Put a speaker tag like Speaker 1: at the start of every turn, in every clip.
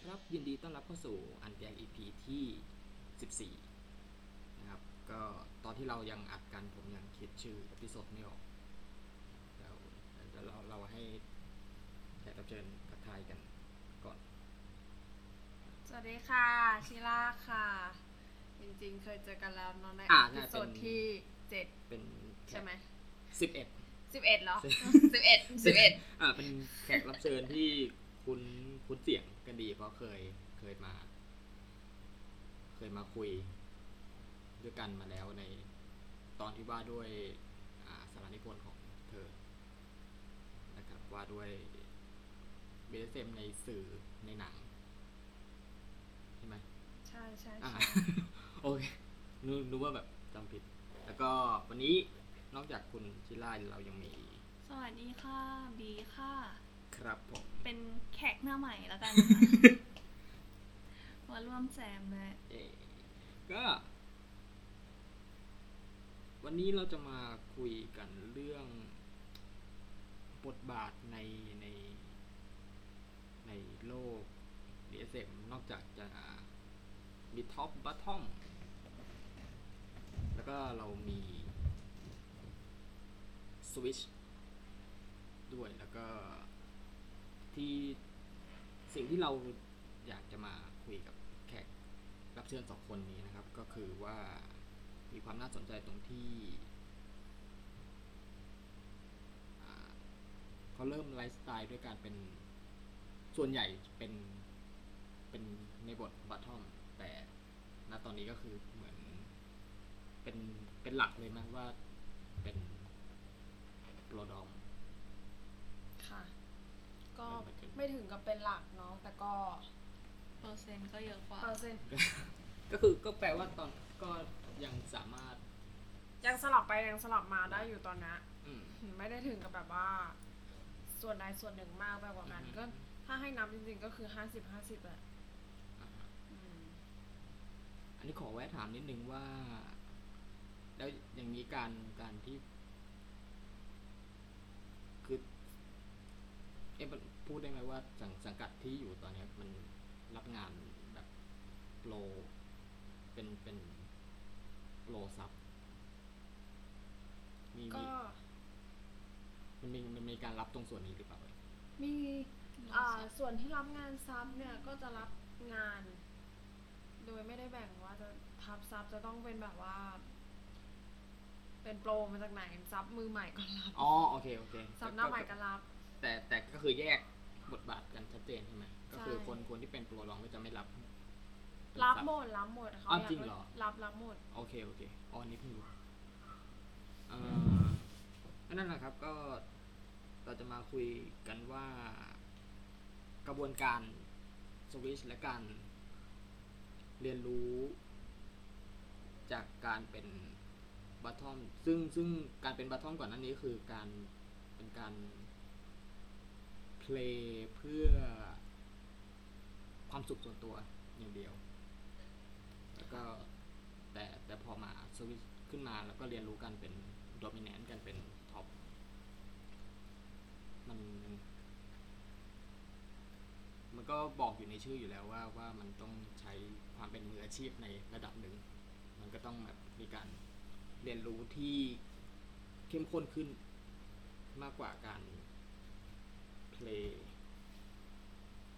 Speaker 1: เข้าสู่อันแยก EP ที่ 14 นะครับ ก็ตอนที่เรายังอัดกันผมยังคิดชื่อเอพิโซดไม่ออกแล้วเดี๋ยวเราเราให้แขกรับเชิญทักทายกันก่อน
Speaker 2: สวัสดีค่ะ ชิล่าค่ะ จริงๆ เคยเจอกันแล้วเนอะใน
Speaker 1: อ่า
Speaker 2: พิ
Speaker 1: น่า
Speaker 2: โซ
Speaker 1: เป็น
Speaker 2: ดที่เจ็ด
Speaker 1: เป็นแข
Speaker 2: ใช่
Speaker 1: ก
Speaker 2: ไหม
Speaker 1: สิบเอ็ด
Speaker 2: สิบเอ็ดเหรอ
Speaker 1: สิบ
Speaker 2: สิบเอ็ดสิบเอ็ด
Speaker 1: อ่าเป็นแขกรับเชิญที่คุณคุณเสียงกันดี เพราะเคยเคยมา เคยมาคุย ด้วยกันมาแล้วในตอนที่ว่าด้วย อ่าสารานิพนธ์ของเธอ นะครับว่าด้วยเบสเซมในสื่อในหนัง ใช่ไหม
Speaker 2: ใช่ใช่
Speaker 1: อ่า
Speaker 2: ใช่
Speaker 1: โอเคนึกนึกว่าแบบจำผิด แล้วก็วันนี้นอกจากคุณชิล่าเรายังมี
Speaker 3: สวัสดีค่ะ บีค่ะ
Speaker 1: ครับผม
Speaker 3: เป็นแขกหน้าใหม่แล้วกัน มาร่วมแจมนะ
Speaker 1: เอ่อก็ วันนี้เราจะมาคุยกันเรื่องบทบาทในใน ในโลก DSM นอกจากจะมีท็อปบัตทอมแล้วก็เรามีสวิชด้วยแล้วก็ที่สิ่งที่เราอยากจะมาคุยกับแขก รับเชิญสองคนนี้นะครับ ก็คือว่ามีความน่าสนใจตรงที่อ่าเขาเริ่มไลฟ์สไตล์ด้วยการเป็นส่วนใหญ่เป็นเป็นในบทบัตทอม แต่ณตอนนี้ก็คือเหมือนเป็นเป็นหลักเลยมั้ยว่าเป็นโปรดอม
Speaker 2: ค่ะ ก็
Speaker 1: ไม่ถึง
Speaker 2: ไม่ถึงกับเป็นหลักเนาะแต่ก็
Speaker 3: เปอร์เซ็นต์ก็เยอะกว่า
Speaker 2: เปอร์เซ็นต์
Speaker 1: ก็คือก็แปลว่าตอนก็ยังสามารถ
Speaker 2: ยังสลับไปยังสลับมาได้อยู่ตอนนี้
Speaker 1: อืม
Speaker 2: ไม่ได้ถึงกับแบบว่า ส่วนใดส่วนหนึ่งมากไปกว่ากัน
Speaker 1: อืม
Speaker 2: ก็ถ้าให้นับจริงๆก็คือห้าสิบห้าสิบแหละ
Speaker 1: อ่า
Speaker 2: อืม
Speaker 1: อันนี้ขอแวะถามนิดนึงว่า แล้วอย่างนี้การการที่ คือเอ๊ะมันพูดได้ไหมว่าสังสังกัดที่อยู่ตอนเนี้ยมันรับงานแบบโปรเป็นเป็นโปรซับมีมี
Speaker 2: ก็
Speaker 1: มันมีมันมีการรับตรงส่วนนี้หรือเปล่าเอ่ย
Speaker 2: มี
Speaker 3: Low
Speaker 2: อ่า
Speaker 3: sub
Speaker 2: ส่วนที่รับงานซับเนี่ยก็จะรับงาน โดยไม่ได้แบ่งว่าจะทับซับจะต้องเป็นแบบว่า เป็นโปรมาจากไหนซับมือใหม่ก็รับ
Speaker 1: อ๋อโอเคโอเค
Speaker 2: ซับหน้าใหม่ก็รับ
Speaker 1: แต่แต่ก็คือแยกบทบาทกันชัดเจนใช่ไหมก็คือ
Speaker 2: ใช่
Speaker 1: คนคนที่เป็นโปรรองก็จะไม่รับเป็น
Speaker 2: รับ
Speaker 1: ซั
Speaker 2: หมดรับหมดเขา
Speaker 1: อ้าว
Speaker 2: อยาก
Speaker 1: จริงเหรอ
Speaker 2: รับรับหมด
Speaker 1: โอเค โอเคอ๋ออันนี้เพิ่งรู้เอ่ออันนั้นแหละครับ ก็เราจะมาคุยกันว่ากระบวนการสวิชและการเรียนรู้ จากการเป็นบัตทอม ซึ่งซึ่งการเป็นบัตทอมก่อนหน้านี้คือการเป็นการเพลย์เพื่อความสุขส่วนตัวอย่างเดียว แล้วก็ แต่แต่พอมาสวิตช์ขึ้นมาแล้วก็เรียนรู้กันเป็นโดมิเนนต์กันเป็นท็อป มัน มันก็บอกอยู่ในชื่ออยู่แล้วว่าว่ามันต้องใช้ความเป็นมืออาชีพในระดับหนึ่ง มันก็ต้องแบบมีการเรียนรู้ที่เข้มข้นขึ้นมากกว่าการเพลย์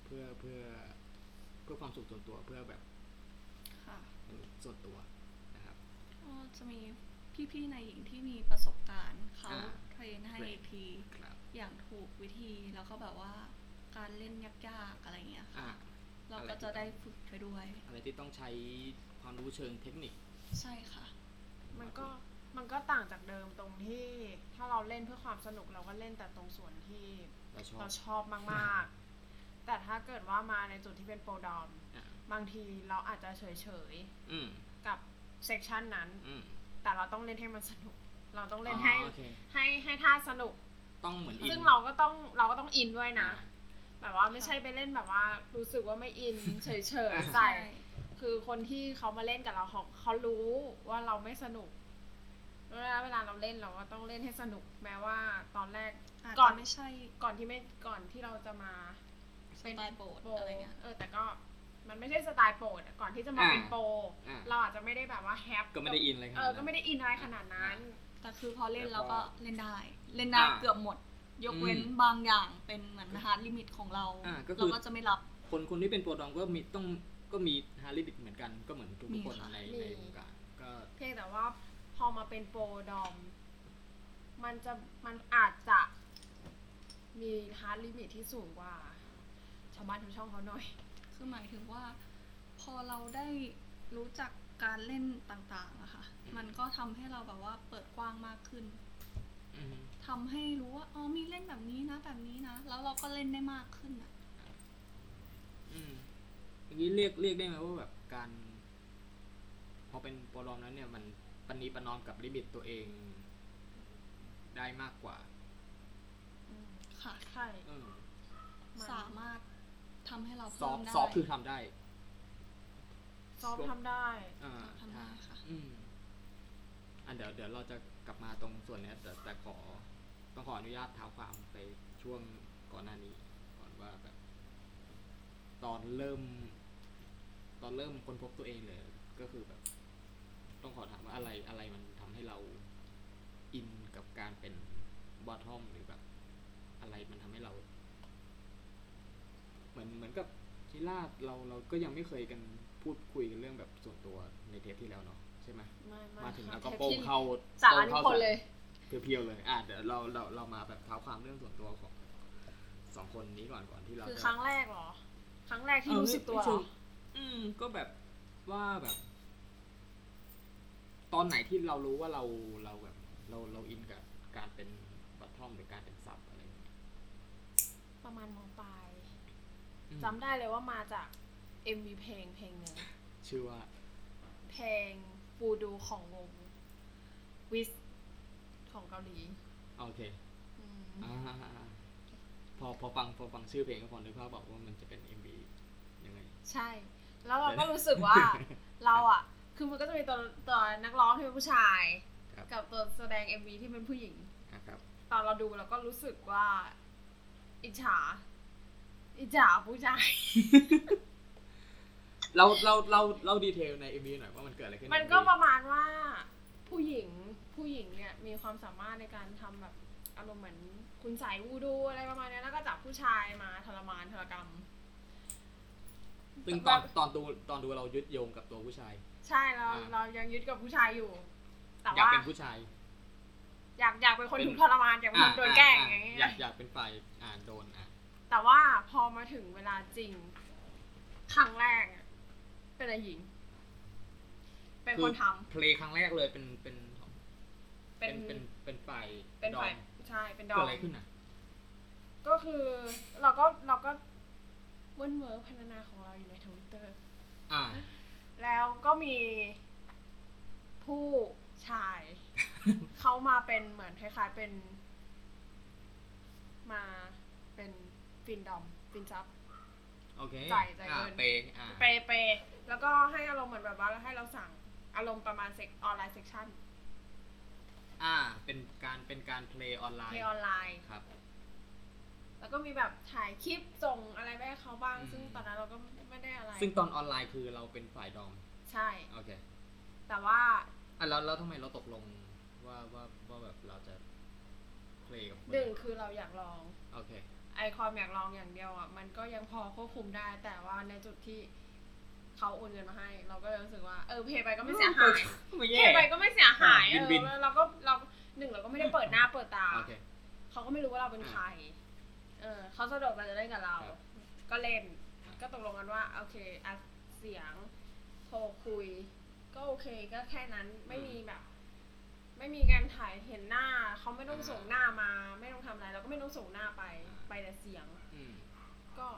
Speaker 1: เพื่อเพื่อเพื่อความสุขส่วนตัวเพื่อแบบ
Speaker 3: ค่ะ
Speaker 1: เป็นส่วนตัวนะครับ
Speaker 3: ก็จะมีพี่ๆในหญิงที่มีประสบการณ์เขา
Speaker 1: อ่า
Speaker 3: เทรนให้
Speaker 1: เทรน
Speaker 3: ที
Speaker 1: ครับ
Speaker 3: อย่างถูกวิธีแล้วก็แบบว่าการเล่นยากๆอะไรเงี้ยค่ะ
Speaker 1: อ่ะ
Speaker 3: เรา
Speaker 1: อะไร
Speaker 3: ก็จะได้ฝึกไปด้วย
Speaker 1: อะไรที่ต้องใช้ความรู้เชิงเทคนิค
Speaker 3: ใช่ค่ะ
Speaker 2: มันก็มันก็ต่างจากเดิมตรงที่ ถ้าเราเล่นเพื่อความสนุกเราก็เล่นแต่ตรงส่วนที่
Speaker 1: เราชอบ
Speaker 2: เราชอบมากๆ แต่ถ้าเกิดว่ามาในจุดที่เป็นโปรดอม
Speaker 1: อ่ะ
Speaker 2: บางทีเราอาจจะเฉยๆ
Speaker 1: อืม
Speaker 2: กับเซกชันนั้น
Speaker 1: อืม
Speaker 2: แต่เราต้องเล่นให้มันสนุก เราต้องเล่น
Speaker 1: อ๋อ
Speaker 2: ให้
Speaker 1: โอเค
Speaker 2: ให้ให้ท่าสนุก
Speaker 1: ต้องเหมือนอิน
Speaker 2: ซึ่งเราก็ต้องเราก็ต้องอินด้วย
Speaker 1: อ่
Speaker 2: นะ แบบว่าไม่ใช่ไปเล่นแบบว่า รู้สึกว่าไม่อิน เฉยๆใส่คือคนที่เขามาเล่นกับเราเขาเขารู้ว่าเราไม่สนุกเวลาเวลาเราเล่นเราก็ต้องเล่นให้สนุก แม้ว่าตอนแรก
Speaker 3: อาจ
Speaker 2: ก่อน
Speaker 3: จะไม่ใช่
Speaker 2: ก่อนที่ไม่ก่อนที่เราจะมา
Speaker 3: สไตล์โบสถ์
Speaker 2: โปร
Speaker 3: อะไรเงี้ย
Speaker 2: เออแต่ก็ มันไม่ใช่สไตล์โปรดอะก่อนที่จะมา
Speaker 1: อ่า
Speaker 2: เป็นโปร
Speaker 1: อ่า
Speaker 2: เราอาจจะไม่ได้แบบว่าแฮป
Speaker 1: ก็ไม่ได้อินอะไรครับ
Speaker 2: เออก็ไม่ได้อินอะไรขนาดนั้น
Speaker 3: แต่คือพอเล่น
Speaker 1: แต่พอ
Speaker 3: เราก็เล่นได้ เล่นได้
Speaker 1: อ่า
Speaker 3: เกือบหมด ยกเว้น
Speaker 1: อืม
Speaker 3: บางอย่างเป็นเหมือนฮาร์ดลิมิตของเรา
Speaker 1: อ่าก็คือ
Speaker 3: เราก็จะไม่รับ
Speaker 1: คนคนที่เป็นโปรดอมก็มีต้องก็มีฮาริบิดเหมือนกันก็เหมือนทุก
Speaker 3: มี
Speaker 1: คน
Speaker 3: ค่ะ
Speaker 1: ใน
Speaker 2: มี
Speaker 1: ในวงการก็
Speaker 2: เพียงแต่ว่าพอมาเป็นโปรดอม มันจะมันอาจจะมีฮาร์ดลิมิตที่สูงกว่า ชาวบ้านชาวช่องเขาหน่อย
Speaker 3: คือหมายถึงว่า พอเราได้รู้จักการเล่นต่างๆอะค่ะ มันก็ทำให้เราแบบว่าเปิดกว้างมากขึ้น
Speaker 1: อืม
Speaker 3: ทำให้รู้ว่าอ๋อมีเล่นแบบนี้นะแบบนี้นะ แล้วเราก็เล่นได้มากขึ้นอะ
Speaker 1: อืมอย่างนี้เรียกเรียกได้ไหมว่าแบบการ พอเป็นโปรดอมนั้นเนี่ย มันปณีประนอมกับลิมิตตัวเองได้มากกว่า
Speaker 3: ค่ะ
Speaker 2: ใช่
Speaker 1: เออ
Speaker 3: สามารถทำให้เรา
Speaker 1: ซอ
Speaker 3: เพิ่
Speaker 1: ฟ
Speaker 3: มได้
Speaker 1: ซอฟคือทำได้
Speaker 2: ซอฟทำได้
Speaker 1: อ่า
Speaker 3: ทำได้
Speaker 1: ใช่
Speaker 3: ค่ะ
Speaker 1: อืมอันเดี๋ยวเดี๋ยวเราจะกลับมาตรงส่วนเนี้ยแต่แต่ขอต้องขออนุญาตเท้าความไปช่วงก่อนหน้านี้ ก่อนว่าแบบตอนเริ่ม ตอนเริ่มค้นพบตัวเองเลย ก็คือแบบ ต้องขอถามว่าอะไรอะไรมันทำให้เราอินกับการเป็นบอททอมหรือแบบ อะไรมันทำให้เรา เหมือนเหมือนกับที่ลาดเราเราก็ยังไม่เคยกันพูดคุยกันเรื่องแบบส่วนตัวในเทปที่แล้วเนาะใช่ไหม
Speaker 2: ไม่ไ
Speaker 1: มาถึง
Speaker 2: ค่ะ
Speaker 1: แล้วก็
Speaker 2: ทป
Speaker 1: โป้ง
Speaker 2: ที่
Speaker 1: เข้า
Speaker 2: สารา
Speaker 1: โป้ง
Speaker 2: นิ
Speaker 1: เข้
Speaker 2: พนธ์เลย
Speaker 1: เพียวๆเลย อ่ะเดี๋ยวเราเราเรามาแบบเท้าความเรื่องส่วนตัวของสองคนนี้ก่อนก่อนที่เรา
Speaker 2: คือ
Speaker 1: จะ
Speaker 2: ครั้งแรกเหรอ ครั้งแรกที่รู้สึกตัว
Speaker 1: เออไม่
Speaker 2: เหร
Speaker 1: เชิ
Speaker 2: อง
Speaker 1: อืม ก็แบบว่าแบบ ตอนไหนที่เรารู้ว่าเราเราแบบ เราเราอินกับการเป็นบัตทอมหรือการเป็นซับอะไรอย่างเงี้ย
Speaker 2: ประมาณมองปลาย
Speaker 1: อืม
Speaker 2: จำได้เลยว่ามาจาก MV เพลงเพลงหนึ่ง
Speaker 1: ชื่อว่า
Speaker 2: เพลงฟูดูของวงวิสของเกาหลี
Speaker 1: โอเค
Speaker 2: อืม
Speaker 1: อ่าพอพอฟังพอฟังชื่อเพลงก็พอนึกภาพบอกว่ามันจะเป็นเอ็มบียังไง
Speaker 2: ใช่ แล้วเราก็รู้สึก ว่า เราอ่ะ คือมันก็จะมีตัวตัวนักร้องที่เป็นผู้ชาย
Speaker 1: ครับ
Speaker 2: กับตัวแสดง MV ที่เป็นผู้หญิง
Speaker 1: อ่ะครับ
Speaker 2: ตอนเราดูเราก็รู้สึกว่า อิจฉา อิจฉาผู้ชาย
Speaker 1: เราเราเราเราดีเทลใน MV หน่อยว่ามันเกิดอะไรขึ้น
Speaker 2: มันก็
Speaker 1: ใ MV
Speaker 2: ประมาณว่าผู้หญิงผู้หญิงเนี่ยมีความสามารถในการทำแบบอารมณ์เหมือนคุณใสายวูดูอะไรประมาณเนี้ยแล้วก็จับผู้ชายมาทรมานทรกรรม
Speaker 1: ซึ่งตอนตอนดูตอนดูเรายึดโยงกับตัวผู้ชาย
Speaker 2: ใช่เรา
Speaker 1: อ่า
Speaker 2: เรายังยึดกับผู้ชายอยู่ แต่
Speaker 1: อยาก
Speaker 2: ว่า
Speaker 1: เป็นผู้ชาย
Speaker 2: อยากอยากเป็นคน
Speaker 1: เป็น
Speaker 2: ถูกทรมานอยากเป็นคนโดนแกล้งอย่างเงี้
Speaker 1: อยาก
Speaker 2: ย
Speaker 1: อยากเป็นฝ่ายอ่านโดนอ่ะ
Speaker 2: แต่ว่าพอมาถึงเวลาจริง ครั้งแรกอะเป็นอะไรหญิง เป็นคนทำ
Speaker 1: เพลงครั้งแรกเลยเป็นเป็น
Speaker 2: เป็
Speaker 1: เป็น นเป็นเป็นฝ่าย
Speaker 2: เป็นฝ่าย
Speaker 1: ดอม
Speaker 2: ใช่เป็นดอ
Speaker 1: เกิด
Speaker 2: ม
Speaker 1: อะไรขึ้นอ่ะ
Speaker 2: ก็คือเราก็เราก็เว้นเวอร์พันนาของเราอยู่ในทวิตเตอร์
Speaker 1: อ่า
Speaker 2: แล้วก็มีผู้ชาย เขามาเป็นเหมือนคล้ายๆเป็น มาเป็นฟินดอมฟินซับ
Speaker 1: โอเค
Speaker 2: จ่ายจ่ายเงิน
Speaker 1: อ่ะเปย์อ่า
Speaker 2: เปเปแล้วก็ให้อารมณ์เหมือนแบบว่าให้เราสั่งอารมณ์ประมาณเซ็กออนไลน์เซ็กชัน
Speaker 1: อ่า เป็นการเป็นการเพลย์ออนไล
Speaker 2: เพ
Speaker 1: น์
Speaker 2: ออนไลน์
Speaker 1: ครับ
Speaker 2: แล้วก็มีแบบถ่ายคลิปส่งอะไรไปให้เขาบ้าง
Speaker 1: อืม
Speaker 2: ซึ่งตอนนั้นเราก็ไม่ได้อะไร
Speaker 1: ซึ่งตอนออนไลน์คือเราเป็นฝ่ายดอม
Speaker 2: ใช่
Speaker 1: โอเค
Speaker 2: แต่ว่า
Speaker 1: อ่ะแล้วแล้วทำไมเราตกลงว่าว่าว่าแบบเราจะเพลย์กับคน
Speaker 2: หนึ่งคือเราอยากลอง
Speaker 1: โอเค
Speaker 2: ไอความอยากลองอย่างเดียวอ่ะ มันก็ยังพอควบคุมได้ แต่ว่าในจุดที่เขาโอนเงินมาให้ เราก็เลยรู้สึกว่า เออเพย์ไปก็ไม่เสียหาย
Speaker 1: ไม่
Speaker 2: เพ
Speaker 1: แย่
Speaker 2: ย์ไปก็ไม่เสียหาย
Speaker 1: อ่า
Speaker 2: เออ
Speaker 1: วิน
Speaker 2: แล้วเราก็เราหนึ่งเราก็ไม่ได้เปิดหน้าเปิดตา
Speaker 1: โอเค
Speaker 2: เขาก็ไม่รู้ว่าเราเป็นใคร เออเขาสะดวกเราจะเล่นกับเรา
Speaker 1: ครับ
Speaker 2: ก็เล่น
Speaker 1: ครับ
Speaker 2: ก็ตกลงกันว่าโอเคอัดเสียงโทรคุย ก็โอเคก็แค่นั้นไม่มีแบบ ไม่มีการถ่ายเห็นหน้าเขาไม่ต้องส่งหน้ามา ไม่ต้องทำอะไรเราก็ไม่ต้องส่งหน้าไปไปแต่เสียง
Speaker 1: อืม
Speaker 2: ก็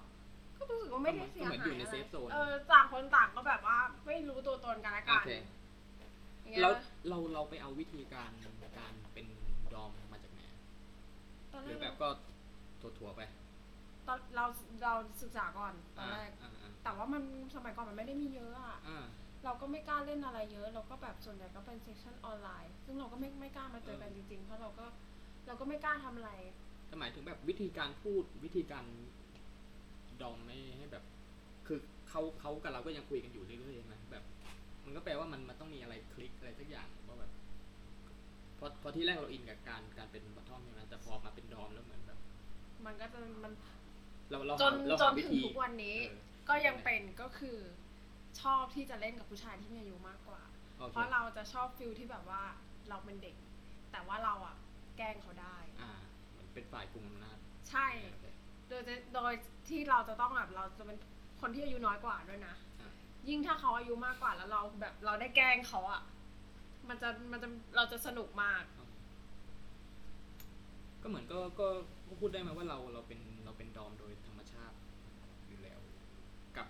Speaker 2: ก็รู้สึกว่าไม่ได้เสียหาย
Speaker 1: ก็เหมือนอยู่ใน
Speaker 2: อะไร
Speaker 1: safe zone
Speaker 2: เออต่างคนต่างก็แบบว่าไม่รู้ตัวตนกันละกัน
Speaker 1: โอเค
Speaker 2: อย่างเงี้ย
Speaker 1: แล้ว
Speaker 2: นะ
Speaker 1: เราเราไปเอาวิธีการการเป็นดอมมาจากไหน
Speaker 2: ตอน
Speaker 1: ห
Speaker 2: แร
Speaker 1: รือแบ
Speaker 2: ก
Speaker 1: บก็ถั่วๆไป
Speaker 2: ตอนเราเราศึกษาก่อนตอนแรก
Speaker 1: อ่าอ่า
Speaker 2: แต่ว่ามันสมัยก่อนมันไม่ได้มีเยอะอะ
Speaker 1: อ่า
Speaker 2: เราก็ไม่กล้าเล่นอะไรเยอะ เราก็แบบส่วนใหญ่ก็เป็นเซสชันออนไลน์ ซึ่งเราก็ไม่ไม่กล้ามาเจอกันจริงๆ เพราะเราก็เราก็ไม่กล้าทำอะไร
Speaker 1: แต่หมายถึงแบบวิธีการพูดวิธีการดอมไม่ให้แบบ คือค เขาเขากับเราก็ยังคุยกันอยู่เรื่อยๆใช่ไหมแบบ มันก็แปลว่ามันมันต้องมีอะไรคลิกอะไรสักอย่างว่าแบบพอพอที่แรกเราอินกับการการเป็นบอททอมใช่ไหมแต่พอมาเป็นดอมแล้วเหมือนแบบ
Speaker 2: มันก็จะมัน
Speaker 1: เราเรา
Speaker 2: จน
Speaker 1: หาเรา
Speaker 2: จน
Speaker 1: หาวิ
Speaker 2: ถึง
Speaker 1: ธี
Speaker 2: ทุกวันนี้
Speaker 1: เออ
Speaker 2: ก็ยังเป็นก็คือชอบที่จะเล่นกับผู้ชายที่มีอายุมากกว่า
Speaker 1: โอค
Speaker 2: เพราะเราจะชอบฟิลที่แบบว่าเราเป็นเด็ก แต่ว่าเราอะแกล้งเขาได้
Speaker 1: อ่าเหมือนเป็นฝ่ายกลุ่มอำนาจ
Speaker 2: ใช่ โดยจะโดยที่เราจะต้องแบบเราจะเป็นคนที่อายุน้อยกว่าด้วยนะ
Speaker 1: อ่า
Speaker 2: ยิ่งถ้าเขาอายุมากกว่าแล้วเราแบบเราได้แกล้งเขาอะมันจะมันจะเราจะสนุกมาก
Speaker 1: ก็เหมือนก็ก็ก็พูดได้ไหมว่าเราเราเป็นเราเป็นดอมโดยธรรมชาติอยู่แล้ว กับ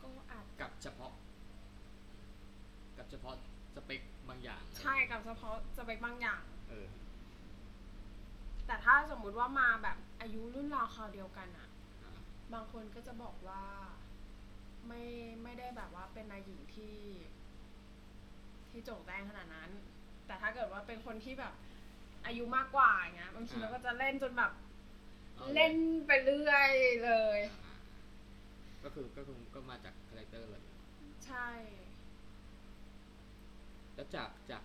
Speaker 2: ก็อาจ
Speaker 1: กับเฉพาะ กับเฉพาะสเปคบางอย่าง
Speaker 2: ใช่กับเฉพาะสเปคบางอย่าง
Speaker 1: เออ
Speaker 2: แต่ถ้าสมมุติว่ามาแบบอายุรุ่นราวคราวเดียวกันอะ
Speaker 1: อ่า
Speaker 2: บางคนก็จะบอกว่าไม่ไม่ได้แบบว่าเป็นนายหญิงที่ ที่โจงแจ้งขนาดนั้น แต่ถ้าเกิดว่าเป็นคนที่แบบอายุมากกว่าอย่างเงี้ยบางทีเราก็จะเล่นจนแบบ
Speaker 1: อา
Speaker 2: เล่นไปเรื่อยเลย
Speaker 1: อ่าก็คือก็คือก็มาจากคาแรคเตอร์เลย
Speaker 2: ใช่
Speaker 1: แล้วจากจาก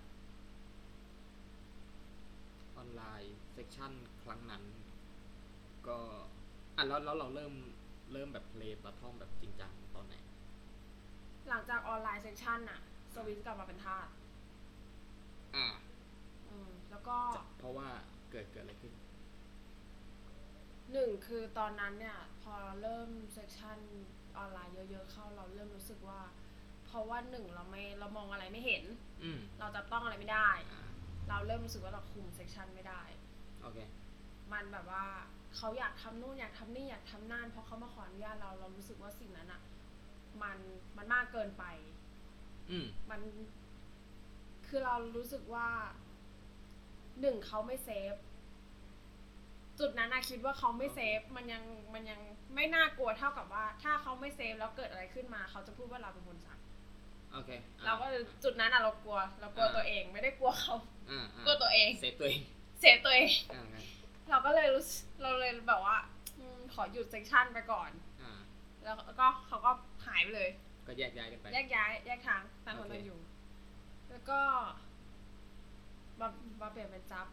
Speaker 1: ออนไลน์เซกชันครั้งนั้น ก็อ่ะแล้วแล้วเราเริ่มเริ่มแบบเพลย์บัตทอมแบบจริงจังตอนไหน
Speaker 2: หลังจากออนไลน์เซสชันอะสวิตช์กลับมาเป็นทาส
Speaker 1: อ่า
Speaker 2: อืมแล้วก็
Speaker 1: จะเพราะว่าเกิดเกิดอะไรขึ้น
Speaker 2: หนึ่งคือตอนนั้นเนี่ย พอเริ่มเซสชันออนไลน์เยอะๆเข้าเราเริ่มรู้สึกว่า เพราะว่าหนึ่งเราไม่เรามองอะไรไม่เห็น
Speaker 1: อืม
Speaker 2: เราจับต้องอะไรไม่ได้
Speaker 1: อ่า
Speaker 2: เราเริ่มรู้สึกว่าเราคุมเซสชันไม่ได้
Speaker 1: โอเค
Speaker 2: มันแบบว่าเขาอยากทำนู่นอยากทำนี่อยากทำนั่นเพราะเขามาขออนุญาตเราเรารู้สึกว่าสิ่งนั้นอะมันมันมากเกินไป
Speaker 1: อืม
Speaker 2: มันคือเรารู้สึกว่าหนึ่งเขาไม่เซฟ จุดนั้นนะคิดว่าเขาไม่เซฟ มันยังมันยังไม่น่ากลัวเท่ากับว่า ถ้าเขาไม่เซฟแล้วเกิดอะไรขึ้นมา เขาจะพูดว่าเราเป็นคนสั่ง
Speaker 1: โอเคอ่
Speaker 2: เราก็จุดนั้นอะเรากลัว เรากลัวตัวเอง ไม่ได้กลัวเขา
Speaker 1: อ่าอ่าก
Speaker 2: ลัวตัวเอง
Speaker 1: เซฟตัวเอง
Speaker 2: เซฟตัวเอง
Speaker 1: อ่าไง
Speaker 2: เราก็เลยรู้สึกเราเลยแบบว่าอืมขอหยุดเซ็กชันไปก่อน
Speaker 1: อ่า
Speaker 2: แล้วก็เขาก็หายไปเลย
Speaker 1: ก็แยกย้ายกันไป
Speaker 2: แยกย้ายแยกทางต่างคน
Speaker 1: โอเค
Speaker 2: ต่างอยู่ แล้วก็มามาเปลี่ยนเป็นจับ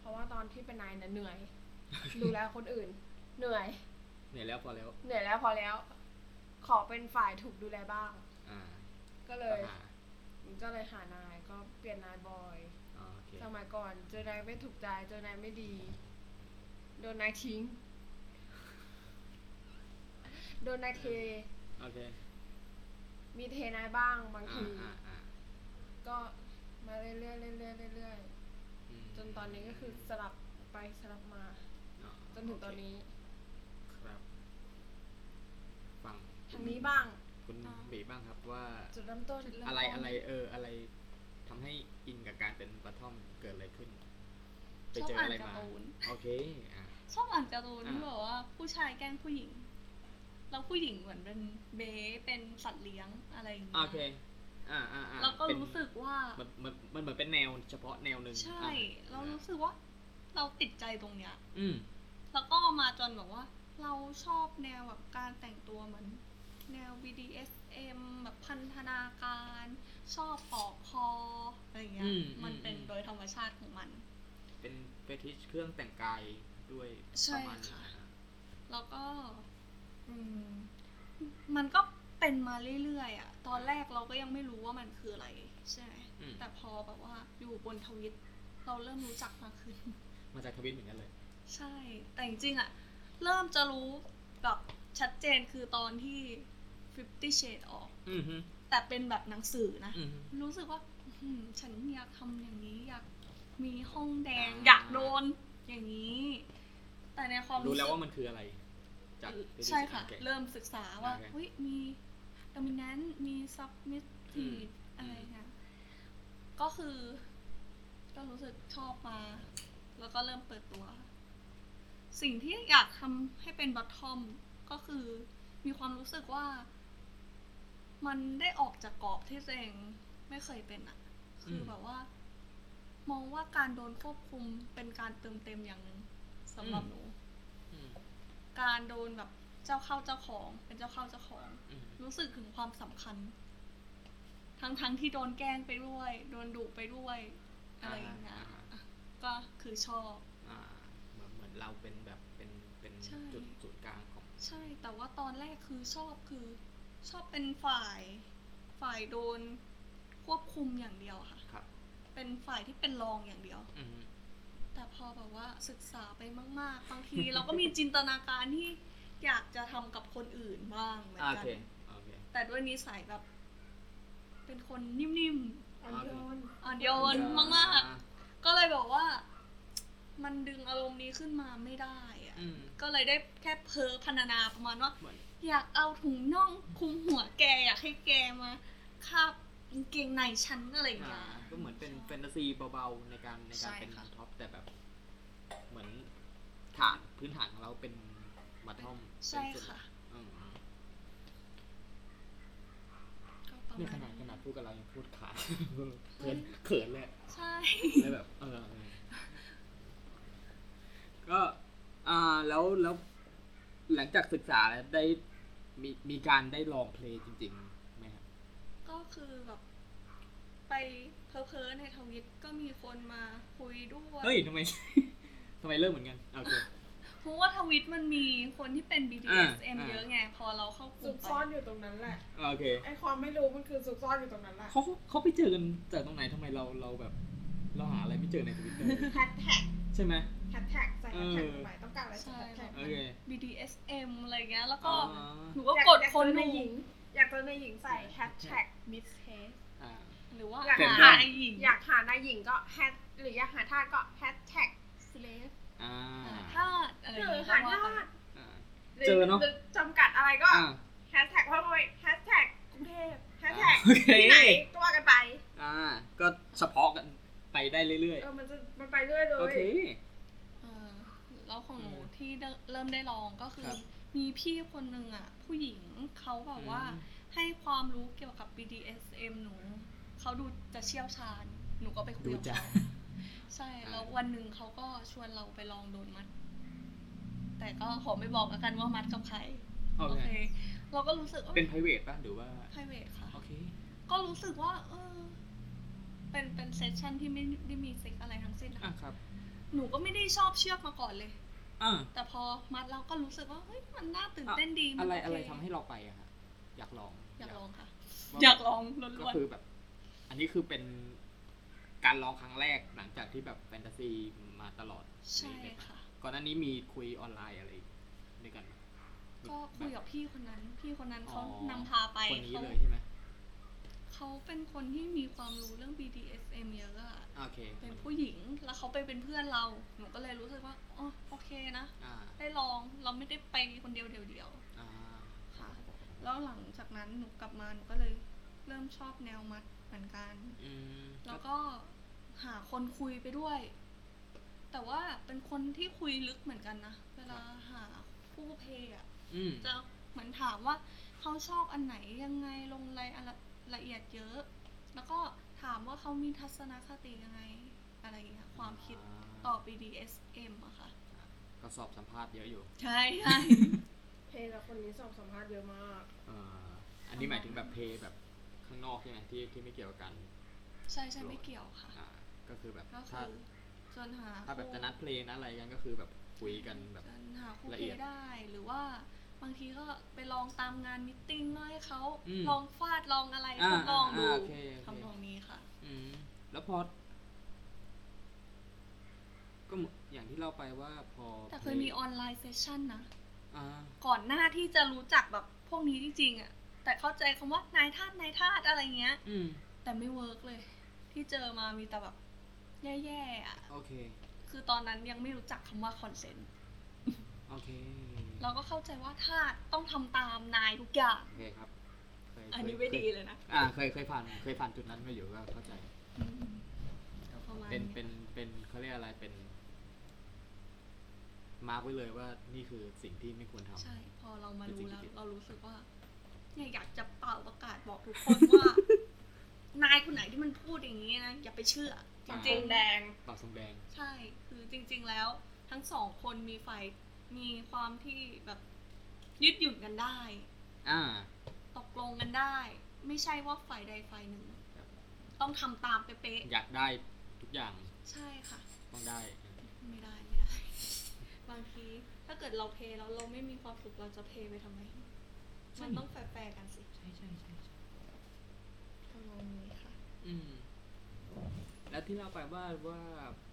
Speaker 2: เพราะว่าตอนที่เป็นนายเนี่ยเหนื่อย ดูแลคนอื่น เหนื่อย
Speaker 1: เหนื่อยแล้วพอแล้ว
Speaker 2: เหนื่อยแล้วพอแล้ว ขอเป็นฝ่ายถูกดูแลบ้าง
Speaker 1: อ่า
Speaker 2: ก็เล
Speaker 1: ก็
Speaker 2: ย
Speaker 1: หา
Speaker 2: ก็เลยหานายก็เปลี่ยนนายบอย
Speaker 1: อ๋อโอเค
Speaker 2: สมัยก่อนเจอนายไม่ถูกใจเจอนายไม่ดี โดนนาย ทิ้ง โดนนายเท
Speaker 1: โอเค
Speaker 2: มีเทนายบ้างบาง
Speaker 1: อ่า
Speaker 2: ที
Speaker 1: อ่าอ่า
Speaker 2: ก็มาเรื่อยๆเรื่อยๆเรื่อย
Speaker 1: อืม
Speaker 2: ๆจนตอนนี้ก็คือสลับไปสลับมา
Speaker 1: อ๋อ
Speaker 2: จนถึงตอนนี้
Speaker 1: ครับฟัง
Speaker 2: ทางนี้บ้าง
Speaker 1: คุณ
Speaker 3: อ่า
Speaker 1: บีบ้างครับว่า
Speaker 2: จุดเริ่มต้น
Speaker 3: จุดเม
Speaker 1: อะไรอะไรเอออะไรทำให้อินกับการเป็นบัตทอมเกิดอะไรขึ้น ไปเจออะไร
Speaker 3: ชอบอ่านกา
Speaker 1: มา
Speaker 3: ร์ตูน
Speaker 1: โอเคอ่ะ
Speaker 3: ชอบอ่านการ์ตูน
Speaker 1: อ่า
Speaker 3: ที่แบบว่าผู้ชายแกล้งผู้หญิง แล้วผู้หญิงเหมือนเป็นเบ๊เป็นสัตว์เลี้ยงอะไรอย่างเงี้
Speaker 1: โอเค
Speaker 3: ย
Speaker 1: อ่าอ่าอ่า
Speaker 3: แล้วก็
Speaker 1: เป็น
Speaker 3: รู้สึกว่า
Speaker 1: มันมันมันเหมือนเป็นแนวเฉพาะแนวหนึ่งอ
Speaker 3: ใช่
Speaker 1: ่ะ
Speaker 3: เรารู้สึกว่า เราติดใจตรงเนี้ย
Speaker 1: อืม
Speaker 3: แล้วก็มาจนแบบว่า เราชอบแนวแบบการแต่งตัวเหมือน แนว BDSM แบบพันธนาการ ชอบปอกคออะไรอย่างเงี้ยมันเป็นโดยธรรมชาติของมัน
Speaker 1: เป็นเฟติชเครื่องแต่งกายด้วยป
Speaker 3: ใช่
Speaker 1: ระมาณ
Speaker 3: ค่ะ
Speaker 1: นี้นอ่
Speaker 3: แล้วก็อืมมันก็เป็นมาเรื่อยๆอ่ะ ตอนแรกเราก็ยังไม่รู้ว่ามันคืออะไร ใช่ไหม
Speaker 1: อืม
Speaker 3: แต่พอแบบว่าอยู่บนทวิต เราเริ่มรู้จักมากขึ้น
Speaker 1: มาจากทวิตเหมือนกันเลย
Speaker 3: ใช่ แต่จริงๆอะเริ่มจะรู้แบบชัดเจนคือตอนที่ Fifty Shades ออก
Speaker 1: อืมฮึ
Speaker 3: แต่เป็นแบบหนังสือนะ
Speaker 1: อืมฮึ
Speaker 3: รู้สึกว่าอื้อหือฉันอยากทำอย่างนี้ อยากมีห้องแดง
Speaker 1: อ่า
Speaker 3: อยากโดนอย่างนี้ แต่ในความ
Speaker 1: รู้
Speaker 3: สึก
Speaker 1: แล้วว่ามันคืออะไร จาก fetish
Speaker 3: ใช่ค่ะ
Speaker 1: โอเ
Speaker 3: เริ่มศึกษาว่า
Speaker 1: โอเค
Speaker 3: เฮ้ยมี dominant มี
Speaker 1: อืม
Speaker 3: submissive อะไรเงี้ยก็คือ ก็รู้สึกชอบมา แล้วก็เริ่มเปิดตัว สิ่งที่อยากทำให้เป็นบอททอมก็คือมีความรู้สึกว่า มันได้ออกจากกรอบที่ตัวเองไม่เคยเป็นอะคืออ
Speaker 1: ม
Speaker 3: แบบว่า มองว่าการโดนควบคุมเป็นการเติมเต็มอย่างหนึ่งสำหรับหนู
Speaker 1: อืม
Speaker 3: การโดนแบบ เจ้าเข้าเจ้าของ เป็นเจ้าเข้าเจ้าของ
Speaker 1: อืม
Speaker 3: รู้สึกถึงความสำคัญ ทั้งทั้งที่โดนแกล้งไปด้วย โดนดุไปด้วย อะไรอย่างเงี้ยก็คือชอบ
Speaker 1: อ่าเหมือนเหมือนเราเป็นแบบเป็นเป็น
Speaker 3: ใช่
Speaker 1: จุดศูนย์กลางของ
Speaker 3: ใช่ แต่ว่าตอนแรกคือชอบคือ ชอบเป็นฝ่าย ฝ่ายโดนควบคุมอย่างเดียวค่ะ
Speaker 1: ครับ
Speaker 3: เป็นฝ่ายที่เป็นรองอย่างเดียว
Speaker 1: อืม
Speaker 3: แต่พอแบบว่าศึกษาไปมาก ๆ บางที เราก็มีจินตนาการที่อยากจะทำกับคนอื่นบ้างเหมือน
Speaker 1: อ่าโอ
Speaker 3: กัน
Speaker 1: เคโอเค
Speaker 3: แต่ด้วยนิสัยแบบ เป็นคนนิ่ม
Speaker 4: อ่อนโยน
Speaker 3: ๆ อ่อนโยนมาก ๆ ก็เลยบอกว่า มันดึงอารมณ์นี้ขึ้นมาไม่ได้อะ
Speaker 1: อืม
Speaker 3: ก็เลยได้แค่เพ้อพรรณนาประมาณว่า
Speaker 1: เหมือน
Speaker 3: อยากเอาถุงน่องคลุมหัวแกอยากให้แกมาคาบกางเกงในฉันอะไรอย่างเงี้
Speaker 1: อ่าย ก็เหมือนเป็นแฟนตาซีเบาๆในการในการ
Speaker 3: ใช่
Speaker 1: เป็น
Speaker 3: ค่ะ
Speaker 1: ท็อปแต่แบบ เหมือนฐานพื้นฐานของเราเป็นบัตทอม
Speaker 3: ใช่ค่ะ
Speaker 1: อืม
Speaker 3: ก็ประ
Speaker 1: เนี่ยข
Speaker 3: มาณ
Speaker 1: นาดขนา
Speaker 3: นั้
Speaker 1: ด
Speaker 3: น
Speaker 1: พูดกับเรายังพูดขาด เขินเขินเลย
Speaker 3: ใช่
Speaker 1: เลยแบบเออเออก็อ่าแล้วแล้วหลังจากศึกษาแล้วได้มีมีการได้ลองเพลงจริงๆไหมครับ
Speaker 3: ก็คือแบบไปเพ้อๆในทวิตก็มีคนมาคุยด้วย
Speaker 1: เฮ้ยทำไม ทำไมเริ่มเหมือนกันโอเค
Speaker 3: เพราะว่าทวิตมันมีคนที่เป็น BDSM
Speaker 1: อ่า
Speaker 3: เยอะไง พอเราเข้าก
Speaker 4: ซุ
Speaker 3: ลุ่ม
Speaker 4: ก
Speaker 3: ไป
Speaker 4: ซ่อนอยู่ตรงนั้นแหละ
Speaker 1: โอเค
Speaker 4: ไอความไม่รู้มันคือซุกซ่อนอยู่ตรงนั้นแหละ
Speaker 1: เขาเขาไปเจอกันจากตรงไหนทำไมเราเราแบบ เราหาอะไรไม่เจอในทวิตเตอร์
Speaker 4: แฮชแท็ก
Speaker 1: ใช่ไหม
Speaker 4: แฮชแท็กใส่แฮชแท็กลงไปต้องการอะไรใส่
Speaker 3: ใช่
Speaker 4: แฮชแท็ก
Speaker 3: แบบ
Speaker 1: โอเค
Speaker 3: BDSM อะไรเงี้ย แล้วก็
Speaker 1: อ๋อ
Speaker 3: หนูก็กดคน
Speaker 4: อยาเจอใน
Speaker 3: ดู
Speaker 4: หญิง อยากเจอในหญิงใส่แฮชแท็กมิสเทส
Speaker 1: อ่า
Speaker 3: หรือว่า
Speaker 4: อยาก
Speaker 1: เห็น
Speaker 3: หา
Speaker 1: ได้
Speaker 3: ไอหญิง
Speaker 4: อยากหานายหญิงก็แฮชหรืออยากหาทาสก็แฮชแท็กสเลฟ
Speaker 1: อ่า
Speaker 3: หาทาสอะไร
Speaker 4: หรือ
Speaker 3: เงี้ย
Speaker 4: หา
Speaker 3: ก็
Speaker 4: ทา
Speaker 3: ว่าไป
Speaker 4: ส
Speaker 1: อ่า
Speaker 4: หรือ
Speaker 1: เจอเนอะ
Speaker 4: หรือจำกัดอะไรก็
Speaker 1: อ่า
Speaker 4: แฮชแท็กเพิ่มเข้าไปแฮชแท็กกรุงเทพแฮชแท็ก
Speaker 1: โอเค
Speaker 4: ที่ไหนตัวกันไป
Speaker 1: อ่า ก็เฉพาะกันไปได้เรื่อย
Speaker 4: เออมันจะมันไปเรื่อยเล
Speaker 1: ๆ โอย เค
Speaker 3: เออแล้วของหนู
Speaker 1: อืม
Speaker 3: ที่เริ่มเริ่มได้ลองก็คือ
Speaker 1: ครับ
Speaker 3: มีพี่คนหนึ่งอ่ะ ผู้หญิงเขาแบบว่า ให้ความรู้เกี่ยวกับ BDSM หนู เขาดูจะเชี่ยวชาญ หนูก็ไปคุย
Speaker 1: ดู
Speaker 3: กับ
Speaker 1: จ้ะ
Speaker 3: เขาใช่ แล้ววันหนึ่งเขาก็ชวนเราไปลองโดนมัด แต่ก็ขอไม่บอกแล้วกันว่ามัดกับใคร
Speaker 1: โอ
Speaker 3: โอ
Speaker 1: เค
Speaker 3: เค เราก็รู้สึกว่า
Speaker 1: เป็น private ป่ะ หรือว่า
Speaker 3: ไพรเวทค่ะ
Speaker 1: โอเค
Speaker 3: ก็รู้สึกว่า เออ เป็นเป็นเซสชั่นที่ไม่ได้มีเซ็กอะไรทั้งสิ้นนะ
Speaker 1: อ่ะ
Speaker 3: คะ
Speaker 1: ครับ
Speaker 3: หนูก็ไม่ได้ชอบเชือกมาก่อนเลย
Speaker 1: อ่ะ
Speaker 3: แต่พอมัดเราก็รู้สึกว่า เฮ้ย มันน่าตื่นเต้นดีมัน
Speaker 1: อะไร
Speaker 3: โเค
Speaker 1: อะไรทำให้เราไปอะฮะอยากลอง
Speaker 3: อยากลองค่ะ
Speaker 1: ว่
Speaker 3: อยากลอง
Speaker 1: ก็
Speaker 3: ล้วน
Speaker 1: คือแบบ อันนี้คือเป็นการลองครั้งแรกหลังจากที่แบบแฟนตาซีมาตลอด
Speaker 3: ๆใช่
Speaker 1: นเว็บ
Speaker 3: ค่ะ
Speaker 1: ก่อนหน้านี้มีคุยออนไลน์อะไรด้วยกันไหม
Speaker 3: ก็คุยกับพี่คนนั้น พี่คนนั้นเขานำพาไป
Speaker 1: คนนี้
Speaker 3: เขา
Speaker 1: เลยใช่ไหม
Speaker 3: เขาเป็นคนที่มีความรู้เรื่อง BDSM เยอะอะ
Speaker 1: อ่ะโอเค
Speaker 3: เป็นผู้หญิงแล้วเขาไปเป็นเพื่อนเรา หนูก็เลยรู้สึกว่าอ๋อโอเคนะ
Speaker 1: อ่า
Speaker 3: ได้ลองเราไม่ได้ไปคนเดียวเดียว
Speaker 1: อ่า
Speaker 3: ๆค่ะ แล้วหลังจากนั้นหนูกลับมาหนูก็เลยเริ่มชอบแนวมัดเหมือนกัน
Speaker 1: อืม
Speaker 3: แล้วก็หาคนคุยไปด้วย แต่ว่าเป็นคนที่คุยลึกเหมือนกันนะเวลาหาคู่เพศอะ
Speaker 1: อืม
Speaker 3: จะเหมือนถามว่าเขาชอบอันไหนยังไงลงรายละละเอียดเยอะ แล้วก็ถามว่าเขามีทัศนคติยังไง อะไรอย่างเงี้ยความคิดต่อ BDSM อะค่ะ
Speaker 1: ก็สอบสัมภาษณ์เยอะอยู่
Speaker 3: ใช่ใช่
Speaker 4: เพลงกับคนนี้สอบสัมภาษณ์เยอะมาก
Speaker 1: อ่าอันนี้หมายถึงแบบเพลย์แบบข้างนอกใช่ไหมที่ที่ไม่เกี่ยวกับการ
Speaker 3: ใช่ใช่ไม่เกี่ยวค่ะ
Speaker 1: อ่าก็คือแบบ
Speaker 3: ก็
Speaker 1: ถ้า
Speaker 3: คือจนหา
Speaker 1: ถ้าแบบจะนัดเพลงนัดอะไรกันก็คือแบบคุยกันแบบ
Speaker 3: จนหาคู่
Speaker 1: ละ
Speaker 3: เพ
Speaker 1: เอียด
Speaker 3: ได้หรือว่าบางทีก็ไปลองตามงานมิทติ้งน้อยเขา
Speaker 1: อืม
Speaker 3: ลองฟาดลองอะไร
Speaker 1: อ่า
Speaker 3: ทดลองดู
Speaker 1: อ่าโอเคโอเค
Speaker 3: ทำนองนี้ค่ะ
Speaker 1: อืมแล้วพอ ก็เหมือนอย่างที่เล่าไปว่าพอ
Speaker 3: แต่เคยมีออนไลน์เซสชั่นนะ
Speaker 1: อ่า
Speaker 3: ก่อนหน้าที่จะรู้จักแบบพวกนี้จริงๆอะแต่เข้าใจคำว่านายทาสนายทาสอะไรเงี้ย
Speaker 1: อืม
Speaker 3: แต่ไม่เวิร์กเลย ที่เจอมามีแต่แบบแย่ๆอะ
Speaker 1: โอเค
Speaker 3: คือตอนนั้นยังไม่รู้จักคำว่าคอนเซนต์
Speaker 1: โอเค
Speaker 3: เราก็เข้าใจว่าทาสต้องทำตามนายทุกอย่าง
Speaker 1: โอเคครับเคย
Speaker 3: อันนี้
Speaker 1: เค
Speaker 3: ไม่
Speaker 1: ย
Speaker 3: ดี
Speaker 1: เคย
Speaker 3: เลยนะ
Speaker 1: อ่าเคยเคยผ่านเคยผ่านจุดนั้นมาอยู่ก็เข้าใจ
Speaker 3: อืม ประมาณ
Speaker 1: เป็น
Speaker 3: นี้
Speaker 1: เป็นเป็นเขาเรียกอะไรเป็น มาร์กไว้เลยว่านี่คือสิ่งที่ไม่ควรทำ
Speaker 3: ใช่ พอเรามารู้แล้ว
Speaker 1: จริงๆ
Speaker 3: เรารู้สึกว่าเนี่ยอยากจะเป่าประกาศบอกทุกคนว่า นายคนไหนที่มันพูดอย่างนี้นะอย่าไปเชื่อ จริงๆ
Speaker 4: แดง
Speaker 1: ปากสมแดง
Speaker 3: ใช่ คือจริงๆ แล้วทั้งสองคนมีไฟมีความที่แบบ ยืดหยุ่นกันได้
Speaker 1: อ่า
Speaker 3: ตกลงกันได้ ไม่ใช่ว่าฝ่ายใดฝ่ายหนึ่ง
Speaker 1: ครับ
Speaker 3: ต้องทำตามเป๊ะ
Speaker 1: อยากได้ทุกอย่าง
Speaker 3: ๆใช่ค่ะ
Speaker 1: ต้องได้
Speaker 3: ไม่ได้ไม่ได้ บางทีถ้าเกิดเราเพลย์แล้วเราไม่มีความสุขเราจะเพลย์ไปทำไม
Speaker 1: ใช่
Speaker 3: มันต้องแฟร์ๆกันสิ
Speaker 1: ใช่ใช่ใช่ใช่
Speaker 3: ทำนองนี้ค่ะ
Speaker 1: อืม แล้วที่เล่าไปว่าว่า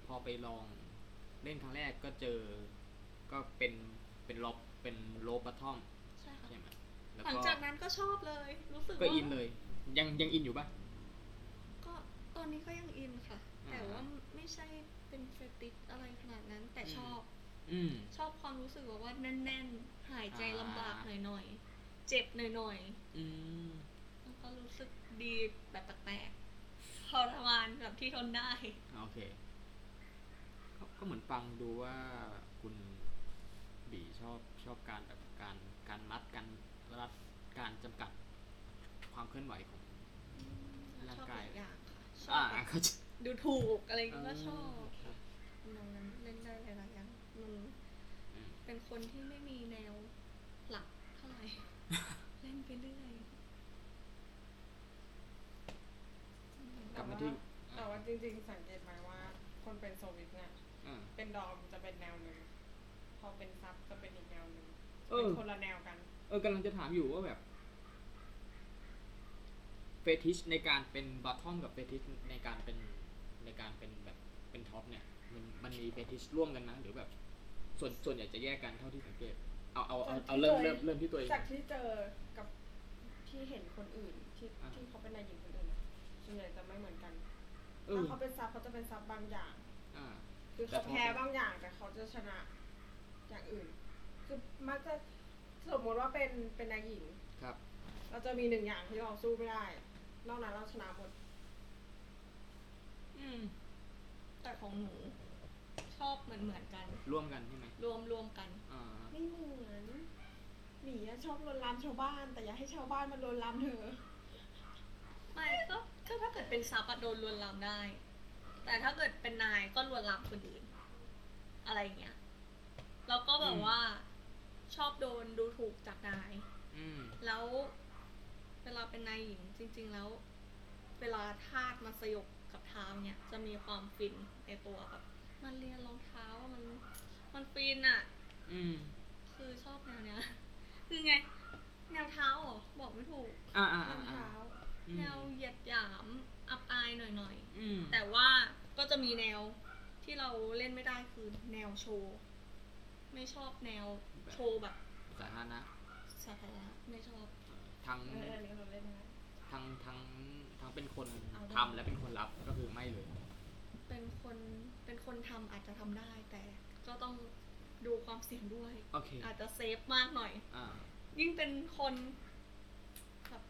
Speaker 1: พอไปลองเล่นครั้งแรกก็เจอ ก็เป็นเป็นลบเป็นโลบัททอม
Speaker 3: ใช่ค่ะ
Speaker 1: ใช่ไหมแล้ว
Speaker 3: หลัง
Speaker 1: ก็
Speaker 3: จากนั้นก็ชอบเลย รู้สึก
Speaker 1: ก็
Speaker 3: ว่า
Speaker 1: อินเลย ยังยังอินอยู่ปะ
Speaker 3: ก็ตอนนี้ก็ยังอินค่ะ
Speaker 1: อ่า
Speaker 3: แต่ว่าไม่ใช่เป็นเฟติชอะไรขนาดนั้น แต่
Speaker 1: อืม
Speaker 3: ชอบ
Speaker 1: อืม
Speaker 3: ชอบความรู้สึกแบบว่าแน่นๆ หายใจ
Speaker 1: อ่า
Speaker 3: ลำบากหน่อยๆ เจ็บหน่อย
Speaker 1: อืม
Speaker 3: ๆแล้วก็รู้สึกดีแบบแปลกๆทรมานแบบที่ทนได้
Speaker 1: อ่าโอเคก็ก็เหมือนฟังดูว่าคุณบีชอบชอบการแบบการการรัดการรัดการจำกัดความเคลื่อนไหวของ
Speaker 3: ช
Speaker 1: ร่าง
Speaker 3: อบห
Speaker 1: กา
Speaker 3: ลาย ยอย่างค่ะชอ
Speaker 1: อ่า
Speaker 3: บแบบ
Speaker 1: เขาใจ
Speaker 3: ดูถูกอะไรอย่าง
Speaker 1: เออ
Speaker 3: เงี้ยก็ชอบ
Speaker 1: ครับ
Speaker 3: น้องนั้นเล่นได้หลายๆอย่างมัน
Speaker 1: อืม
Speaker 3: เป็นคนที่ไม่มีแนวหลักเท่าไหร่ เล่นไปเรื่อย
Speaker 1: กลับมาที่
Speaker 2: แต่ว่าจริงๆ สังเกตไหมว่า คนเป็นโซวิตเนี่ย
Speaker 1: อ่า
Speaker 2: เป็นดอมจะเป็นแนวหนึ่ง พอเป็นซับจะเป็นอีกแนวหนึ่ง
Speaker 1: เออ
Speaker 2: เป็นคนละแนวกัน
Speaker 1: เออกำลังจะถามอยู่ว่าแบบเฟติชในการเป็นบัตทอมกับเฟติชในการเป็นในการเป็นแบบเป็นท็อปเนี่ย มันมันมีเฟติชร่วมกันนะหรือแบบ ส่วนส่วนใหญ่จะแยกกันเท่าที่สังเกตเอาเอาเอาเอาเริ่มเริ่มเริ่มที่ตัวเอง
Speaker 2: จากที่เจอกับที่เห็นคนอื่นที่
Speaker 1: อ่า
Speaker 2: ที่เขาเป็นนายหญิงคนอื่นอะส่วนใหญ่จะไม่เหมือนกัน
Speaker 1: เอ
Speaker 2: ถ้า
Speaker 1: อ
Speaker 2: เขาเป็นซับเขาจะเป็นซับบางอย่าง
Speaker 1: อ่า
Speaker 2: คือเขาแพ้บางอย่างแต่เขาจะชนะอย่างอื่น คือมักจะสมมติว่าเป็นเป็นนายหญิง
Speaker 1: ครับ
Speaker 2: เราจะมีหนึ่งอย่างที่เราสู้ไม่ได้ นอกนั้นเราชนะหมด
Speaker 1: อืม
Speaker 3: ๆ แต่ของหนู ชอบเหมือนเหมือนๆกัน
Speaker 1: ร่วมกันใช่ไหม
Speaker 3: รวมรวมๆกัน
Speaker 1: อ่า
Speaker 2: ไม่เหมือนหมีอะชอบลวนลามชาวบ้าน แต่อย่าให้ชาวบ้านมาลวนลามเธอ
Speaker 3: ไม่ก็ก็ถ้าเกิดเป็นซับอะโดนลวนลามได้ แต่ถ้าเกิดเป็นนายก็ลวนลามคนอื่น อะไรอย่างเงี้ยแล้วก็แบบ
Speaker 1: อืม
Speaker 3: ว่า ชอบโดนดูถูกจากนาย
Speaker 1: อืม
Speaker 3: แล้วเวลาเป็นนายหญิงจริง ๆ แล้ว เวลาทาสมาสยบกับเท้าเนี่ยจะมีความฟินในตัวแบบมันเรียนรองเท้าอะมันมันฟินอะ
Speaker 1: อืม
Speaker 3: คือชอบแนวเนี้ย คือไง แนวเท้าเหรอบอกไม่ถูก
Speaker 1: อ่าอ่า
Speaker 2: ข้า
Speaker 1: อ่างอ่า
Speaker 2: เท้า
Speaker 1: อืม
Speaker 3: แนวเหยียดหยามอับอายหน่อย
Speaker 1: อืม
Speaker 3: ๆ แต่ว่าก็จะมีแนวที่เราเล่นไม่ได้คือแนวโชว์ ไม่ชอบแนวโชว์แบบ
Speaker 1: สาธารณะ
Speaker 3: สาธารณะไม่ชอบ
Speaker 1: เอ่อทั้ง
Speaker 2: เอออันนี้เราเล่นได้
Speaker 1: ทั้งทั้งทั้งเป็นคน
Speaker 2: เอาได้
Speaker 1: ทำและเป็นคนรับก็คือไม่เลย
Speaker 3: เป็นคนเป็นคนทำอาจจะทำได้แต่ก็ต้องดูความเสี่ยงด้วย
Speaker 1: โอเค
Speaker 3: อาจจะเซฟมากหน่อย
Speaker 1: อ่า
Speaker 3: ยิ่งเป็นคนแบบ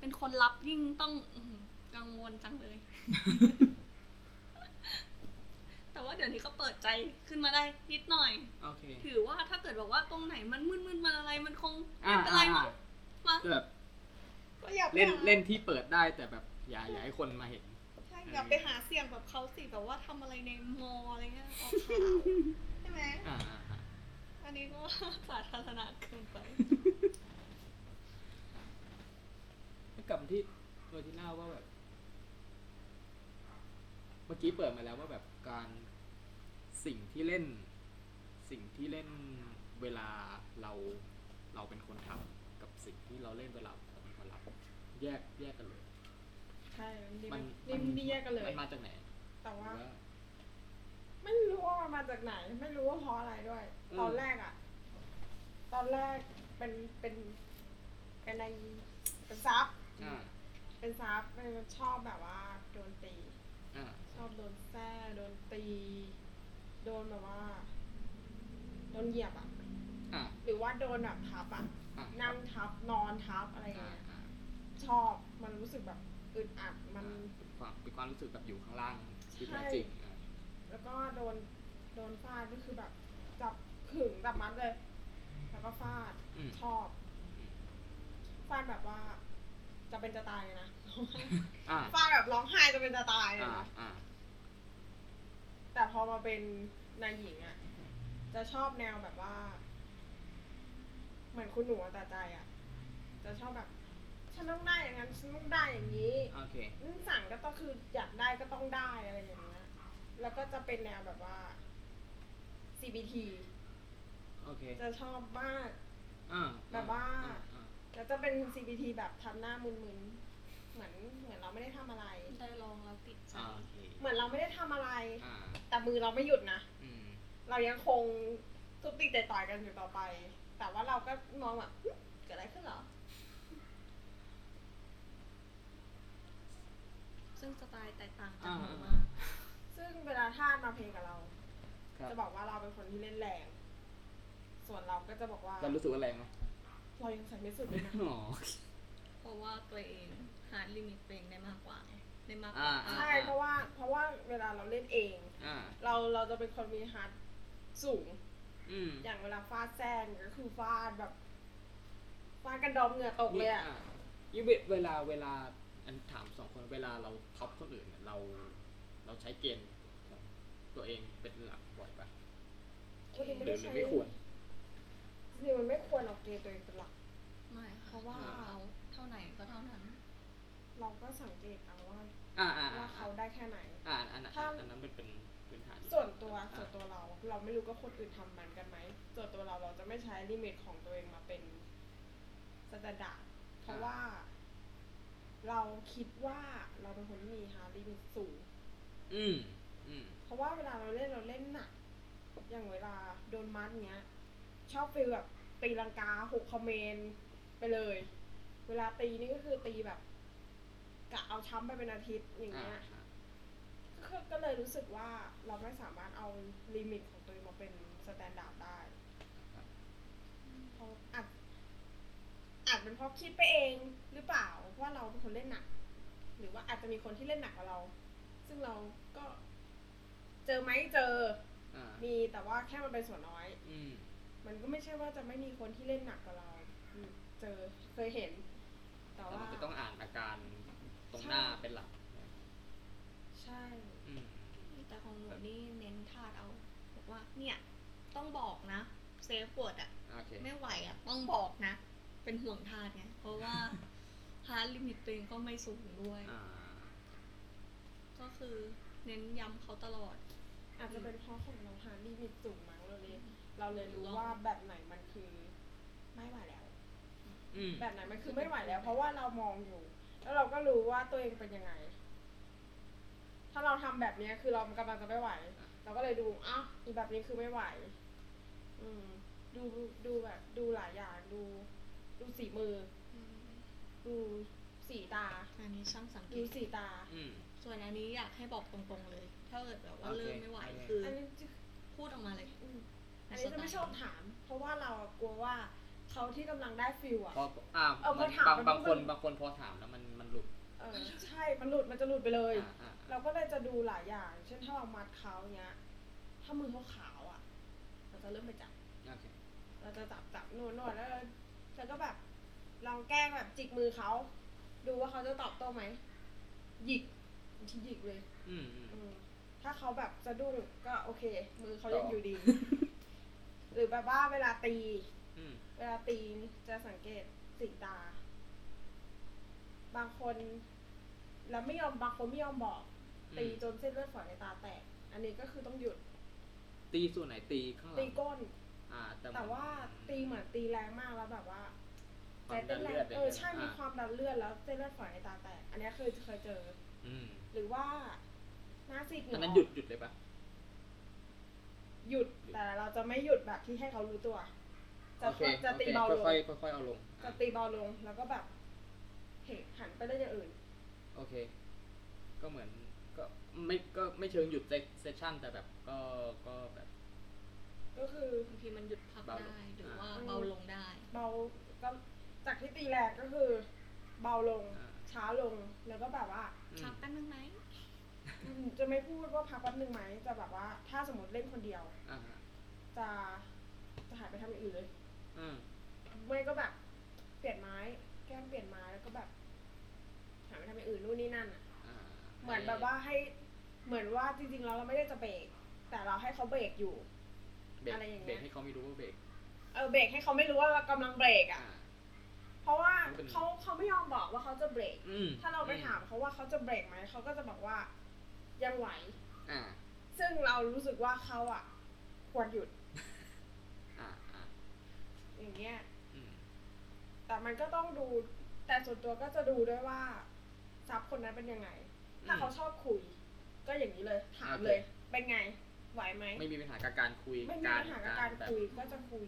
Speaker 3: เป็นคนรับยิ่งต้องอื้อหือกังวลจังเลย แต่ว่าเดี๋ยวนี้ก็เปิดใจขึ้นมาได้นิดหน่อย
Speaker 1: โอเค
Speaker 3: ถือว่าถ้าเกิดบอกว่าตรงไหนมันมืดๆมันอะไรมันคง
Speaker 1: อ่า
Speaker 3: ไม่เป็นไร
Speaker 1: อ่าอ่า
Speaker 3: มั้งมั้ง
Speaker 1: คือแบบ
Speaker 3: ก็อย่าไป
Speaker 1: เล่น
Speaker 3: หา
Speaker 1: เล่นที่เปิดได้แต่แบบอย่าอย่าให้คนมาเห็น
Speaker 3: ใช่อย่าไปหาเสี่ยงแบบเขาสิแบบว่าทำอะไรในมออะไรเงี้ย ออกข่าวใช่ไหม
Speaker 1: อ่าอ่าอ่า
Speaker 3: อันนี้ก็ สาธารณะเกินไป
Speaker 1: แล้วกลับมาที่ตัวที่เล่าว่าแบบ เมื่อกี้เปิดมาแล้วว่าแบบการสิ่งที่เล่น สิ่งที่เล่นเวลาเราเราเป็นคนทำกับสิ่งที่เราเล่นเวลาเราเป็นคนรับ แยกแยกกันเลย
Speaker 2: ใช่นี่
Speaker 1: มั
Speaker 2: มัน
Speaker 1: น
Speaker 2: นี่
Speaker 1: มั
Speaker 2: นี่แยกกันเลย
Speaker 1: มันมาจากไหน
Speaker 2: แต่
Speaker 1: หรือ
Speaker 2: ว่า
Speaker 1: ว่า
Speaker 2: ไม่รู้ว่ามันมาจากไหน ไม่รู้ว่าเพราะอะไรด้วย
Speaker 1: อืม
Speaker 2: ตอนแรกอะตอนแรกเป็นเป็นเป็นในเป็นซับ
Speaker 1: อ่า
Speaker 2: เป็นซับมันชอบแบบว่าโดนตี
Speaker 1: อ่า
Speaker 2: ชอบโดนแซ่โดนตี โดนแบบว่า โดนเหยียบอะ
Speaker 1: อ่า
Speaker 2: หรือว่าโดนแบบทับอะ
Speaker 1: อ่า
Speaker 2: นั่งทับนอนทับอะไรอย่าง
Speaker 1: อ่า
Speaker 2: เงี้ย
Speaker 1: อ่า
Speaker 2: ชอบมันรู้สึกแบบอึดอัดมัน
Speaker 1: เป็นความเป็นความรู้สึกแบบอยู่ข้างล่างที่แท้จริงอ่า
Speaker 2: แล้วก็โดนโดนฟาดก็คือแบบ จับขึงแบบมัดเลย แล้วก็ฟาด
Speaker 1: อืม
Speaker 2: ชอบ ฟาดแบบว่า จะเป็นจะตายเลยนะ
Speaker 1: อ่า
Speaker 2: ฟาดแบบร้องไห้จะเป็นจะตายเลย
Speaker 1: อ่า
Speaker 2: นะ
Speaker 1: อ่า
Speaker 2: แต่พอมาเป็นนายหญิงอะจะชอบแนวแบบว่า ม มือนคุณหนูอะแต่ใจอ่ะ จะชอบแบบ ฉันต้องได้อย่างนั้น ฉันต้องได้อย่างนี้
Speaker 1: โอเค
Speaker 2: นี่สั่งก็ต้องคืออยากได้ก็ต้องได้อะไรอย่างเงี้ย แล้วก็จะเป็นแนวแบบว่า CBT
Speaker 1: โอเค
Speaker 2: จะชอบมาก
Speaker 1: อ่า
Speaker 2: แบบว่า
Speaker 1: อ่อ่า
Speaker 2: แล้วจะเป็น CBT แบบทำหน้ามึนๆ เหมือนเหมือนเราไม่ได้ทำอะไร
Speaker 3: ได้ลองแล้วติดใจ
Speaker 1: อ่าโอเค
Speaker 2: เหมือนเราไม่ได้ทำอะไร
Speaker 1: อ่า
Speaker 2: แต่มือเราไม่หยุดนะ
Speaker 1: อืม
Speaker 2: เรายังคงทุบตีใจต่อยกันอยู่ต่อไป แต่ว่าเราก็มองแบบหึเกิดอะไรขึ้นเหรอ
Speaker 3: ซึ่งสไตล์แตกต่างจาก
Speaker 1: อ่า
Speaker 3: หนู
Speaker 1: อ่าม
Speaker 3: าก
Speaker 2: ซึ่งเวลาท่านมาเพลงกับเรา
Speaker 1: ครับ
Speaker 2: จะบอกว่าเราเป็นคนที่เล่นแรง ส่วนเราก็จะบอกว่า
Speaker 1: เรารู้สึกว่าแรงไหม
Speaker 2: เรายังใส่ไม่สุดเลย นะ
Speaker 1: อ๋อ
Speaker 3: เพราะว่าตัวเองหาลิมิตตัวเองได้มากกว่าไงได้มากก
Speaker 1: อ่า
Speaker 3: ว่า
Speaker 1: อ่า
Speaker 2: ใช่เพราะว่าเพราะว่าเวลาเราเล่นเอง
Speaker 1: อ่า
Speaker 2: เราเราจะเป็นคนมีฮาร์ดสูง
Speaker 1: อืม
Speaker 2: อย่างเวลาฟาดแซงก็คือฟาดแบบฟาดกันดอมเหงื่อตกเลยอะ
Speaker 1: ายิ่งเวลาเวลาอันถามสองคนเวลาเราท็อปคนอื่นเนี่ยเราเราใช้เกณฑ์ของตัวเองเป็นหลักบ่อยปะ
Speaker 2: จริงๆ
Speaker 1: หรือหรือไม่ควร
Speaker 2: จริงๆมันไม่ควรเอาเกมตัวเองเป็นหลัก
Speaker 3: ไม่
Speaker 2: เพ
Speaker 3: เพ
Speaker 2: ราะ
Speaker 3: ราะ
Speaker 2: ว่า
Speaker 3: ว่าเขาเท่าไหนก็เท่านั้น
Speaker 2: เราก็สังเกตเอาว่า
Speaker 1: อ่าอ่าอ่า
Speaker 2: ว่าเขาได้แค่ไหน
Speaker 1: อ่าอันนั้นอันนั้นอันนั้นเป็นเป็นพื้นฐานอยู่
Speaker 2: ส่วนตัว
Speaker 1: อ่า
Speaker 2: ส่วนตัวเราเราไม่รู้ก็คนอื่นทำมันกันไหมส่วนตัวเราเราจะไม่ใช้ลิมิตของตัวเองมาเป็นสแตนดาร์ดเพราะว่า เราคิดว่าเราเป็นคนที่มีฮาร์ดลิมิตสูง
Speaker 1: อืมอืม
Speaker 2: เพราะว่าเวลาเราเล่นเราเล่นหนัก อย่างเวลาโดนมัดเนี้ย ชอบฟีลแบบตีลังกาหกคอมเมนไปเลย เวลาตีนี่ก็คือตีแบบกะเอาช้ำไปเป็นอาทิตย์อย่าง
Speaker 1: อ่า
Speaker 2: เงี้ย
Speaker 1: อ่า
Speaker 2: ก็ก็เลยรู้สึกว่าเราไม่สามารถเอาลิมิตของตัวเองมาเป็นสแตนดาร์ดได้เพราะอาจอาจเป็นเพราะคิดไปเองหรือเปล่าว่าเราเป็นคนเล่นหนัก หรือว่าอาจจะมีคนที่เล่นหนักกว่าเรา ซึ่งเราก็เจอไหมเจอ
Speaker 1: อ่า
Speaker 2: มีแต่ว่าแค่มันเป็นส่วนน้อย
Speaker 1: อืม
Speaker 2: มันก็ไม่ใช่ว่าจะไม่มีคนที่เล่นหนักกว่าเราอืมเจอเคยเห็น แต่
Speaker 1: แต่
Speaker 2: ว่า
Speaker 1: มันจะต้องอ่านอาการตรงหน้า
Speaker 2: ใช่
Speaker 1: เป็นหลัก
Speaker 2: ใช่
Speaker 1: อืม
Speaker 3: แต่ของหนูนี่เน้นธาตุเอา บอกว่าเนี่ย ต้องบอกนะเซฟปวดอะ
Speaker 1: โอเค
Speaker 3: ไม่ไหวอะต้องบอกนะ เป็นห่วงธาตุไงเพราะว่าฮาร์ดลิมิตตัวเองก็ไม่สูงด้วย
Speaker 1: อ่า
Speaker 3: ก็คือเน้นย้ำเขาตลอด
Speaker 2: อาจจะเป็นเพราะของเราหาลิมิตสูงมั้งเราเลยเราเลยรู้ว่าแบบไหนมันคือไม่ไหวแล้ว
Speaker 1: อืม
Speaker 2: แบบไหนมันคือไม่ไหวแล้ว เพราะว่าเรามองอยู่ แล้วเราก็รู้ว่าตัวเองเป็นยังไง ถ้าเราทำแบบเนี้ยคือเรากำลังจะไม่ไหว เราก็เลยดูอ้าวอีแบบนี้คือไม่ไหว อืม ดูดูแบบ ดูหลายอย่างดู ดูสีมือ ดูสีตา
Speaker 3: อันนี้ช่างสังเก
Speaker 2: ดู
Speaker 3: ต
Speaker 2: สีตา
Speaker 1: อืม
Speaker 3: ส่วนอันนี้อยากให้บอกตรงๆเลย ถ้าเกิดแบบว่า
Speaker 1: โอเค
Speaker 3: เริ่มไม่ไหวคืออ
Speaker 2: อันนี้จะ
Speaker 3: พูดออกมาเลย
Speaker 2: อืมอันนี้จะไม่ชอบถาม เพราะว่าเรากลัวว่าเขาที่กำลังได้ฟิลอะ
Speaker 1: พออ่า
Speaker 2: เออพอถาม
Speaker 1: บางบา
Speaker 2: มัน
Speaker 1: งคน
Speaker 2: มัน
Speaker 1: บางคนพอถามแล้วมันมันหลุด
Speaker 2: เออใช่ มันหลุด มันจะหลุดไปเลย
Speaker 1: อ่าอ่า
Speaker 2: เราก็เลยจะดูหลายอย่าง เช่นถ้าเรามัดเขาเนี้ย ถ้ามือเขาขาวอ่ะ เราจะเริ่มไปจับ
Speaker 1: โอเค
Speaker 2: เราจะจับจับนวดนวดแล้วแล้วก็แบบลองแกล้งแบบจิกมือเขา ดูว่าเขาจะตอบโต้ไหม หยิกบางทีหยิกเลย
Speaker 1: อืมอืม
Speaker 2: อืมถ้าเขาแบบสะดุ้งก็โอเค มือเขายัง
Speaker 1: ต่อ
Speaker 2: อ
Speaker 1: อ
Speaker 2: ยู่ดี หรือแบบว่าเวลาตี
Speaker 1: อืม
Speaker 2: เวลาตีจะสังเกตสีตา บางคนแล้วไม่ยอมบางคนไม่ยอมบอ
Speaker 1: อ
Speaker 2: ก
Speaker 1: ืม
Speaker 2: ตีจนเส้นเลือดฝอยในตาแตก อันนี้ก็คือต้องหยุด
Speaker 1: ตีส่วนไหนตีข้างหลัง
Speaker 2: ตีก้น
Speaker 1: อ่าแต่
Speaker 2: แต่ว่าตีเหมือนตีแรงมากแล้วแบบว่า
Speaker 1: ความดัน
Speaker 2: แร
Speaker 1: เลือด
Speaker 2: ง เออใช่ มี
Speaker 1: ะ
Speaker 2: ความดันเลือดแล้วเส้นเลือดฝอยในตาแตก อันนี้เคยเคยเจอ
Speaker 1: อืม
Speaker 2: หรือว่าหน้าซีก
Speaker 1: อันนั้น
Speaker 2: ก
Speaker 1: หยุดหยุดเลยปะ
Speaker 2: หยุด แต่เราจะไม่หยุดแบบที่ให้เขารู้ตัว จะ
Speaker 1: โอเค
Speaker 2: จะตีเบาลง
Speaker 1: ค่อยๆค่อยๆเอาลงอ่ะ
Speaker 2: จะตีเบาลง แล้วก็แบบเห็นหันไปเล่นอย่างอื่น
Speaker 1: โอเค ก็เหมือนก็ไม่ก็ไม่เชิงหยุดเซสชั่นแต่แบบก็ก็แบบ
Speaker 2: ก็คือบ
Speaker 3: างทีมันหยุดพัก
Speaker 1: เบาลง
Speaker 3: ได้หรือว่าเบาลงได้
Speaker 2: เบาก็จากที่ตีแรงก็คือ เบาลง
Speaker 1: อ่า
Speaker 2: ช้าลง แล้วก็แบบว่า
Speaker 1: อื
Speaker 3: พั
Speaker 1: ม
Speaker 3: กแป๊บนึงไหม
Speaker 2: อืมจะไม่พูดว่าพักแป๊บนึงไหมจะแบบว่า ถ้าสมมติเล่นคนเดียว
Speaker 1: อ่าฮะ
Speaker 2: จะจะหายไปทำอย่างอื่นเลย
Speaker 1: อืม
Speaker 2: ไม่ก็แบบ เปลี่ยนไม้ แกล้งเปลี่ยนไม้แล้วก็แบบหายไปทำอย่างอื่นนู่นนี่นั่นอะ
Speaker 1: อ่า
Speaker 2: เหมือนแบบว่าให้เหมือนว่าจริงๆแล้วเราไม่ได้จะเบรกแต่เราให้เขาเบรกอยู่
Speaker 1: เบรก
Speaker 2: อะไรอย่างเงี้ย
Speaker 1: เบรกให้เขาไม่รู้ว่าเบรก
Speaker 2: เออเบรกให้เขาไม่รู้ว่าเรากำลังเบรก
Speaker 1: อ่า
Speaker 2: อ่ะ เพราะว่า
Speaker 1: มันเป็น
Speaker 2: เขาเขาไม่ยอมบอกว่าเขาจะเบรก
Speaker 1: อืม
Speaker 2: ถ้าเราไปถามเขาว่าเขาจะเบรกไหมเขาก็จะบอกว่ายังไหว
Speaker 1: อ่า
Speaker 2: ซึ่งเรารู้สึกว่าเขาอ่ะ ควรหยุด
Speaker 1: อ่าอ่า
Speaker 2: อย่างเงี้ย
Speaker 1: อืม
Speaker 2: แต่มันก็ต้องดู แต่ส่วนตัวก็จะดูด้วยว่าซับคนนั้นเป็นยังไง ถ้าเขาชอบคุย ก็อย่างนี้เลย ถามเลย เป็นไง ไหวไหม
Speaker 1: ไม่มีปัญหากับการคุย
Speaker 2: ไม่มีปัญหากับการ
Speaker 1: แบบ
Speaker 2: คุยก็จะคุย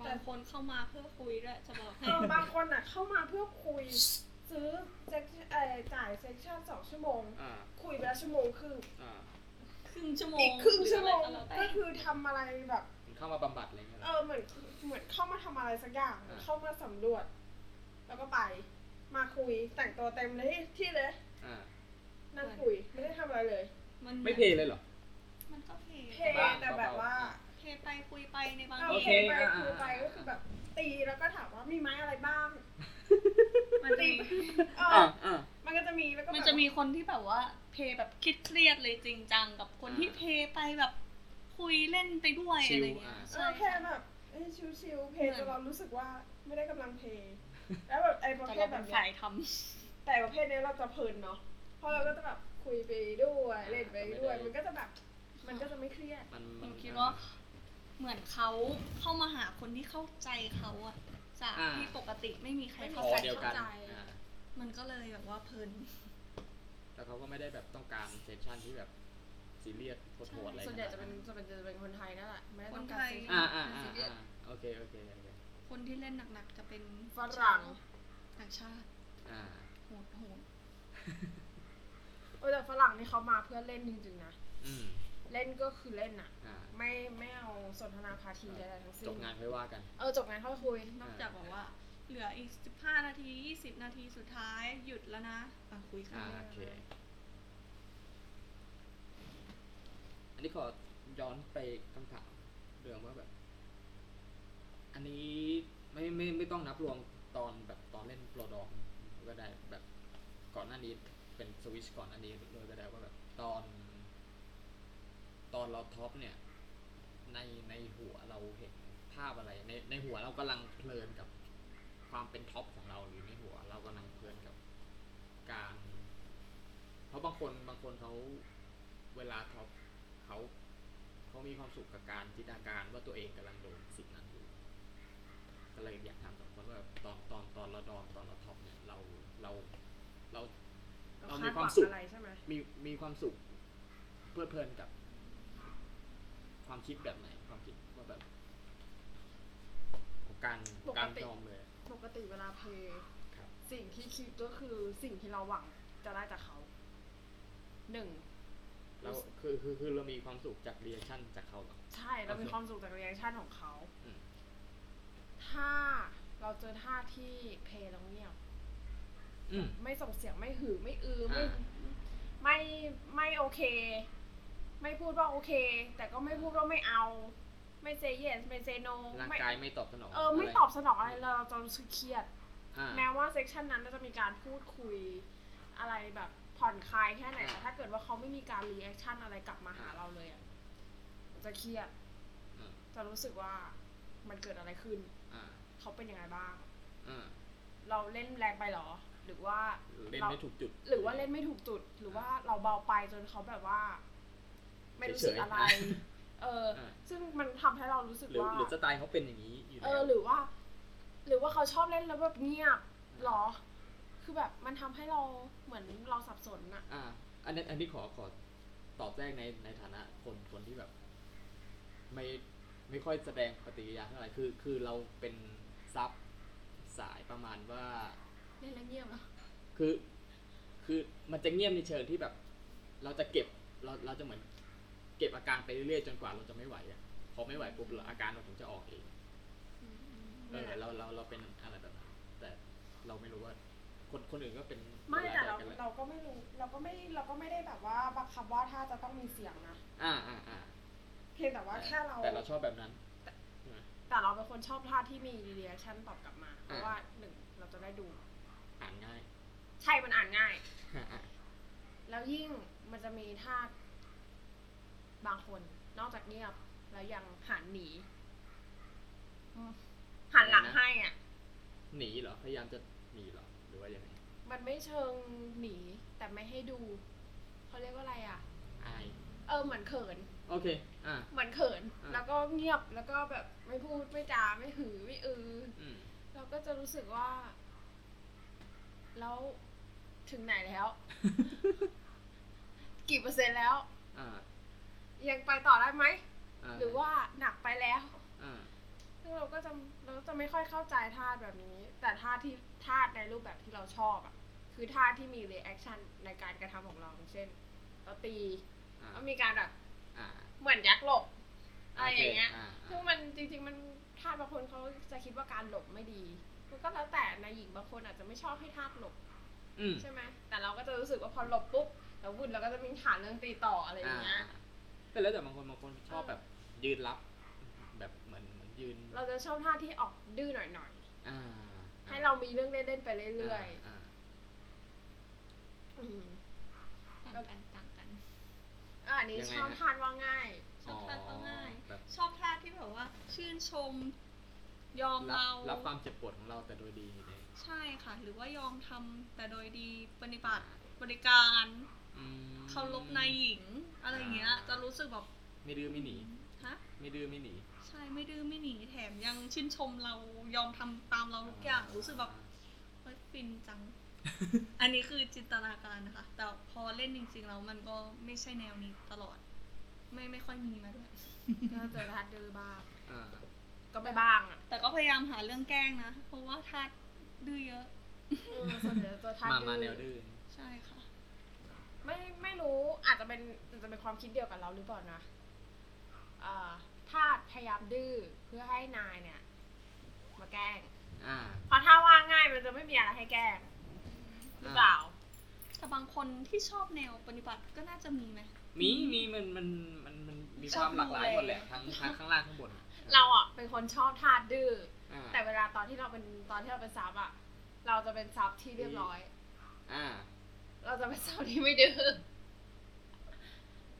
Speaker 3: บางคนเข้ามาเพื่อคุยด้วยจะบอกให้
Speaker 2: เออบางคนอ่ะ เข้ามาเพื่อคุย ซื้อเซ็กเอ่อจ่ายเซ็กชั่นสองชั่วโมง
Speaker 1: อ่า
Speaker 2: คุยไปแล้วชั่วโมงครึ่ง
Speaker 1: อ่า
Speaker 3: ครึ่งชั่วโมง
Speaker 2: อีกครึ่งชั่วโมง
Speaker 3: หรืออะไรก็
Speaker 2: ก็
Speaker 3: แล้วแต่
Speaker 2: คือทำอะไรแบบ
Speaker 1: มันเข้ามาบำบัดอะไรเงี้ยเห
Speaker 2: เอ
Speaker 1: รอ
Speaker 2: อเหมือนเหมือนเข้ามาทำอะไรสักอย่าง
Speaker 1: อ่า
Speaker 2: เข้ามาสำรวจ แล้วก็ไป มาคุยแต่งตัวเต็มเลยที่เลย
Speaker 1: อ่า
Speaker 2: นั่งคุยไม่ได้ทำอะไรเลย
Speaker 3: มัน
Speaker 1: ไม่เพลเลยเหรอ
Speaker 3: มันก็เพ
Speaker 2: เพ
Speaker 3: เพ
Speaker 2: ลงแต่แบบว่า
Speaker 3: เพไปคุยไปในบาง
Speaker 2: เอา
Speaker 1: โอ
Speaker 2: เพ
Speaker 1: เค
Speaker 2: ลงไป
Speaker 1: อ่า
Speaker 2: คุยไปก็คือแบบ ตีแล้วก็ถามว่ามีไม้อะไรบ้าง
Speaker 3: มันจะ
Speaker 2: ตี
Speaker 3: มี
Speaker 2: เอ
Speaker 1: อ่า
Speaker 2: อ
Speaker 1: อ่า
Speaker 2: มันก็จะมีแล้วก็แบบ
Speaker 3: มันจะมีคนที่แบบว่าเพแบบคิดเครียดเลยจริงจังกับคนที่
Speaker 1: อ่า
Speaker 3: เพไปแบบคุยเล่นไปด้วย
Speaker 1: ชิ
Speaker 3: อะ
Speaker 1: ล
Speaker 3: ไรอย่างเงี้ย
Speaker 1: อ่า
Speaker 2: เอ
Speaker 3: ใช่
Speaker 2: อเพลง
Speaker 3: ค่ะ
Speaker 2: แบบเอ้ยชิวๆเพลง
Speaker 3: เหมือ
Speaker 2: จ
Speaker 3: น
Speaker 2: นเรารู้สึกว่าไม่ได้กำลังเพลงแล้วแบบไอ้ประ
Speaker 3: แต่
Speaker 2: เภ
Speaker 3: เรา
Speaker 2: ท
Speaker 3: แบ
Speaker 2: แบบ บเนี้
Speaker 3: ฝ่าย ยทำ
Speaker 2: แต่ประเภทเนี้ยเราจะเพลินเนาะเพราะเราก็จะแบบคุยไปด้วยเล่นไปด้วย มันก็จะแบบ มันก็จะไม่เครียด
Speaker 1: มัน
Speaker 3: ห
Speaker 1: มั
Speaker 3: นู
Speaker 1: น
Speaker 3: คิดว่าเหมือนเขาเข้ามาหาคนที่เข้าใจเขาอะจาก
Speaker 1: อ่า
Speaker 3: ที่ปกติไม่มีใคร
Speaker 2: ไม่มี
Speaker 1: อ๋
Speaker 3: เข้า
Speaker 1: อ
Speaker 3: ใจ
Speaker 1: เดียวกัน
Speaker 3: เข้าใจ
Speaker 1: อ่า
Speaker 3: มันก็เลยแบบว่าเพลิน
Speaker 1: แต่เขาก็ไม่ได้แบบต้องการเซสชั่นที่แบบซีเรียสโหดๆอะไร
Speaker 2: ส่วนใหญ่จะเป็นจะเป็นจะเป็นคนไทยนั่นแหละไม่ได้ต้องการซื้อ
Speaker 1: อ่าอ่าอ่าอ่าโอเคโอเคโอเค
Speaker 3: คนที่เล่นหนักๆจะเป็น
Speaker 2: ฝรั่ง
Speaker 3: ต่างชาติ
Speaker 1: อ่า
Speaker 3: โหดโหด
Speaker 2: เออแต่ฝรั่งนี่เขามาเพื่อเล่นจริงๆนะ
Speaker 1: อืม
Speaker 2: เล่นก็คือเล่นอะ
Speaker 1: อ่า
Speaker 2: ไม่ไม่เอาสนทนาพาทีใดๆทั้งสิ้น
Speaker 1: จบงานค่อยว่ากัน
Speaker 2: เออจบงานเข้าคุย
Speaker 3: นอกจากบอกว่า เหลืออีก 15 นาที 20 นาทีสุดท้ายหยุดแล้วนะอ่ะคุยกัน
Speaker 1: อ่า
Speaker 3: เลย
Speaker 1: โอเค อันนี้ขอย้อนไปคำถามเรื่องว่าแบบ อันนี้ไม่ไม่ไม่ต้องนับรวมตอนแบบตอนเล่นโปรดองก็ได้แบบก่อนหน้านี้เป็นสวิชก่อนอันนี้เลยก็ได้ว่าแบบตอน ตอนเราท็อปเนี่ย ในในหัวเราเห็นภาพอะไร ในในหัวเรากำลังเพลินกับความเป็นท็อปของเราหรือในหัว เรากำลังเพลินกับการ เพราะบางคนบางคนเขาเวลาท็อปเขาเขามีความสุขกับการจินตนาการว่าตัวเองกำลังโดนสิ่งนั้นอยู่ก็เลยอยากถามสองคนว่าแบบตอนตอนตอนเราดอนตอนเราท็อปเนี่ยเราเราเรา เรามีความสุข
Speaker 2: อะไรใช่ไหม
Speaker 1: มีมีความสุขเพลิดเพลินกับ ความคิดแบบไหน ความคิดว่าแบบของการการยอมเลย
Speaker 2: ปกติเวลาเพลง
Speaker 1: ครับ
Speaker 2: สิ่งที่คิดก็คือสิ่งที่เราหวังจะได้จากเขาหนึ่ง
Speaker 1: เราคือคือคือเรามีความสุขจากเรียชั่นจากเขาเหรอ
Speaker 2: ใช่เรา
Speaker 1: โอเค
Speaker 2: มีความสุขจากเรีแอคชั่นของเขา
Speaker 1: อืม
Speaker 2: ถ้าเราเจอท่าที่เพลงเราเงียบ
Speaker 1: อืม
Speaker 2: ไม่ส่งเสียงไม่หือไม่อือไม่
Speaker 1: อ่า
Speaker 2: ไม่ไม่โอเค ไม่พูดว่าโอเค แต่ก็ไม่พูดว่าไม่เอา ไม่เซเยสไม่เซโน
Speaker 1: ร่าง
Speaker 2: ไม่
Speaker 1: กายไม่ตอบสนอง
Speaker 2: เออไม่ตอบสนองอะไรเราจะรู้สึกเครียด
Speaker 1: อ่า
Speaker 2: แม้ว่าเซสชันนั้นจะมีการพูดคุยอะไรแบบผ่อนคลายแค่ไหน
Speaker 1: อ่า
Speaker 2: แต่ถ้าเกิดว่าเขาไม่มีการรีแอคชั่นอะไรกลับมาหาเราเลยอ่ะจะเครียด
Speaker 1: อ่า
Speaker 2: จะรู้สึกว่ามันเกิดอะไรขึ้น
Speaker 1: อ่า
Speaker 2: เขาเป็นยังไงบ้าง
Speaker 1: อ่า
Speaker 2: เราเล่นแรงไปเหรอ หรือว่า
Speaker 1: เล่นไม่ถูกจุด
Speaker 2: หรือว่าเล่นไม่ถูกจุด หรือว่าเราเบาไปจนเขาแบบว่า ไม่รู้สึกอะไร
Speaker 1: เฉย
Speaker 2: เออ
Speaker 1: อ่า
Speaker 2: ซึ่งมันทำให้เรารู้สึก
Speaker 1: หรือ
Speaker 2: ว่า
Speaker 1: หรือสไตล์เขาเป็นอย่างนี้อยู่
Speaker 2: เอ
Speaker 1: แล้ว
Speaker 2: อ หรือว่า หรือว่าเขาชอบเล่นแล้วแบบเงียบเหรอ คือแบบมันทำให้เราเหมือนเราสับสนอะ
Speaker 1: อ่าอันนี้นอันนี้ขอขอตอบแรกในในฐานะคนคนที่แบบ ไม่ไม่ค่อยแสดงปฏิกิริยาเท่าไหร่คือ คือเราเป็นซับสายประมาณว่า
Speaker 2: เล่นแล้วเงียบเหรอ
Speaker 1: คือคือมันจะเงียบในเชิงที่แบบ เราจะเก็บเราเราจะเหมือน เก็บอาการไปเรื่อยๆจนกว่าเราจะไม่ไหวอะพอไม่ไหวปุ๊บเราอาการเราถึงจะออกเองเออเราเราเราเป็นอะไรแบบนั้นแต่เราไม่รู้ว่า คนคนอื่นก็เป็น
Speaker 2: ไม่แต่เรา
Speaker 1: คนละแบบกันแหละ
Speaker 2: เราก็ไม่รู้ เราก็ไม่เราก็ไม่ได้แบบว่าบังคับว่าถ้าจะต้องมีเสียงนะ
Speaker 1: อ่าอ่าอ่า
Speaker 2: เพียงแต่ว่าแค่เรา
Speaker 1: แต่เราชอบแบบนั้นใช่ไหม
Speaker 2: แต่เราเป็นคนชอบท่าที่มีรีแอคชั่นตอบกลับมา เพราะว่าหนึ่งเราจะได้ดู
Speaker 1: อ่านง่าย
Speaker 2: ใช่มันอ่านง่าย แล้วยิ่งมันจะมีท่าสบางคน นอกจากเงียบแล้วยังหันหนี หันหลังให้อ่ะ
Speaker 1: หนีเหรอ พยายามจะหนีเหรอ หรือว่ายังไง
Speaker 2: มันไม่เชิงหนีแต่ไม่ให้ดูเขาเรียกว่าอะไรอ่ะ
Speaker 1: อาย
Speaker 2: เออเหมือนเขิน
Speaker 1: โอเค อ่ะ
Speaker 2: เหมือนเขิน
Speaker 1: อ่า
Speaker 2: แล้วก็เงียบแล้วก็แบบไม่พูดไม่จาไม่หือไม่อือ
Speaker 1: อืม
Speaker 2: เราก็จะรู้สึกว่า แล้วถึงไหนแล้ว กี่เปอร์เซ็นต์แล้ว
Speaker 1: อ่า
Speaker 2: ยังไปต่อได้ไหม
Speaker 1: อ่า
Speaker 2: หรือว่าหนักไปแล้ว
Speaker 1: อ่า
Speaker 2: ซึ่งเราก็จะเราจะไม่ค่อยเข้าใจท่าตุแบบนี้ แต่ท่าตุที่ท่าตุในรูปแบบที่เราชอบอ่ะ คือท่าตุที่มี reaction ในการกระทำของเราอย่างเช่นเราตี
Speaker 1: อ่า
Speaker 2: แล้วมีการแบบ
Speaker 1: อ่า
Speaker 2: เหมือนยักหลบ อะไร
Speaker 1: โค
Speaker 2: อย่างเงี้ย
Speaker 1: อ่า
Speaker 2: ซึ่งมันจริง ๆ มันท่าตุบางคนเขาจะคิดว่าการหลบไม่ดี มันก็แล้วแต่นายหญิงบางคนอาจจะไม่ชอบให้ท่าตุหลบ
Speaker 1: อืม
Speaker 2: ใช่ไหม แต่เราก็จะรู้สึกว่าพอหลบปุ๊บแล้ววุ่นเราก็จะมีฐานเรื่องตีต่ออะไรอ
Speaker 1: อ่า
Speaker 2: ย่างเงี้ย
Speaker 1: แต่แล้วแต่บางคนบางคนชอบแบบยืนรับ แบบเหมือนเหมือนยืน
Speaker 2: เราจะชอบท่าที่ออกดื้อหน่อย
Speaker 1: อ่า
Speaker 2: ๆ ให้เรามีเรื่องเล่นๆไปเรื่อย
Speaker 1: า
Speaker 2: ๆอืม
Speaker 3: ต่างกันต่างกัน
Speaker 2: อ่ะอันนี้ชอบทานว่าง่าย
Speaker 3: ชอบทานก็ง่าย
Speaker 1: อ๋อแบบ
Speaker 3: ชอบท่าที่แบบว่า ชื่นชม ยอม
Speaker 1: รับ
Speaker 3: เราร
Speaker 1: รับความเจ็บปวดของเราแต่โดยดีเลย
Speaker 3: ใช่ค่ะ หรือว่ายอมทำแต่โดยดีปฏิบัติบริการ
Speaker 1: อืม
Speaker 3: เคารพนายหญิง อะไรอย่างเงี้ย
Speaker 1: อ่า
Speaker 3: จะรู้สึกแบบ
Speaker 1: ไม่ดื้อไม่หนี
Speaker 3: ฮะ
Speaker 1: ไม่ดื้อไม่หนี
Speaker 3: ใช่ไม่ดื้อไม่หนีแถมยังชื่นชมเรายอมทำตามเราทุกอย่างรู้สึกแบบ เฮ้ยฟิน จัง อันนี้คือจินตนาการนะคะ แต่พอเล่นจริงๆแล้วมันก็ไม่ใช่แนวนี้ตลอด ไม่ไม่ค่อยมีมาด้วย
Speaker 2: ก็เจอท่าดื้อบ้าง
Speaker 1: อ่า
Speaker 2: ก็ไปบ้างอ่ะ
Speaker 3: แต่ก็พยายามหาเรื่องแกล้งนะ เพราะว่าทัดดื้อเยอะ
Speaker 2: เออส่วนใหญ่จะเจอท่า
Speaker 1: มา
Speaker 2: ดื้อ
Speaker 1: มาแนวดื้อ
Speaker 3: ใช่ค่ะ
Speaker 2: ไม่ไม่รู้อาจจะเป็นอาจจะเป็นความคิดเดียวกับเราหรือเปล่านะเอ่อทาสพยายามดื้อเพื่อให้นายเนี่ย มาแกล้ง
Speaker 1: อ่า
Speaker 2: เพราะถ้าว่าง่ายมันจะไม่มีอะไรให้แกล้งหรือเปล่า
Speaker 3: แต่บางคนที่ชอบแนวปฏิบัติก็น่าจะมีไหม
Speaker 1: มีมีมันมันมันมันมี
Speaker 3: ช
Speaker 1: ค
Speaker 3: อบ
Speaker 1: วามหลากหลาย
Speaker 3: ดูเลย
Speaker 1: หมดแหละทั้งทั้งข้างล่างข้างบนอะ
Speaker 2: เราอ่ะเป็นคนชอบทาสดื้อ
Speaker 1: อ่า
Speaker 2: แต่เวลาตอนที่เราเป็นตอนที่เราเป็นซับอ่ะ เราจะเป็นซับที่เรียบร้อย
Speaker 1: อ่า
Speaker 2: เราจะเป็นซับที่ไม่ดื้อ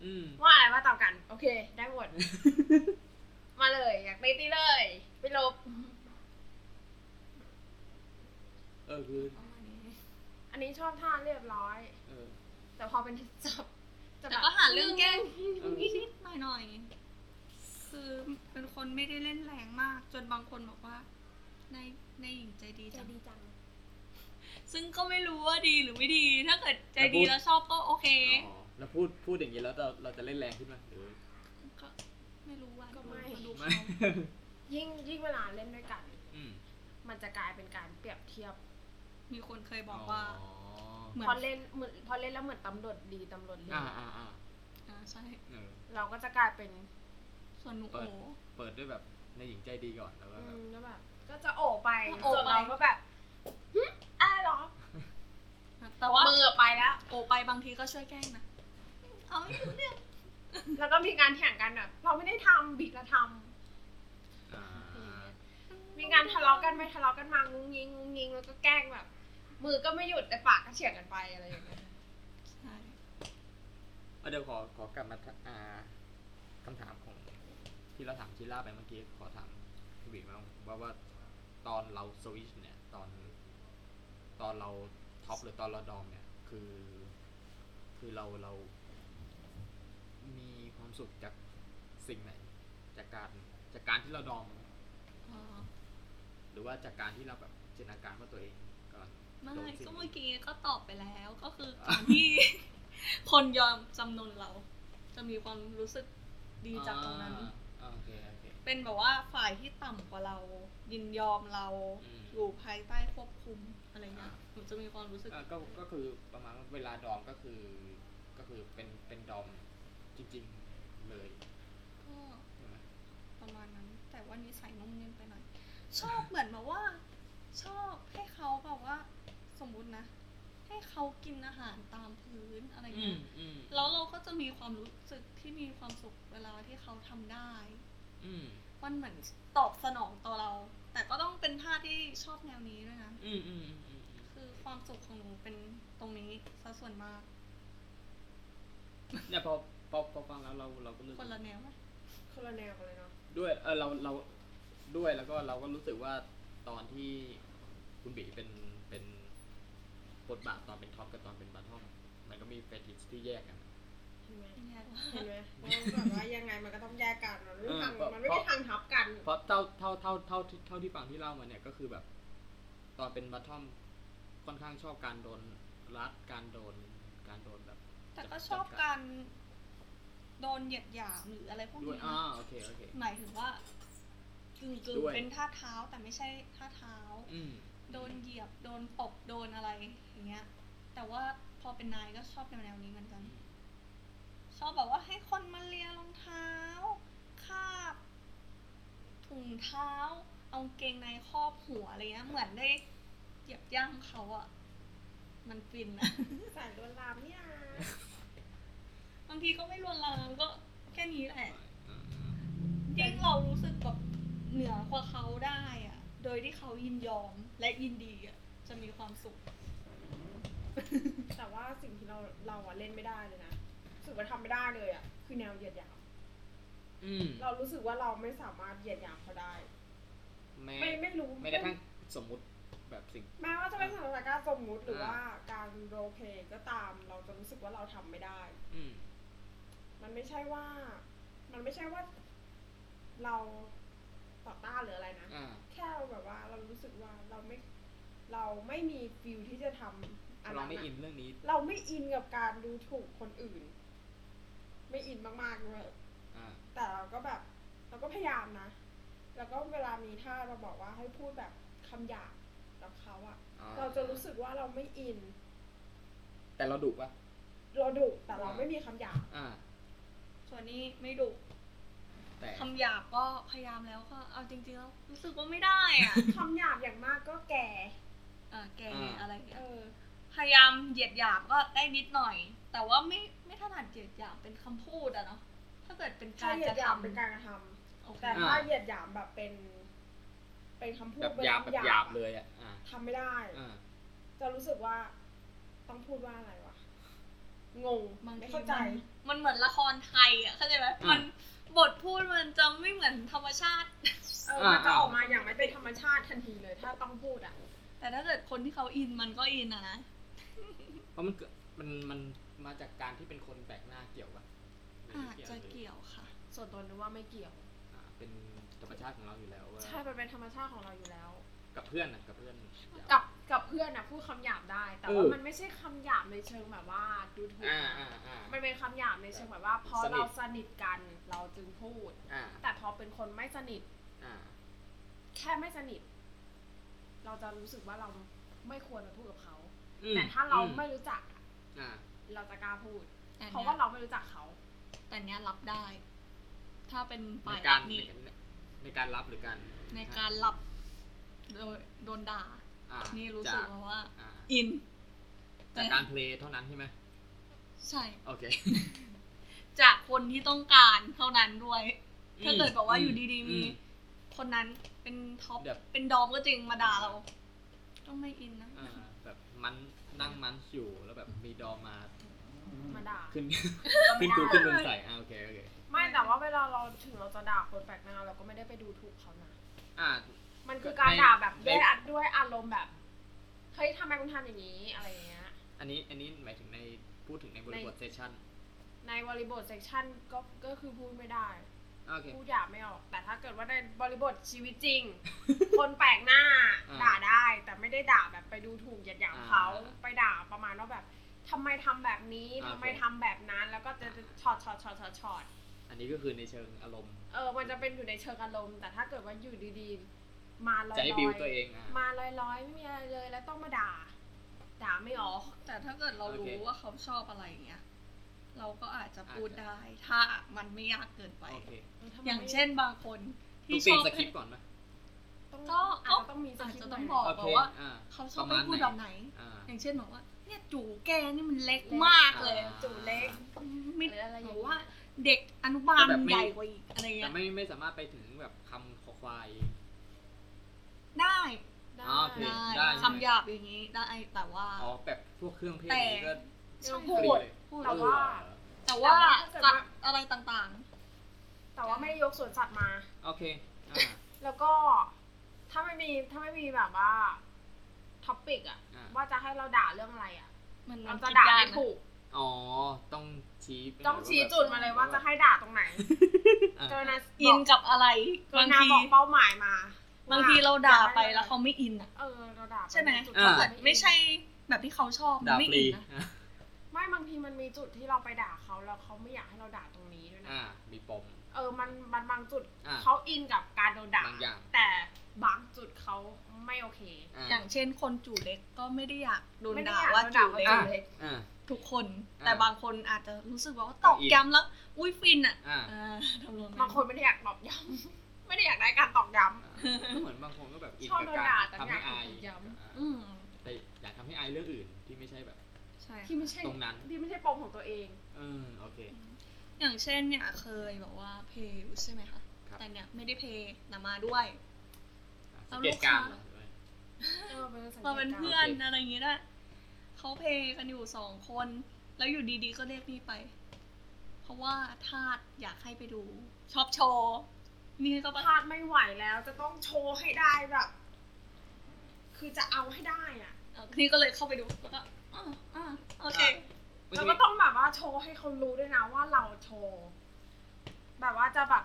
Speaker 1: อืม
Speaker 2: ว่าอะไรว่าตามกัน โอเค ได้ หมด มาเลย อยากตีตีเลยไปลบ
Speaker 1: เออคือ
Speaker 3: ประมาณนี้
Speaker 2: อันนี้ชอบท่าเรียบร้อย
Speaker 1: เออ
Speaker 2: แต่พอเป็นซับจะ
Speaker 3: แต่
Speaker 2: แบบ
Speaker 3: ก็หาเรื่องแกล้ง
Speaker 1: เออ
Speaker 3: นิดๆหน่อยๆคือเป็นคนไม่ได้เล่นแรงมาก จนบางคนบอกว่า ในในหญิงใจดีจัง ซึ่งก็ไม่รู้ว่าดีหรือไม่ดี ถ้าเกิดใจดีแล้วชอบก็โอเค
Speaker 1: อ๋อแล้วพูดพูดอย่างนี้แล้วเราเราจะเล่นแรงขึ้นไหมหรือ
Speaker 3: ก็ไม่รู้ว่า
Speaker 2: ก็ไม่
Speaker 3: ดูดู
Speaker 1: ไม่
Speaker 3: เขา
Speaker 2: ยิ่งยิ่งเวลาเล่นด้วยกัน
Speaker 1: อืม
Speaker 2: มันจะกลายเป็นการเปรียบเทียบ
Speaker 3: มีคนเคยบอกว่า เหมือน
Speaker 2: พอเล่นเหมือนพอเล่นแล้วเหมือนตำรวจดีตำรวจเลว
Speaker 1: อ่าอ่าอ่า
Speaker 3: อ่าใช่
Speaker 1: เออ
Speaker 2: เราก็จะกลายเป็น
Speaker 3: ส่วนหนู
Speaker 1: เปิด
Speaker 3: โอ้
Speaker 1: เปิดด้วยแบบในหญิงใจดีก่อนแล้วก็
Speaker 2: อื
Speaker 1: แบบ
Speaker 2: มแล้วแบบก็จะโอบไป
Speaker 3: โอบ
Speaker 2: ส่วน
Speaker 3: ไป
Speaker 2: เราก็แบบหึอะไรหรอ
Speaker 3: แต่ว่า
Speaker 2: มือไปแล้ว
Speaker 3: โอไปบางทีก็ช่วยแกล้งนะ เอาไม่รู้เรื่อง
Speaker 2: แล้วก็มีการแข่งกันแบบเราไม่ได้ทำบิดเราท
Speaker 1: อ่า
Speaker 2: ำมีการทะเลาะกันไปทะเลาะกันมางุ้งยิงงุ้งยิงแล้วก็แกล้งแบบ มือก็ไม่หยุดแต่ปากก็เฉียงกันไปอะไรอย่างเงี้ย
Speaker 3: ใช่
Speaker 1: เอาเดี๋ยวขอขอกลับมาทะอ่าคำถามของที่เราถามชิล่าไปเมื่อกี้ขอถามพี่บีบ้างว่าว่าตอนเราสวิชเนี่ยตอน ตอนเราท็อปหรือตอนเราดอมเนี่ย คือ คือเราเรา มีความสุขจากสิ่งไหน จากการจากการที่เราดอม
Speaker 3: อ๋อ
Speaker 1: หรือว่าจากการที่เราแบบจินตนาการว่าตัวเองกำลังโด
Speaker 3: ไม่
Speaker 1: นสิ่งนี้
Speaker 3: ก็เมื่อกี้ก็ตอบไปแล้ว ก็คือการที่ คนยอมจำนนเรา จะมีความรู้สึกดีจากตรงนั้น
Speaker 1: อ่าโอเคโอเค
Speaker 3: เป็นแบบว่าฝ่ายที่ต่ำกว่าเรา ยินยอมเรา
Speaker 1: อืม
Speaker 3: อยู่ภายใต้ควบคุมอะไรเงี้ยหนูจะมีความรู้สึก
Speaker 1: อ่าก็ก็คือประมาณว่าเวลาดอมก็คือ ก็คือเป็นเป็นดอมจริง ๆ เลย
Speaker 3: ก็
Speaker 1: ใช่ไหม
Speaker 3: ประมาณนั้น แต่ว่านิสัยนุ่มนิ่มไปหน่อย ชอบเหมือนแบบว่า ชอบให้เขาแบบว่า สมมุตินะ ให้เขากินอาหารตามพื้นอะไร
Speaker 1: อื
Speaker 3: เงี้
Speaker 1: ม
Speaker 3: ย
Speaker 1: อืม
Speaker 3: แล้วเราก็จะมีความรู้สึกที่มีความสุขเวลาที่เขาทำได้
Speaker 1: อืม
Speaker 3: มันเหมือนตอบสนองต่อเรา แต่ก็ต้องเป็นท่าที่ชอบแนวนี้ด้วยนะ
Speaker 1: อืมอืมอืมอืม
Speaker 3: คือความสุขของหนูเป็นตรงนี้ซะส่วนมาก
Speaker 1: เนี่ยพอพอพอฟังแล้วเราเราก็รู้สึก
Speaker 3: คนละแนวไหม
Speaker 2: คนละแนวกันเลยเนาะ
Speaker 1: ด้วยเออเราเรา ด้วยแล้วก็เราก็รู้สึกว่าตอนที่คุณบีเป็นเป็นบทบาทตอนเป็นท็อปกับตอนเป็นบัตทอมมันก็มีเฟติชที่แยกกัน
Speaker 2: เห็นไหม
Speaker 3: แยกว่า
Speaker 2: เห็นไหมว่าแบบว่ายังไงมันก็ต้องแยกกันมันไม่มีทาง
Speaker 1: เออ
Speaker 2: มันไม่มีทางทับกัน
Speaker 1: เพราะเท่าเท่าเท่าเท่าที่เท่าที่ฟังที่เล่ามาเนี่ยก็คือแบบ ตอนเป็นบัตทอมค่อนข้างชอบการโดนรัดการโดนการโดนแบบ
Speaker 3: แต่ก็ชอบการโดนเหยียดหยามหรืออะไรพวก
Speaker 1: ด้วย
Speaker 3: นี้นะ
Speaker 1: อ่าโอเคโอเค
Speaker 3: หมายถึงว่ากึ่งกึ่ง
Speaker 1: ด้วย
Speaker 3: เป็นท่าเท้าแต่ไม่ใช่ท่าเท้า
Speaker 1: อืม
Speaker 3: โดนเหยียบโดนตบโดนอะไรอย่างเงี้ย แต่ว่าพอเป็นนายก็ชอบแนวๆนี้เหมือนกัน ชอบแบบว่าให้คนมาเลียรองเท้า คาบ ถุงเท้า เอาเกงในครอบหัวอะไรเงี้ย เหมือนได้เหยียบย่ำเขาอะมันฟินอะ
Speaker 2: สายโดนลามเนี่ย
Speaker 3: บางทีก็ไม่ลวนลามก็แค่นี้แหละยิ่งเรารู้สึกแบบเหนือกว่าเขาได้อะโดยที่เขายินยอมและยินดีอะจะมีความสุข
Speaker 2: แต่ว่าสิ่งที่เราเราอะเล่นไม่ได้เลยนะรู้สึกว่าทำไม่ได้เลยอะคือแนวเหยียดหยาม
Speaker 1: อืม
Speaker 2: เรารู้สึกว่าเราไม่สามารถเหยียดหยามเขาได้
Speaker 1: แม้
Speaker 2: ไม่ไม่รู้
Speaker 1: แม้กระทั่งสมมุติแบบสิ่ง
Speaker 2: แม้ว่าจะเป็นสถานการณ์สมมุติหรืออา ว่าการโรลเพลย์ก็ตาม เราจะรู้สึกว่าเราทำไม่ได้
Speaker 1: อืม
Speaker 2: มันไม่ใช่ว่า มันไม่ใช่ว่า เราต่อต้านหรืออะไรนะ
Speaker 1: อ่า
Speaker 2: แค่แบบว่าเรารู้สึกว่าเราไม่เราไม่มีฟิลที่จะทำะ
Speaker 1: เรา
Speaker 2: ระ
Speaker 1: ไม่อินเรื่องนี้
Speaker 2: เราไม่อินกับการดูถูกคนอื่น ไม่อินมากๆเลย
Speaker 1: อ่า
Speaker 2: แต่เราก็แบบเราก็พยายามนะ แล้วก็เวลามีท่าเราบอกว่าให้พูดแบบคำหยาบกับเขาอะ
Speaker 1: อ่
Speaker 2: เราจะรู้สึกว่าเราไม่อิน
Speaker 1: แต่เราดุปะ
Speaker 2: เราดุแต่เรา
Speaker 1: อ่า
Speaker 2: ไม่มีคำหยาบ
Speaker 1: อ่า
Speaker 3: ส่วนนี้ไม่ดุ
Speaker 1: แต่
Speaker 3: คำหยาบก็พยายามแล้วก็เอาจริงๆแล้วรู้สึกว่าไม่ได้อ่ะ
Speaker 2: คำหยาบอย่างมากก็แก่
Speaker 3: เออแก
Speaker 1: อ่า
Speaker 3: อะไรอย่างเงี้
Speaker 2: เอย อ
Speaker 3: พยายามเหยียดหยามก็ได้นิดหน่อย แต่ว่าไม่ไม่ถนัดเหยียดหยามเป็นคำพูดอะเนาะถ้าเกิดเป็น
Speaker 2: ถ้า
Speaker 3: การ
Speaker 2: เห
Speaker 3: ก
Speaker 2: ยีย
Speaker 3: ระ
Speaker 2: ดหยามเป็น
Speaker 3: ทำ
Speaker 2: การกระท
Speaker 3: โอ
Speaker 2: ำ
Speaker 3: เค
Speaker 2: แต่ถ้าเหยียดหยามแบบเป็น เป็นคำพูด
Speaker 1: แบบ
Speaker 2: เป็น
Speaker 1: หยาบ
Speaker 2: คำ
Speaker 1: แบบหยาบเลยอ่ะ อ่า
Speaker 2: ทำไม่ได้
Speaker 1: อ่า
Speaker 2: จะรู้สึกว่าต้องพูดว่าอะไรวะ งง
Speaker 3: บาง
Speaker 2: ไม่
Speaker 3: ที
Speaker 2: เข้าใจ
Speaker 3: มันมันเหมือนละครไทยอ่ะเข้าใจไหม
Speaker 1: อ่ามั
Speaker 3: มันบทพูดมันจะไม่เหมือนธรรมชาติ
Speaker 2: เออ
Speaker 1: อ่ามั
Speaker 2: มันจะออกมาอย่างไม่เป็นธรรมชาติทันทีเลย ถ้าต้องพูดอ่ะ
Speaker 3: แต่ถ้าเกิดคนที่เขาอินมันก็อินอะนะ
Speaker 1: เพราะมันเกิดมัน มันมาจากการที่เป็นคนแปลกหน้าเกี่ยวปะหรือ
Speaker 3: อา
Speaker 1: ไม่เกี่
Speaker 3: จ
Speaker 1: ยว
Speaker 3: จะ
Speaker 1: เลย
Speaker 3: เกี่ยวค่ะ
Speaker 4: ส่วนตัวนึกว่าไม่เกี่ยว
Speaker 1: อ่า เป็นธรรมชาติของเราอยู่แล้วว่า
Speaker 4: ใช่มันเป็นธรรมชาติของเราอยู่แล้ว
Speaker 1: กับเพื่อนนะกับเพื่อนหยาบ
Speaker 4: กับกับเพื่อนนะพูดคำหยาบได้ แต่ว่า
Speaker 1: เออ
Speaker 4: มันไม่ใช่คำหยาบในเชิงแบบว่าดูถูก
Speaker 1: อ่า
Speaker 4: นะ
Speaker 1: อ่า อ่า
Speaker 4: มันเป็นคำหยาบในเชิงแบบว่าพอ
Speaker 1: สนิท
Speaker 4: เราสนิทกันเราจึงพูด
Speaker 1: อ่า
Speaker 4: แต่พอเป็นคนไม่สนิท
Speaker 1: อ่า
Speaker 4: แค่ไม่สนิท เราจะรู้สึกว่าเราไม่ควรไปพูดกับเขา
Speaker 1: อืม
Speaker 4: แต่ถ้าเรา
Speaker 1: อื
Speaker 4: ไม่รู้จักอะ
Speaker 1: อ่า
Speaker 4: เราจะกล้าพูด
Speaker 3: แต่
Speaker 4: เพราะ
Speaker 3: เนี้ย
Speaker 4: ว่าเราไม่รู้จักเขา
Speaker 3: แต่เนี้ยรับได้ ถ้าเป็น
Speaker 1: ใน
Speaker 3: ฝ่าย
Speaker 1: การ
Speaker 3: นี้
Speaker 1: ในการรับหรือการ
Speaker 3: ในการรับโดยโดนด่า
Speaker 1: อ่า
Speaker 3: นี่รู้สึก
Speaker 1: จาก
Speaker 3: ว่า
Speaker 1: อ่า
Speaker 3: อิน
Speaker 1: จากการเพลย์เท่านั้นใช่ไหม
Speaker 3: ใช่
Speaker 1: โอเค
Speaker 3: จากคนที่ต้องการเท่านั้นด้วย ถ้าเกิดบอกว่าอยู่ดีๆมี
Speaker 1: อื
Speaker 3: คนนั้นเป็นท็อป
Speaker 1: แบบ
Speaker 3: เป็นดอมก็จริงมาด่าเรา ก็ไม่อินนะ
Speaker 1: อ่าแบบมันนั่งมันอยู่แล้วแบบมีดอมมา
Speaker 4: มาด่า
Speaker 1: ขึ้น
Speaker 4: ไม่
Speaker 1: ขึ้น
Speaker 4: ได้
Speaker 1: กูขึ้นมึงใส่อ่าโอเคโอเค
Speaker 4: ไม่แต่ว่าเวลาเราถึงเราจะด่าคนแปลกหน้าเราก็ไม่ได้ไปดูถูกเขานะ
Speaker 1: อ่า
Speaker 4: มันคือการ
Speaker 1: ใน
Speaker 4: ด่าแบบ
Speaker 1: ใน
Speaker 4: ด้วยอัดด้วยอารมณ์แบบ เฮ้ยทำไมคุณทำอย่างนี้อะไรอย่างเงี้ย
Speaker 1: อันนี้อันนี้หมายถึงในพูดถึงในบริบทเซสชั่น
Speaker 4: ในบริบทเซกชันก็ก็คือพูดไม่ได้
Speaker 1: โอเค
Speaker 4: พูดหยาบไม่ออก แต่ถ้าเกิดว่าในบริบทชีวิต จริง คนแปลกหน้า
Speaker 1: อ่า
Speaker 4: ด่าได้ แต่ไม่ได้ด่าแบบไปดูถูกเหยียดหยามเขา
Speaker 1: อ่า
Speaker 4: ไปด่าประมาณว่าแบบทำไมทำแบบนี้
Speaker 1: อ่า
Speaker 4: ทำไม
Speaker 1: โอเค
Speaker 4: ทำแบบนั้นแล้วก็จะช็อตช็อตช็อตช็อตช็อต
Speaker 1: อันนี้ก็คือในเชิงอารมณ์
Speaker 4: เออมันจะเป็นอยู่ในเชิงอารมณ์แต่ถ้าเกิดว่าอยู่ดีๆ มาลอย
Speaker 1: จะให้
Speaker 4: ๆ
Speaker 1: บิวตัวเองอ่ะ
Speaker 4: มาลอยๆไม่มีอะไรเลยแล้วต้องมาด่า ด่าไม่ออก
Speaker 3: แต่ถ้าเกิดเรา
Speaker 1: โอเค
Speaker 3: รู้ว่าเขาชอบอะไรอย่างเงี้ย เราก็อาจจะพูด
Speaker 1: อาจจะ
Speaker 3: ได้ ถ้ามันไม่ยากเกินไป
Speaker 1: โอเค
Speaker 3: อย่างเช่นบางคน
Speaker 1: ต้อ
Speaker 3: ที่
Speaker 1: งเปลี่
Speaker 3: ช
Speaker 1: ยน
Speaker 3: อบ
Speaker 1: สคริปต์ก่อนไหม
Speaker 4: ต้อง
Speaker 3: ก็
Speaker 4: อาจจะต้องมีส
Speaker 3: อาจ
Speaker 4: คริป
Speaker 3: จะ
Speaker 4: ต์
Speaker 3: ต้อง
Speaker 4: หน่ย
Speaker 3: บอก
Speaker 1: โอเค
Speaker 3: ว่า
Speaker 1: อ่า
Speaker 3: เขาชอบไปพูดแบบไหน
Speaker 1: อ่า
Speaker 3: อย่างเช่นบอกว่า เนี่ยจูแกนี่มันเล็กมากเลย
Speaker 1: อ่า
Speaker 4: จูเล็ก
Speaker 3: ไม่
Speaker 4: หรืออะไรอย่างเงี้ย
Speaker 3: หรือว่าเด็กอนุบาล
Speaker 1: แต่แบบไม่
Speaker 3: ใหญ่กว่าอีกอะไร
Speaker 1: แต่
Speaker 3: เงี้ย
Speaker 1: ไม่ไม่สามารถไปถึงแบบคำขอควาย
Speaker 3: ได้
Speaker 4: ได้
Speaker 1: อ๋อโอเค ได้
Speaker 3: ได้คำหยาบอย่างนี้ได้แต่ว่า
Speaker 1: อ๋อแบบพวกเครื่องเพลง
Speaker 3: แต่
Speaker 1: นี้ก็
Speaker 3: ชอบ
Speaker 4: พู
Speaker 3: พู
Speaker 4: ด
Speaker 3: ด
Speaker 1: พูด
Speaker 4: แต่
Speaker 1: เออ
Speaker 4: ว่า
Speaker 3: แต่ว่า
Speaker 4: แต่ว่า
Speaker 3: สัตว์อะไรต่าง
Speaker 4: แต่ว่าไม่ได้ยกสวนสัตว์มา
Speaker 1: โอเคอ่า
Speaker 2: แล้วก็ถ้าไม่มีถ้าไม่มีแบบว่าท็อปิกอะ
Speaker 1: อ่า
Speaker 2: ว่าจะให้เราด่าเรื่องอะไรอะ
Speaker 3: มัน
Speaker 2: เราจะ
Speaker 3: คิ
Speaker 2: ด่าย ไม่
Speaker 3: นะ
Speaker 2: ถูก
Speaker 1: อ๋อ ต้องชี้ไปเลย
Speaker 2: ต้องชี้จุดมาเลยว่าจะให้ด่าตรงไหน
Speaker 1: อ่ะ
Speaker 2: เจอนะ
Speaker 3: อินกับอะไร
Speaker 2: บา
Speaker 3: บาง ง
Speaker 2: ที
Speaker 3: ที
Speaker 2: บอกเป้าหมายมา
Speaker 3: บางทีเราด่าไปแล้วเขาไม่อินอ่ะ
Speaker 2: เออเราด่าป
Speaker 3: ใช่ไหม
Speaker 2: จุด
Speaker 3: ถ้า
Speaker 2: ที่
Speaker 3: เกิด
Speaker 2: เรา
Speaker 3: ไม่ใช่แบบที่เขาชอบ
Speaker 1: ด่า
Speaker 3: ไม่
Speaker 1: ฟ
Speaker 3: อิ
Speaker 1: รี
Speaker 3: นนะ
Speaker 1: อ่ะ
Speaker 2: ไม่บางทีมันมีจุดที่เราไปด่าเขาแล้วเขาไม่อยากให้เราด่าตรงนี้ด้วยนะ
Speaker 1: อ่า มีปม
Speaker 2: เออมันมันบางจุด
Speaker 1: อ่ะ
Speaker 2: เขาอินกับการโดนด่า
Speaker 1: บางอย่าง
Speaker 2: แต่บางจุดเขาไม่โอเค
Speaker 1: อ่ะ
Speaker 3: อย่างเช่นคนจู่เล็กก็ไม่ได้อยากโดน
Speaker 2: ไม่ได้
Speaker 3: ด่า
Speaker 2: อยาก
Speaker 3: ว่า
Speaker 2: โดนด่า
Speaker 3: จู่เล็ก
Speaker 2: ว่า
Speaker 1: อ่ะอ่ะ
Speaker 3: ทุกคน
Speaker 1: อ่ะ
Speaker 3: แต่บางคนอาจจะรู้สึกว่าตอก
Speaker 1: อิน
Speaker 3: ย้ำแล้ว อุ้ยฟินอ่ะ
Speaker 1: อ่า
Speaker 3: อ่าทำนอง
Speaker 2: บางคนไม่ได้อยากตอกย้ำ ไม่ได้อยากได้การตอกย้
Speaker 1: ก็เหมือนบางคนก็แบบอิน
Speaker 2: ชอบ
Speaker 1: กับ
Speaker 2: โดน
Speaker 1: การ
Speaker 2: ด่าแต่
Speaker 1: ทำให้อาย
Speaker 2: ไม่อยากถูกย้ำ
Speaker 1: อ่ะ
Speaker 3: อืม
Speaker 1: แต่อยากทำให้อายเรื่องอื่นที่ไม่ใช่แบบ
Speaker 3: ใช่
Speaker 2: ำที่ไม่ใช่
Speaker 1: ตรงนั้น
Speaker 2: ที่ไม่ใช่ปมของตัวเอง
Speaker 1: เออโอเค
Speaker 3: อย่างเช่นเนี่ยเคยบอกว่าเพย์ใช่ไหมคะ
Speaker 1: ครับ
Speaker 3: แต่เนี่ยไม่ได้เพย์นามาด้วย
Speaker 1: อ่ะสั
Speaker 3: เอา
Speaker 1: ง
Speaker 3: ลู
Speaker 1: เก
Speaker 3: ก
Speaker 1: ตการ
Speaker 3: ค้า
Speaker 1: ณ์เหรอหรือไง
Speaker 2: เออเป็นสังกต
Speaker 3: เรา
Speaker 2: กรณ์
Speaker 3: เป็นเพื่อน
Speaker 1: โอเค
Speaker 3: อะไรอย่างงี้ด้วยเขาเพย์กันอยู่สองคน แล้วอยู่ดีๆก็เรียกนี่ไป เพราะว่าทาสอยากให้ไปดู ชอบโชว์นี่ก็ปะ
Speaker 2: พลาดไม่ไหวแล้วจะต้องโชว์ให้ได้แบบ คือจะเอาให้ได้อ่ะ
Speaker 3: เอ่อนี่ก็เลยเข้าไปดูแล้วก็อ่าอ่าโอเค
Speaker 1: ไม่
Speaker 2: แล้ว
Speaker 1: ใช่
Speaker 2: ก็ต้องแบบว่าโชว์ให้เขารู้ด้วยนะว่าเราโชว์แบบว่าจะแบบ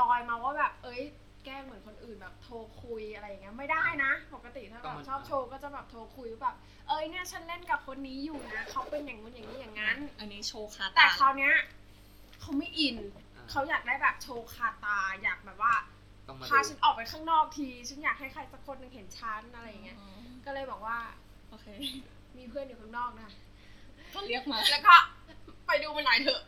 Speaker 2: ลอยๆมาว่าแบบ เอ้ย แกล้งเหมือนคนอื่นแบบโทรคุยอะไรอย่างเงี้ยไม่ได้นะ ปกติถ้าแบบชอบโชว์ก็จะแบบโทรคุยแบบ เอ้ยเนี่ยฉันเล่นกับคนนี้อยู่นะเขาเป็นอย่างนู้นอย่างนี้อย่างนั้น
Speaker 3: อันนี้โชว์ขา
Speaker 2: แต่
Speaker 3: ตา
Speaker 2: คราวเนี้ยเขาไม่อิน
Speaker 1: อ่ะ
Speaker 2: เขาอยากได้แบบโชว์คาตา อยากแบบว่า
Speaker 1: ต้องมา
Speaker 2: พา
Speaker 1: ดู
Speaker 2: ฉันออกไปข้างนอกที ฉันอยากให้ใครสักคนหนึ่งเห็นฉันอะไรอย่างเงี้ย
Speaker 3: อ๋อ
Speaker 2: ก็เลยบอกว่า
Speaker 3: โอเค
Speaker 2: มีเพื่อนอยู่ข้างนอกนะ
Speaker 3: ก็เรียกมา
Speaker 2: แล้วก็ไปดูมันหน่อยเถอะ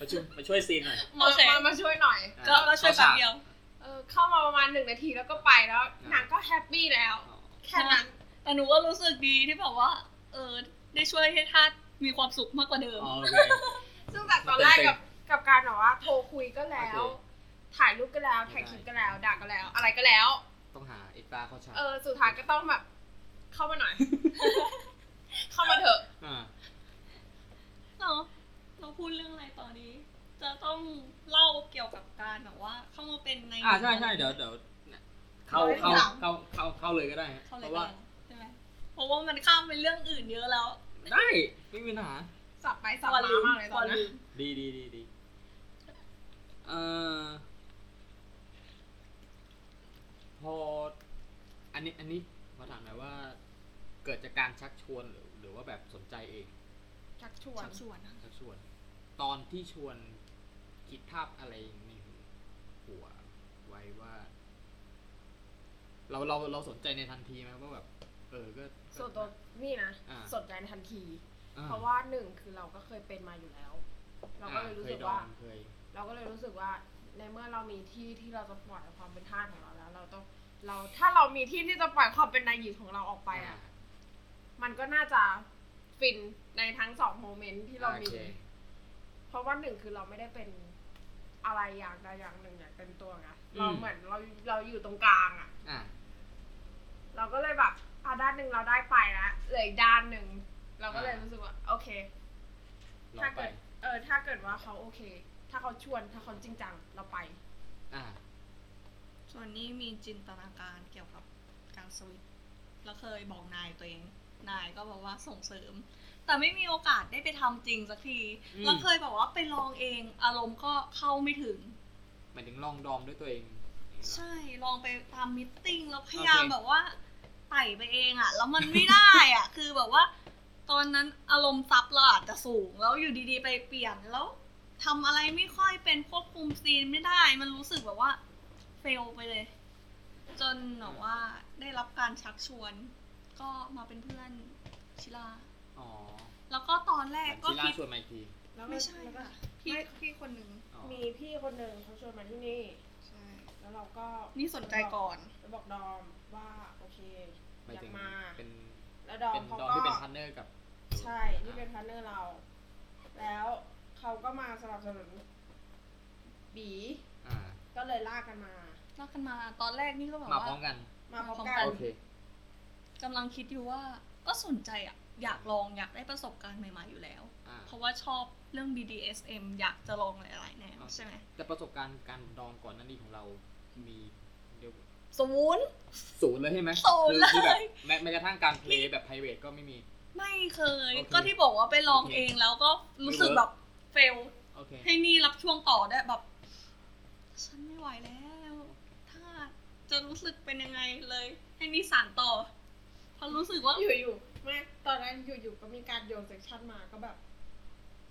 Speaker 1: มาช่วยมาช่วยซีนหน่อย
Speaker 2: มา
Speaker 3: โอเค
Speaker 2: มามาช่วยหน่อย
Speaker 1: อ่ะ
Speaker 3: ก็ก็ช่วยแป๊บเดียว
Speaker 2: เออเข้ามาประมาณหนึ่งนาทีแล้วก็ไปแล้วนางก็แฮปปี้แล้ว
Speaker 1: อ๋อ
Speaker 2: แค่นั้น
Speaker 3: แต่หนูก็รู้สึกดีที่แบบว่า เออ ได้ช่วยให้ทาสมีความสุขมากกว่าเดิม
Speaker 1: อ๋อโอเค
Speaker 2: ซึ่งจากตอนแรกกับกับการแบบว่าโทรคุยก็แล้ว
Speaker 1: โอเค
Speaker 2: ถ่ายรูปก็แล้ว ถ่ายคลิปก็แล้ว ด่าก็แล้ว อะไรก็แล้ว
Speaker 1: ต้องหาเอ็กซ์ตร้าเข้าฉาก
Speaker 2: เออ สุดท้ายก็ต้องแบบ เข้ามาหน่อย เข้ามาเถอะ
Speaker 1: ่า
Speaker 3: เราเราพูดเรื่องอะไรตอนนี้ จะต้องเล่าเกี่ยวกับการแบบว่า เข้ามาเป็นใน
Speaker 1: อ่าใช่ใช่เดี๋ยวเดี๋ยวเข้าเข้าเข้าเข้าเข้าเลยก็ได้ฮะ
Speaker 3: เข้า
Speaker 1: เพ
Speaker 3: เลย
Speaker 1: ราะ
Speaker 3: กั
Speaker 1: ว่า
Speaker 3: นใช่ไหมเพราะว่ามันข้ามไปเรื่องอื่นเยอะแล้ว
Speaker 1: ได้ไม่มีปัญหา
Speaker 2: สับไปสับมามากเลยตอนนี้น
Speaker 1: ดีดีดีดีเอ่อพอ อันนี้อันนี้มาถามหน่อยว่า เกิดจากการชักชวนหรือหรือว่าแบบสนใจเอง
Speaker 2: ชักชวน
Speaker 3: ชักชวน
Speaker 1: ชักชวน ตอนที่ชวนคิดภาพอะไรในหัวไว้ว่า เราเราเราสนใจในทันทีไหมว่าแบบ เออก็ก็
Speaker 2: ส่วนตัวนี่นะ
Speaker 1: อ่า
Speaker 2: สนใจทันที
Speaker 1: อ่
Speaker 2: เพราะว่าหนึ่งคือเราก็เคยเป็นมาอยู่แล้ว เราก็เลยรู้สึกว่า
Speaker 1: อ่เคยดองเคย
Speaker 2: เราก็เลยรู้สึกว่าในเมื่อเรามีที่ที่เราจะปล่อยความเป็นทาสของเราแล้ว เราต้องเราถ้าเรามีที่ที่จะปล่อยความเป็นนายหญิงของเราออกไปอ่ะ มันก็น่าจะฟินในทั้งสองโมเมนต์ที่เรามี
Speaker 1: โอเค
Speaker 2: เพราะว่าหนึ่งคือเราไม่ได้เป็นอะไรอย่างใดอย่างหนึ่งอย่างเต็มตัวไงเรา
Speaker 1: อืม
Speaker 2: เหมือนเราเราอยู่ตรงกลางอ่ะ
Speaker 1: อ่า
Speaker 2: เราก็เลยแบบอ่ะด้านหนึ่งเราได้ไปแล้วเหลืออีกด้านหนึ่งเราก็เลย
Speaker 1: อ่า
Speaker 2: รู้สึกว่า โอเค
Speaker 1: ลอ
Speaker 2: ถ้าง
Speaker 1: ไป
Speaker 2: เกิดเออถ้าเกิดว่าเขาโอเค ถ้าเขาชวนถ้าเขาจริงจังเราไป
Speaker 1: อ่า
Speaker 3: ส่วนนี้มีจินตนาการเกี่ยวกับการสวิตช์แล้วเคยบอกนายตัวเอง นายก็บอกว่าส่งเสริม แต่ไม่มีโอกาสได้ไปทำจริงสักที
Speaker 1: อืม
Speaker 3: แล้วเคยบอกว่าไปลองเอง อารมณ์ก็เข้าไม่ถึง
Speaker 1: หมายถึงลองดอมด้วยตัวเองอย่างนี้เหรอ
Speaker 3: ใช่ลองไปตามมิทติ้งแล้วพยายาม
Speaker 1: โอเค
Speaker 3: แบบว่าไต่ไปเองอะแล้วมันไม่ได้อะ คือแบบว่า ตอนนั้นอารมณ์ซับเราอาจจะสูง แล้วอยู่ดีๆไปเปลี่ยนแล้วทำอะไรไม่ค่อยเป็นควบคุมซีนไม่ได้ มันรู้สึกแบบว่าเฟลไปเลย จนแบบว่าได้รับการชักชวน ก็มาเป็นเพื่อนชิลา
Speaker 1: อ๋อ
Speaker 3: แล้วก็ตอนแร
Speaker 1: เห
Speaker 3: ก
Speaker 1: มือนชิ
Speaker 3: ก็
Speaker 1: ล่า
Speaker 3: คิด
Speaker 1: ชวนมาอีกที
Speaker 2: แล้วก็
Speaker 3: ไม่ใช่
Speaker 2: แล้วก็
Speaker 3: ค่ะพี่พี่คนหนึ่ง
Speaker 1: อ๋อ
Speaker 2: มีพี่คนหนึ่งเขาชวนมาที่นี่
Speaker 3: ใช่
Speaker 2: แล้วเราก็
Speaker 3: นี่สนใจก่อน
Speaker 2: เราบอกดอมว่าโอเค
Speaker 1: หมาย
Speaker 2: อยา
Speaker 1: ถึ
Speaker 2: ก
Speaker 1: ง
Speaker 2: มา
Speaker 1: เป็น
Speaker 2: แล้วดอ
Speaker 1: เป็
Speaker 2: ม
Speaker 1: น
Speaker 2: เขา
Speaker 1: ดอม
Speaker 2: ก็
Speaker 1: ที่เป็นพาร์ทเนอร์กับ
Speaker 2: ใช่ที่เป็นพาร์ทเนอร์เรา แล้วเขาก็มาสนับสนุนบี
Speaker 1: อ่า
Speaker 2: ก็เลยลากกันมา
Speaker 3: รักกันมาตอนแรกนี่ก็แบบ
Speaker 1: มา
Speaker 3: ว่า
Speaker 1: พร้อมกัน
Speaker 2: มาพร้อม
Speaker 3: มาพร้อมกั
Speaker 2: กัน
Speaker 3: น
Speaker 1: โอเค
Speaker 3: กำลังคิดอยู่ว่าก็สนใจอ่ะ อยากลองอยากได้ประสบการณ์ใหม่ๆอยู่แล้ว
Speaker 1: อ่า
Speaker 3: เพราะ ะว่าชอบเรื่อง BDSM อยากจะลองหลายๆแนวใช่ไหม
Speaker 1: แต่ประสบการณ์การดองก่อนหนั้านนี้ของเรา มีเดียว
Speaker 3: ศูนย์
Speaker 1: ศูนย์เลยใช่ไหม
Speaker 3: ศูนย์เลย
Speaker 1: คือคือแบบแม้แม้กระทั่งการเพลย์แบบไพรเวทก็ไม่มี
Speaker 3: ไม่เคย
Speaker 1: โอเค
Speaker 3: ก็ที่บอกว่าไปลอง
Speaker 1: โอเค
Speaker 3: เองแล้วก็รู้สึก
Speaker 1: ไม่เวิร์
Speaker 3: แบบ
Speaker 1: ก
Speaker 3: เฟล
Speaker 1: โอเค
Speaker 3: ให้นี่รับช่วงต่อได้แบบ ฉันไม่ไหวแล้ว ถ้าจะรู้สึกเป็นยังไงเลย ให้นี่สานต่อเพราะรู้สึกว่า
Speaker 2: อยู่อยู่ๆไม่ตอนนั้นอยู่อยู่ๆก็มีการโยนเซ็กชันมาก็แบบ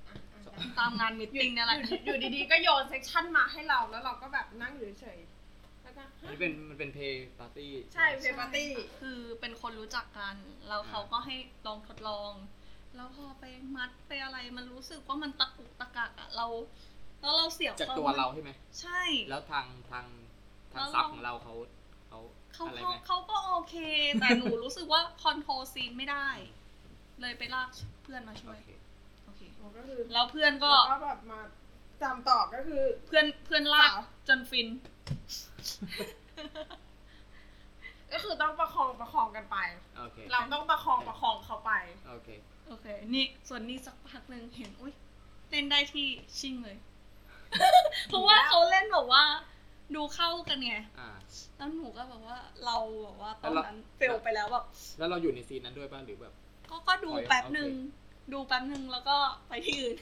Speaker 2: อ่ะอ่ะได้
Speaker 3: ตามงานมิทติ้งนั่นแหละ
Speaker 2: อยู่ดีๆ ก็โยนเซ็กชันมาให้เราแล้วเราก็แบบนั่งอยู่เฉยๆแล้วก็
Speaker 1: อัน
Speaker 2: ฮะ
Speaker 1: นี้เป็นมันเป็นเพย์ปาร์ตี้
Speaker 2: ใช่เพลย์ปาร์ตี้
Speaker 3: คือเป็นคนรู้จักกัน แล้วเขาก็ให้ลองทดลอง แล้วพอไปมัดไปอะไร มันรู้สึกว่ามันตะกุกตะกักอะเรา แล้วเราเสีย
Speaker 1: จาก
Speaker 3: ควม
Speaker 1: ตัวเราใช่ไหม
Speaker 3: ใช่
Speaker 1: แล้วทางทางทาง
Speaker 3: แล้ว
Speaker 1: ซับ
Speaker 3: เรา
Speaker 1: ของเราเขาเขา
Speaker 3: เขา
Speaker 1: อะไร
Speaker 3: เขา
Speaker 1: ไหม
Speaker 3: เขาก็โอเค แต่หนูรู้สึกว่าคอนโทรลซีนไม่ได้ เลยไปลากเพื่อนมาช่
Speaker 1: โอ
Speaker 3: วย
Speaker 1: เค
Speaker 3: โอเค
Speaker 2: ผมก็คือ
Speaker 3: แล้วเพื่อนก็
Speaker 2: แล้วก็แบบมาตามต่อก็คือ
Speaker 3: เพื่อนเพื่อนลาก
Speaker 2: สาว
Speaker 3: จนฟิน
Speaker 4: ก็คือต้องประคองประคองกันไป
Speaker 1: โอเค
Speaker 4: เราต้องประคองประคองเขาไป
Speaker 1: โอเค
Speaker 3: โอเค นี่ ส่วนนี้สักพักหนึ่งเห็น อุ้ยเล่นได้ที่ชิ่งเลย เพราะว่าเขาเล่นแบบว่า ดูเข้ากันไง
Speaker 1: อ่า
Speaker 3: แล้วหนูก็แบบว่าเราแบบว่าตอน
Speaker 1: แล้วเรา
Speaker 3: นั้นเฟลไปแล้วแบบ
Speaker 1: แล้วเราอยู่ในซีนนั้นด้วยป่ะ หรือแบบ
Speaker 3: ก็ก็ดู
Speaker 1: ถอยออก
Speaker 3: แป๊บหนึ่ง
Speaker 1: โอ
Speaker 3: ดูแป๊บหนึ่งแล้วก็ไปที่อื่น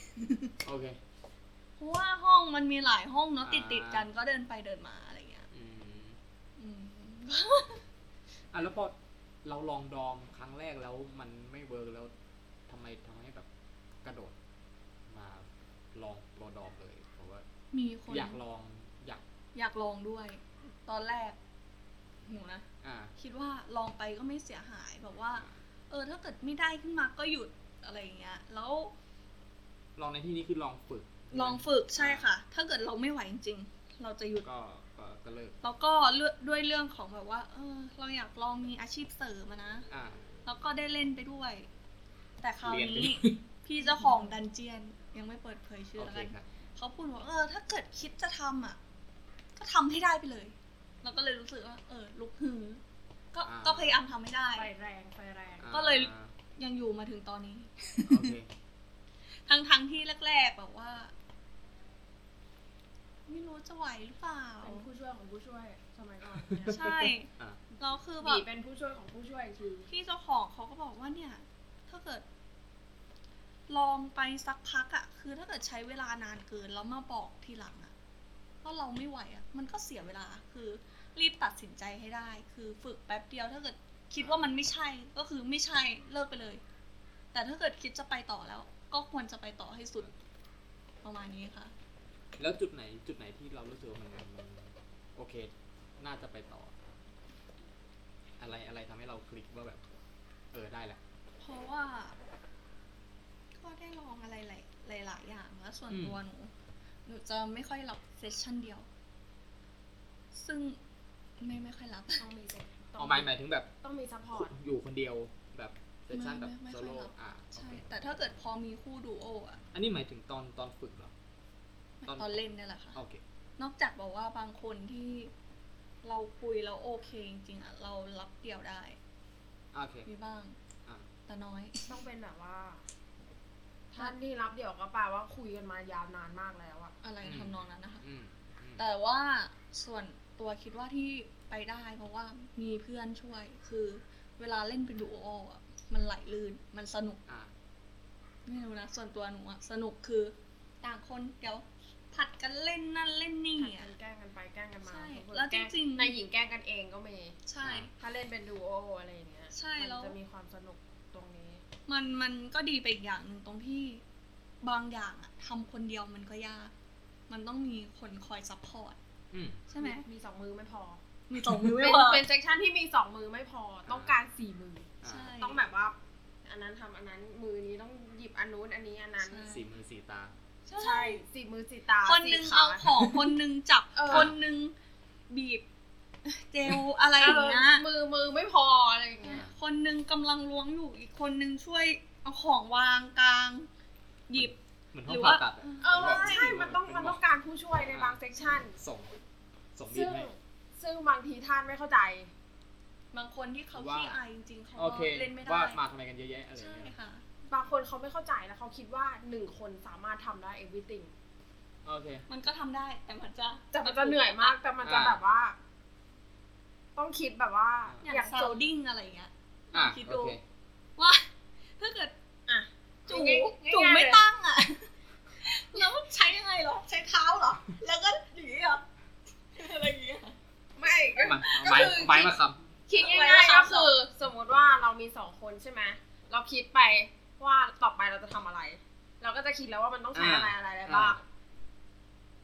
Speaker 1: โอเค
Speaker 3: เพราะว่าห้องมันมีหลายห้องเนาะ
Speaker 1: อ่า
Speaker 3: ติดติดๆกันก็เดินไปเดินมาอะไรเงี้ย
Speaker 1: อืม
Speaker 3: อืม
Speaker 1: อ่ะแล้วพอเราลองดอมครั้งแรกแล้วมันไม่เวิร์กแล้วทำไมทำให้แบบกระโดด มาลองโรดอมเลยเพราะว่า
Speaker 3: มีคน
Speaker 1: อยากลองอยาก
Speaker 3: อยากลองด้วย ตอนแรก หนูนะ
Speaker 1: อ่า
Speaker 3: คิดว่าลองไปก็ไม่เสียหายแบบว่า เออ ถ้าเกิดไม่ได้ขึ้นมาก็หยุดอะไรเงี้ย แล้ว
Speaker 1: ลองในที่นี้คือลองฝึก
Speaker 3: ลองฝึกใช่ค่ะ ถ้าเกิดเราไม่ไหวจริงๆเราจะหยุด
Speaker 1: ก็ก็ก็เลิก
Speaker 3: แล้วก็เลือกด้วยเรื่องของแบบว่า เออ เราอยากลองมีอาชีพเสริมอะนะ
Speaker 1: อ่า
Speaker 3: แล้วก็ได้เล่นไปด้วย แต่คราว
Speaker 1: เรียนไปด้
Speaker 3: นี้
Speaker 1: วย
Speaker 3: พี่เจ้าของดันเจียนยังไม่เปิดเผยชื่อ
Speaker 1: โอ
Speaker 3: แล้ว
Speaker 1: เค
Speaker 3: กัน
Speaker 1: ครับ
Speaker 3: เขาพูดว่าเออ ถ้าเกิดคิดจะทำอ่ะ ก็ทำให้ได้ไปเลยเราก็เลยรู้สึกว่า เออ ลุกฮือ ก็ก็พยายามทำให้ได้
Speaker 4: ไฟแรงไฟแรง
Speaker 1: อ่า
Speaker 3: ก็เลย ยังอยู่มาถึงตอนนี้
Speaker 1: โอเค
Speaker 3: ทั้งทั้งๆที่แรกๆแบบว่า ไม่รู้จะไหวหรือเปล่า
Speaker 2: เป็นผู้ช่วยของผู้ช่วยสมัยก่อน
Speaker 3: ใช่
Speaker 1: อ่า
Speaker 3: เราคือแบ
Speaker 2: บี
Speaker 3: บ
Speaker 2: เป็นผู้ช่วยของผู้ช่วยอีกที
Speaker 3: พี่เจ้าของเขาก็บอกว่าเนี่ย ถ้าเกิด ลองไปสักพักอะ่ะ คือถ้าเกิดใช้เวลานานเกินแล้วมาบอกทีหลังอะ่ะว่าเราไม่ไหวอะ่ะ มันก็เสียเวลาคือรีบตัดสินใจให้ได้ คือฝึกแป๊บเดียว ถ้าเกิดคิดว่ามันไม่ใช่ ก็คือไม่ใช่เลิกไปเลย แต่ถ้าเกิดคิดจะไปต่อแล้ว ก็ควรจะไปต่อให้สุด ประมาณนี้ค่ะ
Speaker 1: แล้วจุดไหนจุดไหนที่เรารู้สึกว่ามันมันมันโอเค น่าจะไปต่อ อะไรอะไรทำให้เราคลิกว่าแบบ เออได้แหละ
Speaker 3: เพราะว่า ก็ได้ลองอะไรหลายหลายๆอย่างแล้วส่วน
Speaker 1: อืม
Speaker 3: ตัวหนู หนูจะไม่ค่อยรับเซสชั่นเดียว ซึ่งไม่ไม่ค่อยรับ
Speaker 2: ต้องมีเซ็กต้อ
Speaker 1: เอา
Speaker 2: ง
Speaker 1: หมายหมายถึงแบบ
Speaker 2: ต้องมีซัพพอร์ต
Speaker 1: อยู่คนเดียวแบบเซสชั่น
Speaker 3: ไม่
Speaker 1: แบบ
Speaker 3: ไม่
Speaker 1: โซ
Speaker 3: ค่อย
Speaker 1: โล่
Speaker 3: รับ
Speaker 1: อ่ะ
Speaker 3: ใช่
Speaker 1: โอเค
Speaker 3: แต่ถ้าเกิดพอมีคู่ดูโออะ
Speaker 1: อันนี้หมายถึงตอนตอนฝึกเหรอ ตอน
Speaker 3: ตอนเล่นเนี่ยแหละค่ะ
Speaker 1: โอเค
Speaker 3: นอกจากบอกว่าบางคนที่เราคุยแล้วโอเคจริงๆอะเรารับเดี่ยวได้
Speaker 1: โอเค
Speaker 3: มีบ้าง
Speaker 1: อ่ะ
Speaker 3: แต่น้อย
Speaker 4: ต้องเป็นแบบว่า ถ้านี่รับเดี๋ยวก็แปลว่าคุยกันมายาวนานมากแล้วอะ
Speaker 3: อะไร
Speaker 1: อืม
Speaker 3: ทำนองนั้นนะคะ
Speaker 1: อืมอืม
Speaker 3: แต่ว่าส่วนตัวคิดว่าที่ไปได้เพราะว่ามีเพื่อนช่วย คือเวลาเล่นเป็นดูโออ่ะ มันไหลลื่นมันสนุก
Speaker 1: อ่ะ
Speaker 3: ไม่รู้นะส่วนตัวหนูอ่ะสนุกคือต่างคนเดี๋ยวผัดกันเล่นนั่นเล่นนี่อ่ะ
Speaker 4: แกล้งกันไปแกล้งกันมา
Speaker 3: ใช่
Speaker 4: เผลอๆ
Speaker 3: แล้วจ
Speaker 4: ก
Speaker 3: ริงๆ
Speaker 4: นายหญิงแกล้งกันเองก็มี
Speaker 3: ใช่
Speaker 4: ถ้าเล่นเป็นดูโออะไรอย่างเงี้ย
Speaker 3: ใช่แล้ว
Speaker 4: มันจะมีความสนุกตรงนี้
Speaker 3: มันมันก็ดีไปอีกอย่างหนึ่งตรงที่บางอย่างอ่ะทำคนเดียวมันก็ยาก มันต้องมีคนคอยซัพพอร์ต
Speaker 1: อืม
Speaker 3: ใช่ไหม
Speaker 4: มีสองมือไม่พอ
Speaker 3: มีสองมือ
Speaker 4: เป็
Speaker 3: ไม่
Speaker 4: น
Speaker 3: พอ
Speaker 4: เป็นเซกชันที่มีสองมือไม่พอ ต้องการสี่มือ
Speaker 1: อ่ะ
Speaker 3: ใช่
Speaker 4: ต้องแบบว่า อันนั้นทำอันนั้นมือนี้ต้องหยิบอันนู้นอันนี้อันนั้น
Speaker 3: ใช่
Speaker 1: สี่มือสี่ตา
Speaker 3: ใช่
Speaker 4: สี่มือสี่ตา
Speaker 3: คนหนึ่ง
Speaker 4: สี่ข
Speaker 3: เอาของ คนหนึ่งจับ
Speaker 4: เออ
Speaker 3: คนหนึ่งบีบ เจลอะไรอย่างเงี้ย
Speaker 4: เออมือมือไม่พออะไรอย่างเงี้ย
Speaker 3: คนหนึ่งกำลังล้วงอยู่อีกคนหนึ่งช่วยเอาของวางกลาง หยิบ
Speaker 1: เหมือนห้อง
Speaker 3: หรือ
Speaker 1: ผ่า
Speaker 3: ว่า
Speaker 1: ตัดะ
Speaker 4: เออใช่ มันต้อง
Speaker 1: เป็
Speaker 4: มัน
Speaker 1: ห
Speaker 4: ต้องการผู้ช่วยในบางเซกชัน
Speaker 1: ส่งส่งบี
Speaker 4: ซึ่ง
Speaker 1: บให้
Speaker 4: ซึ่งบางทีท่านไม่เข้าใจ
Speaker 3: บางคนที่เขา
Speaker 1: ว่า
Speaker 3: ขี้อายจริงๆเขา
Speaker 1: โอเค
Speaker 3: เล่นไม่ได้
Speaker 1: ว่ามาทำไมกันเยอะแยะอะไรอย่า
Speaker 3: ใช่
Speaker 1: งเงี้ย
Speaker 3: ค่ะ
Speaker 4: บางคนเขาไม่เข้าใจแล้วเขาคิดว่าหนึ่งคนสามารถทำได้ everything
Speaker 1: โอเค
Speaker 3: มันก็ทำได้แต่มันจะ
Speaker 4: แต่มันจะเหนื่อยมากแต่มันจะ
Speaker 1: อ่า
Speaker 4: แบบว่า ต้องคิดแบบว่า
Speaker 3: อ
Speaker 4: อย่า
Speaker 3: ย่าง
Speaker 4: ง
Speaker 3: ซา
Speaker 4: โจ
Speaker 3: ว
Speaker 4: ด
Speaker 3: ดิ้งอะไรอย่างเงี้ย
Speaker 1: อ่ะ
Speaker 3: คิด
Speaker 1: โอ
Speaker 3: ดู
Speaker 1: เค
Speaker 3: ว่า ถ้าเกิดอ่ะจู่
Speaker 4: ง่ายๆ
Speaker 3: จู่
Speaker 4: เลย
Speaker 3: ไม่ตั้งอ่ะ แล้วใช้ยังไงเหรอ ใช้เท้าเหรอ แล้วก็อย่างนี้เหรออะไรอย่างเงี้ย
Speaker 4: ไม่ก็
Speaker 1: มาไม้
Speaker 4: ก็คือ
Speaker 1: ไม้มาค
Speaker 4: คิดง่ายๆก็คือ สมมติว่าเรามีสองคนใช่ไหมเราคิดไปว่าต่อไปเราจะทำอะไร เราก็จะคิดแล้วว่ามันต้องใช้อะไรอะไรอะไรบ้าง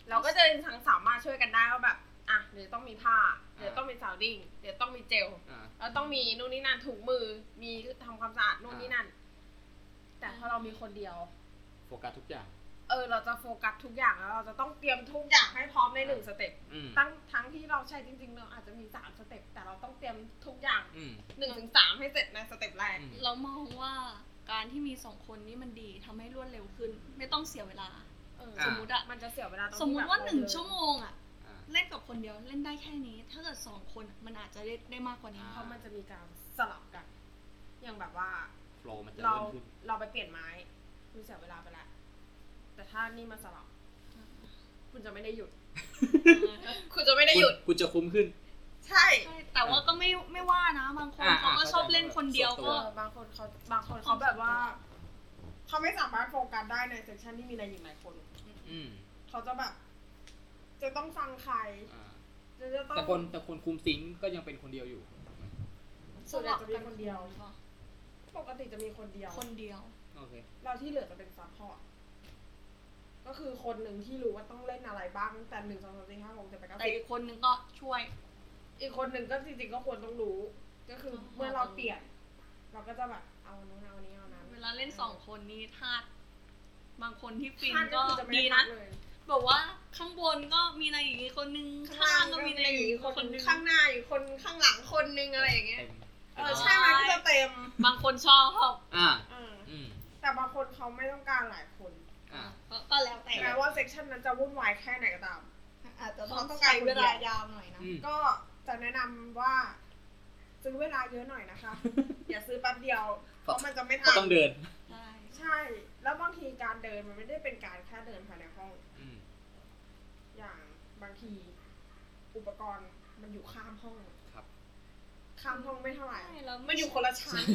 Speaker 4: เราก็จะทั้งสามารถช่วยกันได้ว่าแบบ อ่ะเดี๋ยวต้องมีผ้าเดี๋ยวต้องมีสาวดิ้งเดี๋ยวต้องมีเจล
Speaker 1: ำอ่า
Speaker 4: แล้วต้องมีนู่นนี่นั่นถุงมือ มีทำความสะอาดนู่นนี่นั่น แต่พอเรามีคนเดียว
Speaker 1: โฟกัสทุกอย่าง
Speaker 4: เออ เราจะโฟกัสทุกอย่างแล้วเราจะต้องเตรียมทุกอย่างให้พร้อมในหนึ่งสเต็ป
Speaker 1: อืม
Speaker 4: ตั้งทั้งที่เราใช้จริงๆเราอาจจะมีสามสเต็ปแต่เราต้องเตรียมทุกอย่าง
Speaker 1: อืม
Speaker 4: หนึ่งถึงสามให้เสร็จในสเต็ปแรก
Speaker 1: อืม
Speaker 3: เรามองว่าการที่มีสองคนนี่มันดีทำให้รวดเร็วขึ้น ไม่ต้องเสียเวลา
Speaker 4: เออ
Speaker 1: อ่า
Speaker 3: สมมุติอะ
Speaker 4: มันจะเสียเวลาตรงที่
Speaker 3: สมมุติว่า
Speaker 4: แบบ
Speaker 3: หนึ่งชั่วโมงอะ
Speaker 1: อ่า
Speaker 3: เล่นกับคนเดียวเล่นได้แค่นี้ ถ้าเกิดสองคนอะมันอาจจะได้ได้มากกว่านี้
Speaker 1: อ่า
Speaker 4: เพราะมันจะมีการสลับกัน อย่างแบบว่า
Speaker 1: โฟลว์มันจะ
Speaker 4: เรา
Speaker 1: เริ่มขึ้น
Speaker 4: เราไปเปลี่ยนไม้คุณเสียเวลาไปแล้วแต่ถ้านี่มาสลับ คุณจะไม่ได้หยุด คุณจะไม่ได้หยุด
Speaker 1: คุณคุณจะคุ้มขึ้น
Speaker 4: ใช่
Speaker 3: ใช่แต่ว่าก็ไม่ไม่ว่านะ บางคน
Speaker 1: อ่า
Speaker 3: เขาก็
Speaker 1: อ่า
Speaker 3: ชอบเล่นคนเดียว
Speaker 1: ส่วนตั
Speaker 4: เออ
Speaker 1: ว
Speaker 3: ก็
Speaker 4: บางคนเขาบางคนเขาแบบว่า
Speaker 2: เขาไม่สามารถโฟกัสได้ในเซสชันที่มีนายหญิงหลายคน
Speaker 1: อืม
Speaker 2: เขาจะแบบ จะต้องฟังใคร
Speaker 1: อ่า
Speaker 2: จะจะต้อง
Speaker 1: แต่คนแต่คนคุมซิงค์ก็ยังเป็นคนเดียวอยู่
Speaker 2: ส่วนใหญ่จะมีคนเดียว
Speaker 3: อ๋อ
Speaker 2: ปกติจะมีคนเดียว
Speaker 3: คนเดียว
Speaker 1: โอเค
Speaker 2: เราที่เหลือจะเป็นซัพพอร์ต ก็คือคนหนึ่งที่รู้ว่าต้องเล่นอะไรบ้างตั้งแต่หนึ่งสองสามสี่ห้าหกเจ็ดแปดเก้า
Speaker 3: แต่
Speaker 2: สิ
Speaker 3: อี
Speaker 2: บ
Speaker 3: กคนนึงก็ช่วย
Speaker 2: อีกคนหนึ่งก็จริงๆก็ควรต้องรู้ ก็คือเมื่อเราเปลี่ยน เราก็จะแบบเอานู้นเอานี้เอานั้น
Speaker 3: เวลาเล่นสองคนนี่ทาสบางคนที่ฟิน
Speaker 2: ท่าน
Speaker 3: ก็
Speaker 2: คือจะไม่
Speaker 3: ดี
Speaker 2: ไพั
Speaker 3: นะ
Speaker 2: กเลย
Speaker 3: แบบว่าข้างบนก็มีนายหญิงอีกคนนึง ข้างล่างก็มีนายหญิงอีกคนนึง
Speaker 2: ข้างหน้าอีกคนข้างหลังคนหนึงอะไรอย่างเงี้ย
Speaker 1: เต็ม
Speaker 2: เออใช่ไหมก็จะเต็ม
Speaker 3: บางคนชอบ
Speaker 1: อ่า
Speaker 2: เออ
Speaker 1: อืม
Speaker 2: แต่บางคนเขาไม่ต้องการหลายคน
Speaker 1: อ่า
Speaker 3: ก็ก็แล้วแต่
Speaker 2: แม้ว่าเซสชันนั้นจะวุ่นวายแค่ไหนก็ตาม
Speaker 3: อาจจะ
Speaker 2: เขาต้
Speaker 3: ต้
Speaker 2: อ
Speaker 3: อง ง
Speaker 2: กา
Speaker 3: ใช้
Speaker 2: รเว
Speaker 3: เวลา
Speaker 2: ลาาย
Speaker 3: ยาว วหน่อยนะ
Speaker 1: อืม
Speaker 2: ก็จะแนะนำว่าซื้อเวลาเยอะหน่อยนะคะ อย่าซื้อแป๊บเดียวเพราะมันจะไม่ทั
Speaker 1: ก็
Speaker 2: น
Speaker 1: ต้องเดิน
Speaker 3: ใช่
Speaker 2: ใช่ แล้วบางทีการเดินมันไม่ได้เป็นการแค่เดินภายในห้อง
Speaker 1: อืม
Speaker 2: อย่างบางทีอุปกรณ์มันอยู่ข้ามห้อง
Speaker 1: ครับ
Speaker 2: ข้ามห้องไม่เท่าไหร่
Speaker 3: ใช่แล้ว
Speaker 2: มันอยู่คนละชั้น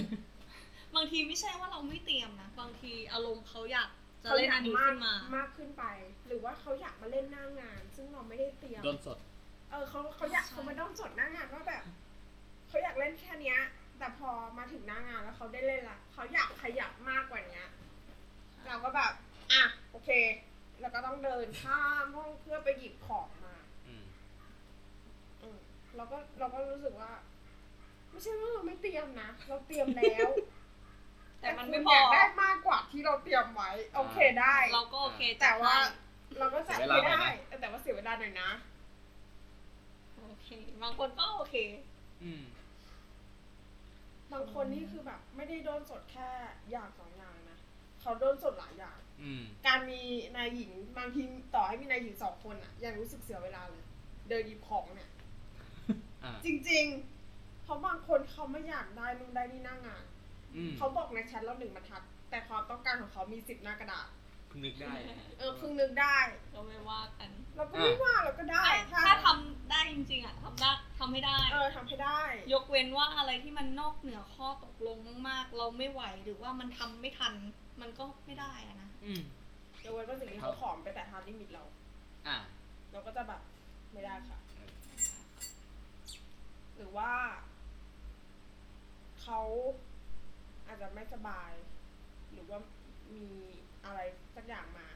Speaker 3: บางทีไม่ใช่ว่าเราไม่เตรียมนะ บางทีอารมณ์เขาอยากจะ
Speaker 2: เขา
Speaker 3: เล่
Speaker 2: อน ยา
Speaker 3: อั
Speaker 2: ก
Speaker 3: นนี้
Speaker 2: มาก
Speaker 3: ขึ้นมา
Speaker 2: มากขึ้นไป หรือว่าเขาอยากมาเล่นหน้างาน ซึ่งเราไม่ได้เตรียม
Speaker 1: โดนสด
Speaker 2: เออเขาเขาอยาก
Speaker 3: ใช่
Speaker 2: เขามาด้อมสดหน้างานว่าแบบเขาอยากเล่นแค่เนี้ย แต่พอมาถึงหน้างานแล้วเขาได้เล่นละเขาอยากขยับมากกว่าเนี้ย เราก็แบบอ่ะโอเค แล้วก็ต้องเดินข้ามห้องเพื่อไปหยิบของมา
Speaker 1: อืม
Speaker 2: อืมเราก็เราก็รู้สึกว่า ไม่ใช่ว่าเราไม่เตรียมนะ เราเตรียมแล้ว
Speaker 3: แต่มัน
Speaker 2: คุณ
Speaker 3: ไม่พอย
Speaker 2: ากได้มากกว่าที่เราเตรียมไว้ โอเคได้
Speaker 3: เราก็โอเค
Speaker 2: แต่ว่า
Speaker 3: จัด
Speaker 2: เราก็จะ
Speaker 1: เสียเวลา
Speaker 2: ไม่
Speaker 1: หน่อย
Speaker 2: ได้
Speaker 1: นะ
Speaker 2: แต่ว่าเสียเวลาหน่อยนะ
Speaker 3: ให้โอเค บางคนก็โอเค
Speaker 1: อืม
Speaker 2: บางคนนี่คือแบบไม่ได้โดนสดแค่อย่างสองอย่างนะเขาโดนสดหลายอย่าง
Speaker 1: อืม
Speaker 2: การมีนายหญิงบางทีต่อให้มีนายหญิงสองคนอะยังรู้สึกเสียเวลาเลย เดินหยิบของเนี่ย
Speaker 1: อ่า
Speaker 2: จริงๆ เพราะบางคนเขาไม่อยากได้นู่นได้นี่หน้างาน
Speaker 1: อืม
Speaker 2: เขาบอกในแชทเราหนึ่งบรรทัด แต่ความต้องการของเขามีสิบหน้ากระดาษ
Speaker 1: เพิ่งนึกได้
Speaker 2: เออเพิ่งนึกได้
Speaker 3: เราไม่ว่ากัน
Speaker 2: เราก็ไม่
Speaker 1: อ่ะ
Speaker 2: ว่าเราก็ได้ ถ้า
Speaker 3: ถ้าทำได้จริงๆอ่ะทำได้ทำให้ได้
Speaker 2: เออทำให้ได้
Speaker 3: ยกเว้นว่าอะไรที่มันนอกเหนือข้อตกลงมากๆ เราไม่ไหวหรือว่ามันทำไม่ทัน มันก็ไม่ได้อะนะ
Speaker 1: อืม
Speaker 2: เดี๋ยวเว้นว่าสิ่งที่เขาขอมไปแต่ฮาร์ดลิมิตเรา
Speaker 1: อ่า
Speaker 2: เราก็จะแบบไม่ได้ค่ะ หรือว่า เขาอาจจะไม่สบาย หรือว่ามีอะไรสักอย่างมา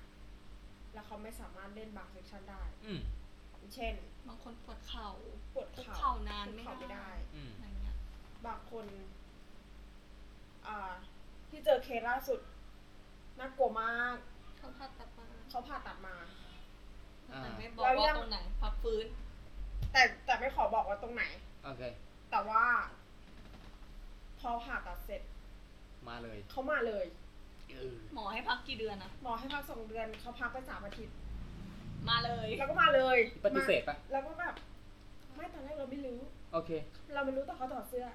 Speaker 2: แล้วเขาไม่สามารถเล่นบางเซสชันได้
Speaker 1: อืม
Speaker 2: เช่น
Speaker 3: บางคนปวดเข่า
Speaker 2: ปวด
Speaker 3: คุก
Speaker 2: เข่า
Speaker 3: เข่านาน
Speaker 2: คุกเข่
Speaker 3: ไม่
Speaker 2: ไม่
Speaker 3: ได้
Speaker 2: ได้
Speaker 1: อืม
Speaker 3: อะไรเงี้ย
Speaker 2: บางคน อ่า ที่เจอเคสล่าสุดน่ากลัวมาก
Speaker 3: เขาผ่าตัดมา
Speaker 2: เขาผ่าตัดมา
Speaker 3: แต่ไม่บอก
Speaker 2: เรายั
Speaker 3: ว่าง ตรงไหนพักฟื้น
Speaker 2: แต่แต่ไม่ขอบอกว่าตรงไหน
Speaker 1: โอเค
Speaker 2: แต่ว่า พอผ่าตัดเสร็จ
Speaker 1: มาเลย
Speaker 2: เขามาเลย
Speaker 1: เออ
Speaker 3: หมอให้พักกี่เดือนนะ
Speaker 2: หมอให้พักสองเดือนเขาพักไปสามอาทิตย์
Speaker 3: มาเลย
Speaker 2: แล้วก็มาเลย
Speaker 1: ปฏิเสธปะ
Speaker 2: มาแล้วก็แบบไม่ตอนแรกเราไม่รู้
Speaker 1: โอเค
Speaker 2: เราไม่รู้แต่เขาถอดเสื้อ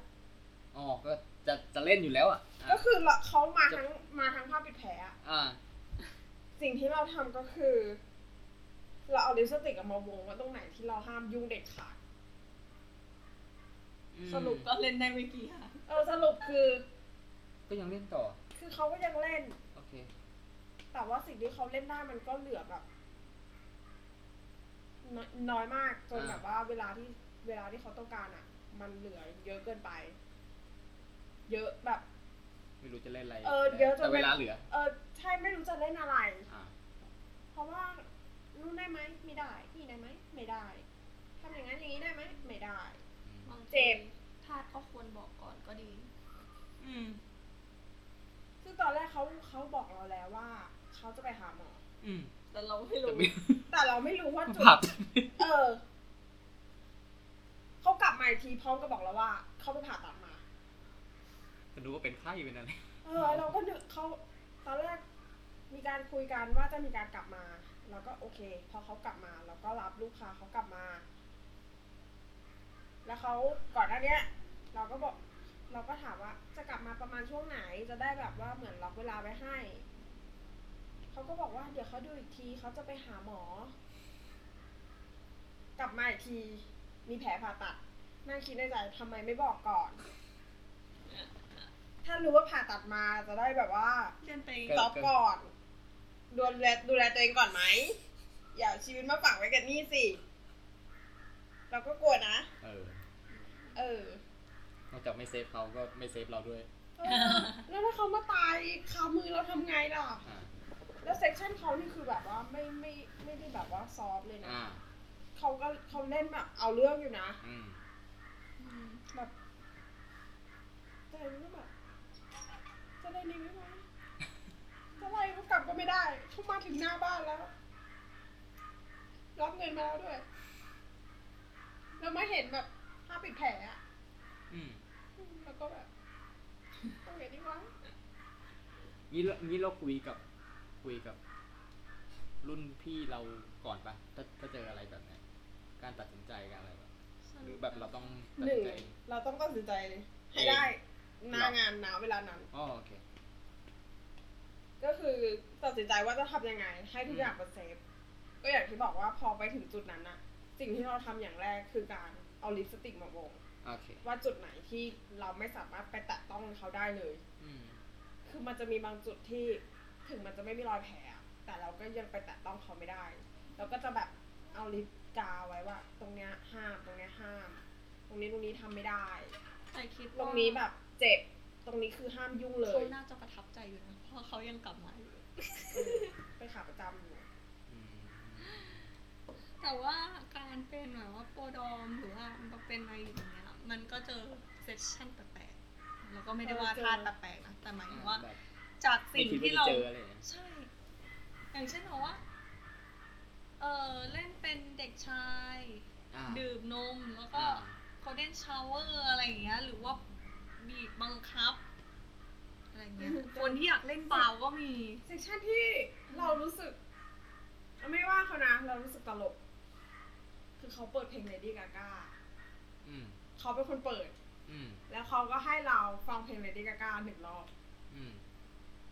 Speaker 1: อ๋อ ก็ จะจะเล่นอยู่แล้วอ่ะอ่ะ
Speaker 2: ก็คือเราเขามาทั้งมาทั้งผ้าปิดแผลอะ
Speaker 1: อ่า
Speaker 2: สิ่งที่เราทำก็คือ เราเอาลิปสติกอะมาวงว่าตรงไหนที่เราห้ามยุ่งเด็ดขาด
Speaker 1: อืม
Speaker 3: สรุปก็เล่นได้ไม่กี่ค่ะ
Speaker 2: เออสรุปคือ
Speaker 1: ก็ยังเล่นต่อ
Speaker 2: คือเขาก็ยังเล่น
Speaker 1: โอเค
Speaker 2: แต่ว่าสิ่งที่เขาเล่นได้มันก็เหลือแบบนอยน้อยมากจนแบบว่าเวลาที่เวลาที่เขาต้องการอ่ะ มันเหลือเยอะเกินไป เยอะแบบ
Speaker 1: ไม่รู้จะเล่นอะไร
Speaker 2: เออเดี๋ยวจะ
Speaker 1: แต่เวลาเหลือ
Speaker 2: เออใช่ไม่รู้จะเล่นอะไร
Speaker 1: อ่า
Speaker 2: เพราะว่านู่นได้ไหมไม่ได้นี่ได้ไหมไม่ได้ทำอย่างนั้นอย่างนี้ได้ไหมไม่ได้
Speaker 3: บางที
Speaker 2: เจ็บ
Speaker 3: พลาดก็ควรบอกก่อนก็ดี
Speaker 1: อืม
Speaker 2: ซึ่งตอนแรกเขาเขาบอกเราแล้วว่าเขาจะไปหาหมอ
Speaker 1: อืม
Speaker 3: แต่เราไม่
Speaker 1: แต่
Speaker 3: รู้
Speaker 1: ไม่
Speaker 2: แต่เราไม่รู้ว่าจุด
Speaker 1: ผับ
Speaker 2: เออ เขากลับมาอีกทีพร้อมกับบอกแล้วว่า เขาไปผ่าตัดมา
Speaker 1: จะดูว่าเป็นไข้เป็นอะไร
Speaker 2: เออ เราก็นึกเขาตอนแรกมีการคุยกันว่าจะมีการกลับมา แล้วก็โอเค พอเขากลับมาเราก็รับลูกค้าเขากลับมา แล้วเขาก่อนหน้าเนี้ย เราก็บอก เราก็ถามว่า จะกลับมาประมาณช่วงไหนจะได้แบบว่าเหมือนล็อกเวลาไว้ให้ เขาก็บอกว่าเดี๋ยวเขาดูอีกทีเขาจะไปหาหมอ กลับมาอีกที มีแผลผ่าตัดนั่งคิดในใจทำไมไม่บอกก่อน ถ้ารู้ว่าผ่าตัดมาจะได้แบบว่า
Speaker 3: เรียนไป
Speaker 1: เกิด
Speaker 2: ล็อกก่อนดูแลดูแลตัวเองก่อนไหม อย่าเอาชีวิตมาฝากไว้กับนี่สิ เราก็กลัวนะ
Speaker 1: เออ
Speaker 2: เออน
Speaker 1: อกจากไม่เซฟเขาก็ไม่เซฟเราด้วย
Speaker 2: เออ แล้วถ้าเขามาตายคามือเราทำไงล่ะ
Speaker 1: อ่า
Speaker 2: แล้วเซ็กชันเขานี่คือแบบว่าไม่ไม่ไม่ได้แบบว่าซอฟต์เลยนะ
Speaker 1: อ่า
Speaker 2: เขาก็เขาเล่นแบบเอาเรื่องอยู่นะ
Speaker 1: อืม
Speaker 3: อืม
Speaker 2: แบบแต่มันก็แบบจะได้นี่ไหมวะจะไล่เขากลับก็ไม่ได้เขามาถึงหน้าบ้านแล้ว รับเงินมาแล้วด้วย แล้วมาเห็นแบบผ้าปิดแผลอะ
Speaker 1: อืม
Speaker 2: อืมแล้วก็แบบตรงไหนดีวะ
Speaker 1: งี้เรางี้เราคุยกับ คุยกับ รุ่นพี่เราก่อนปะถ้าถ้าเจออะไรแบบเนี้ยการตัดสินใจการอะไรแบบ
Speaker 3: ส
Speaker 1: หรื
Speaker 3: รุ
Speaker 1: อ
Speaker 3: ป
Speaker 1: แบบเราต้องตัด
Speaker 2: ห
Speaker 1: สิ
Speaker 2: นึ่ง
Speaker 1: นใจ
Speaker 2: เราต้องตัดสินใจให้ได้หน้างานนาเวลานั้น
Speaker 1: อ๋อโอเค
Speaker 2: ก็คือตัดสินใจว่าจะทำยังไง ให้ทุกอย่างมันเซฟ ก็อย่างที่บอกว่าพอไปถึงจุดนั้นอะสิ่งที่เราทำอย่างแรกคือการเอาลิปสติกมาวง
Speaker 1: โอเค
Speaker 2: ว่าจุดไหนที่เราไม่สามารถไปแตะต้องเขาได้เลย
Speaker 1: อืม
Speaker 2: คือมันจะมีบางจุดที่ถึงมันจะไม่มีรอยแผลอะแต่เราก็ยังไปแตะต้องเขาไม่ได้ เราก็จะแบบเอาลิปกาไว้ว่า ตรงเนี้ยห้ามตรงเนี้ยห้าม ตรงนี้ตรงนี้ทำไม่ได้
Speaker 3: แต่คิด
Speaker 2: ตรงนี้แบบเจ็บ ตรงนี้คือห้ามยุ่งเล
Speaker 3: เขา
Speaker 2: ย
Speaker 3: น่าจะประทับใจอยู่นะ เพราะเขายังกลับมาอยู่
Speaker 2: เออไปขาประจำอยู่
Speaker 1: อืม
Speaker 3: แต่ว่าการเป็นแบบว่าโปรดอมหรือว่ามันเป็นอะไรอย่างเงี้ย มันก็เจอเซสชั่นแปลกๆแล้วก็ไม่ได้ว่า
Speaker 2: เออเจอ
Speaker 3: ท่าแปลกๆนะ แต่หมายถึงว่า
Speaker 1: แบบ
Speaker 3: จาก
Speaker 1: ไม่
Speaker 3: สิ่ง
Speaker 1: คิด
Speaker 3: ที่
Speaker 1: ว่าจะ
Speaker 3: เรา
Speaker 1: เจออะไรอย่างเงี้ย
Speaker 3: ใช่ อย่างเช่นเราว่า เออเล่นเป็นเด็กชาย
Speaker 1: อ่า
Speaker 3: ดื่มนมแล้วก็
Speaker 1: อ่า
Speaker 3: golden shower อะไรอย่างเงี้ย หรือว่าบีบบังคับ อะไรเงี้ย คนที่อยากเล่นเบาก็มี
Speaker 2: เซสชั่นที่เรารู้สึก ไม่ว่าเขานะ เรารู้สึกตลก คือเขาเปิดเพลง Lady Gaga
Speaker 1: อืม
Speaker 2: เขาเป็นคนเปิด
Speaker 1: อืม
Speaker 2: แล้วเขาก็ให้เราฟังเพลง Lady Gaga หนึ่งรอบ
Speaker 1: อืม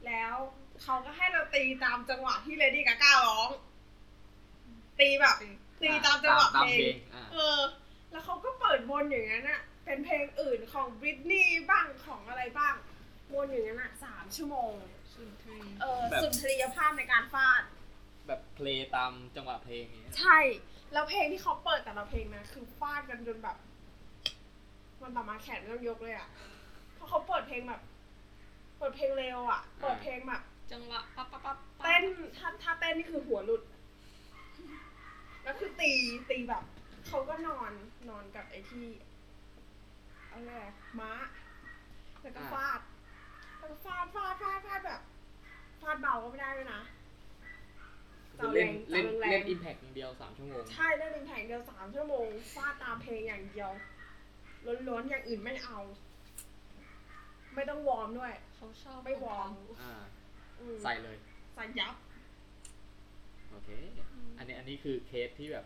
Speaker 2: แล้วเขาก็ให้เราตีตามจังหวะที่ Lady Gaga ร้อง ตีแบบ ตีตามจังหวะ
Speaker 1: ตาม
Speaker 2: เพล
Speaker 1: เพล
Speaker 2: ง
Speaker 1: งอ่า
Speaker 2: เออ แล้วเขาก็เปิดวนอย่างนั้นอะเป็นเพลงอื่นของบริตนีย์บ้างของอะไรบ้าง วนอย่างนั้นอะสามชั่วโมง
Speaker 3: สุนทรี
Speaker 2: เออ
Speaker 1: แบบ
Speaker 2: สุนทรียภาพในการฟาด
Speaker 1: แบบเพลงตามจังหวะเพลงอย่างเงี้ย
Speaker 2: ใช่ แล้วเพลงที่เขาเปิดแต่ละเพลงนะ คือฟาดกันจนแบบ มันต่อมาแขนไม่ต้องยกเลยอะเพราะเขาเปิดเพลงแบบ เปิดเพลงเร็วอะเปิดเพลงแบบ
Speaker 3: จังหวะปั๊บปั๊บปั๊บปั๊บ
Speaker 2: เต้นถ้าถ้าเต้นนี่คือหัวหลุด แล้วคือตีตีแบบ เขาก็นอนนอนกับไอ้ที่อะไรอะม้า แล้วก็
Speaker 1: อ่า
Speaker 2: ฟาด แล้วก็ฟาดฟาดฟาดฟาดแบบฟาดเบาก็ไม่ได้ด้วยนะ
Speaker 1: คือเล่น
Speaker 2: จังแรง
Speaker 1: เล่น
Speaker 2: จังแรง
Speaker 1: เล่นอิมแพคอย่างเดียวสามชั่วโมง
Speaker 2: ใช่ได้เป็นแผงเดียวสามชั่วโมงฟาดตามเพลงอย่างเดียวล้วนๆอย่างอื่นไม่เอา ไม่ต้องวอร์มด้วย
Speaker 3: เขาชอบ
Speaker 2: ไม่วอร์ม
Speaker 1: อ่า
Speaker 2: อืม
Speaker 1: ใส่เลย
Speaker 2: ใส่ยับ
Speaker 1: โอเค อันนี้อันนี้คือเคสที่แบบ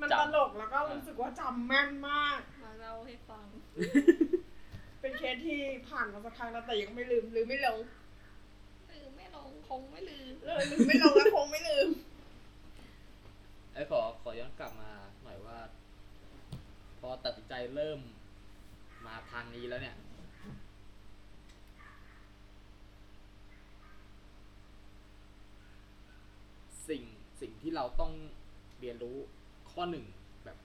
Speaker 2: มัน
Speaker 1: จำ
Speaker 2: ตลกแล้วก็
Speaker 1: อ่ารู้
Speaker 2: รู้สึกว่าจำแม่นมาก
Speaker 3: มาเล่าให้ฟัง
Speaker 2: เป็นเคสที่ผ่านมาสักครั้งแล้วแต่ยังไม่ลืมลืมไม่ลง
Speaker 3: ลืมไม่ลงคงไม่ลืม
Speaker 2: เออลืมไม่ลงแล้วคงไม่ลืม
Speaker 1: ไอ้ยขอขอย้อนกลับมาหน่อยว่า พอตัดสินใจเริ่มมาทางนี้แล้วเนี่ย สิ่งสิ่งที่เราต้องเรียนรู้ข้อหนึ่งแบบ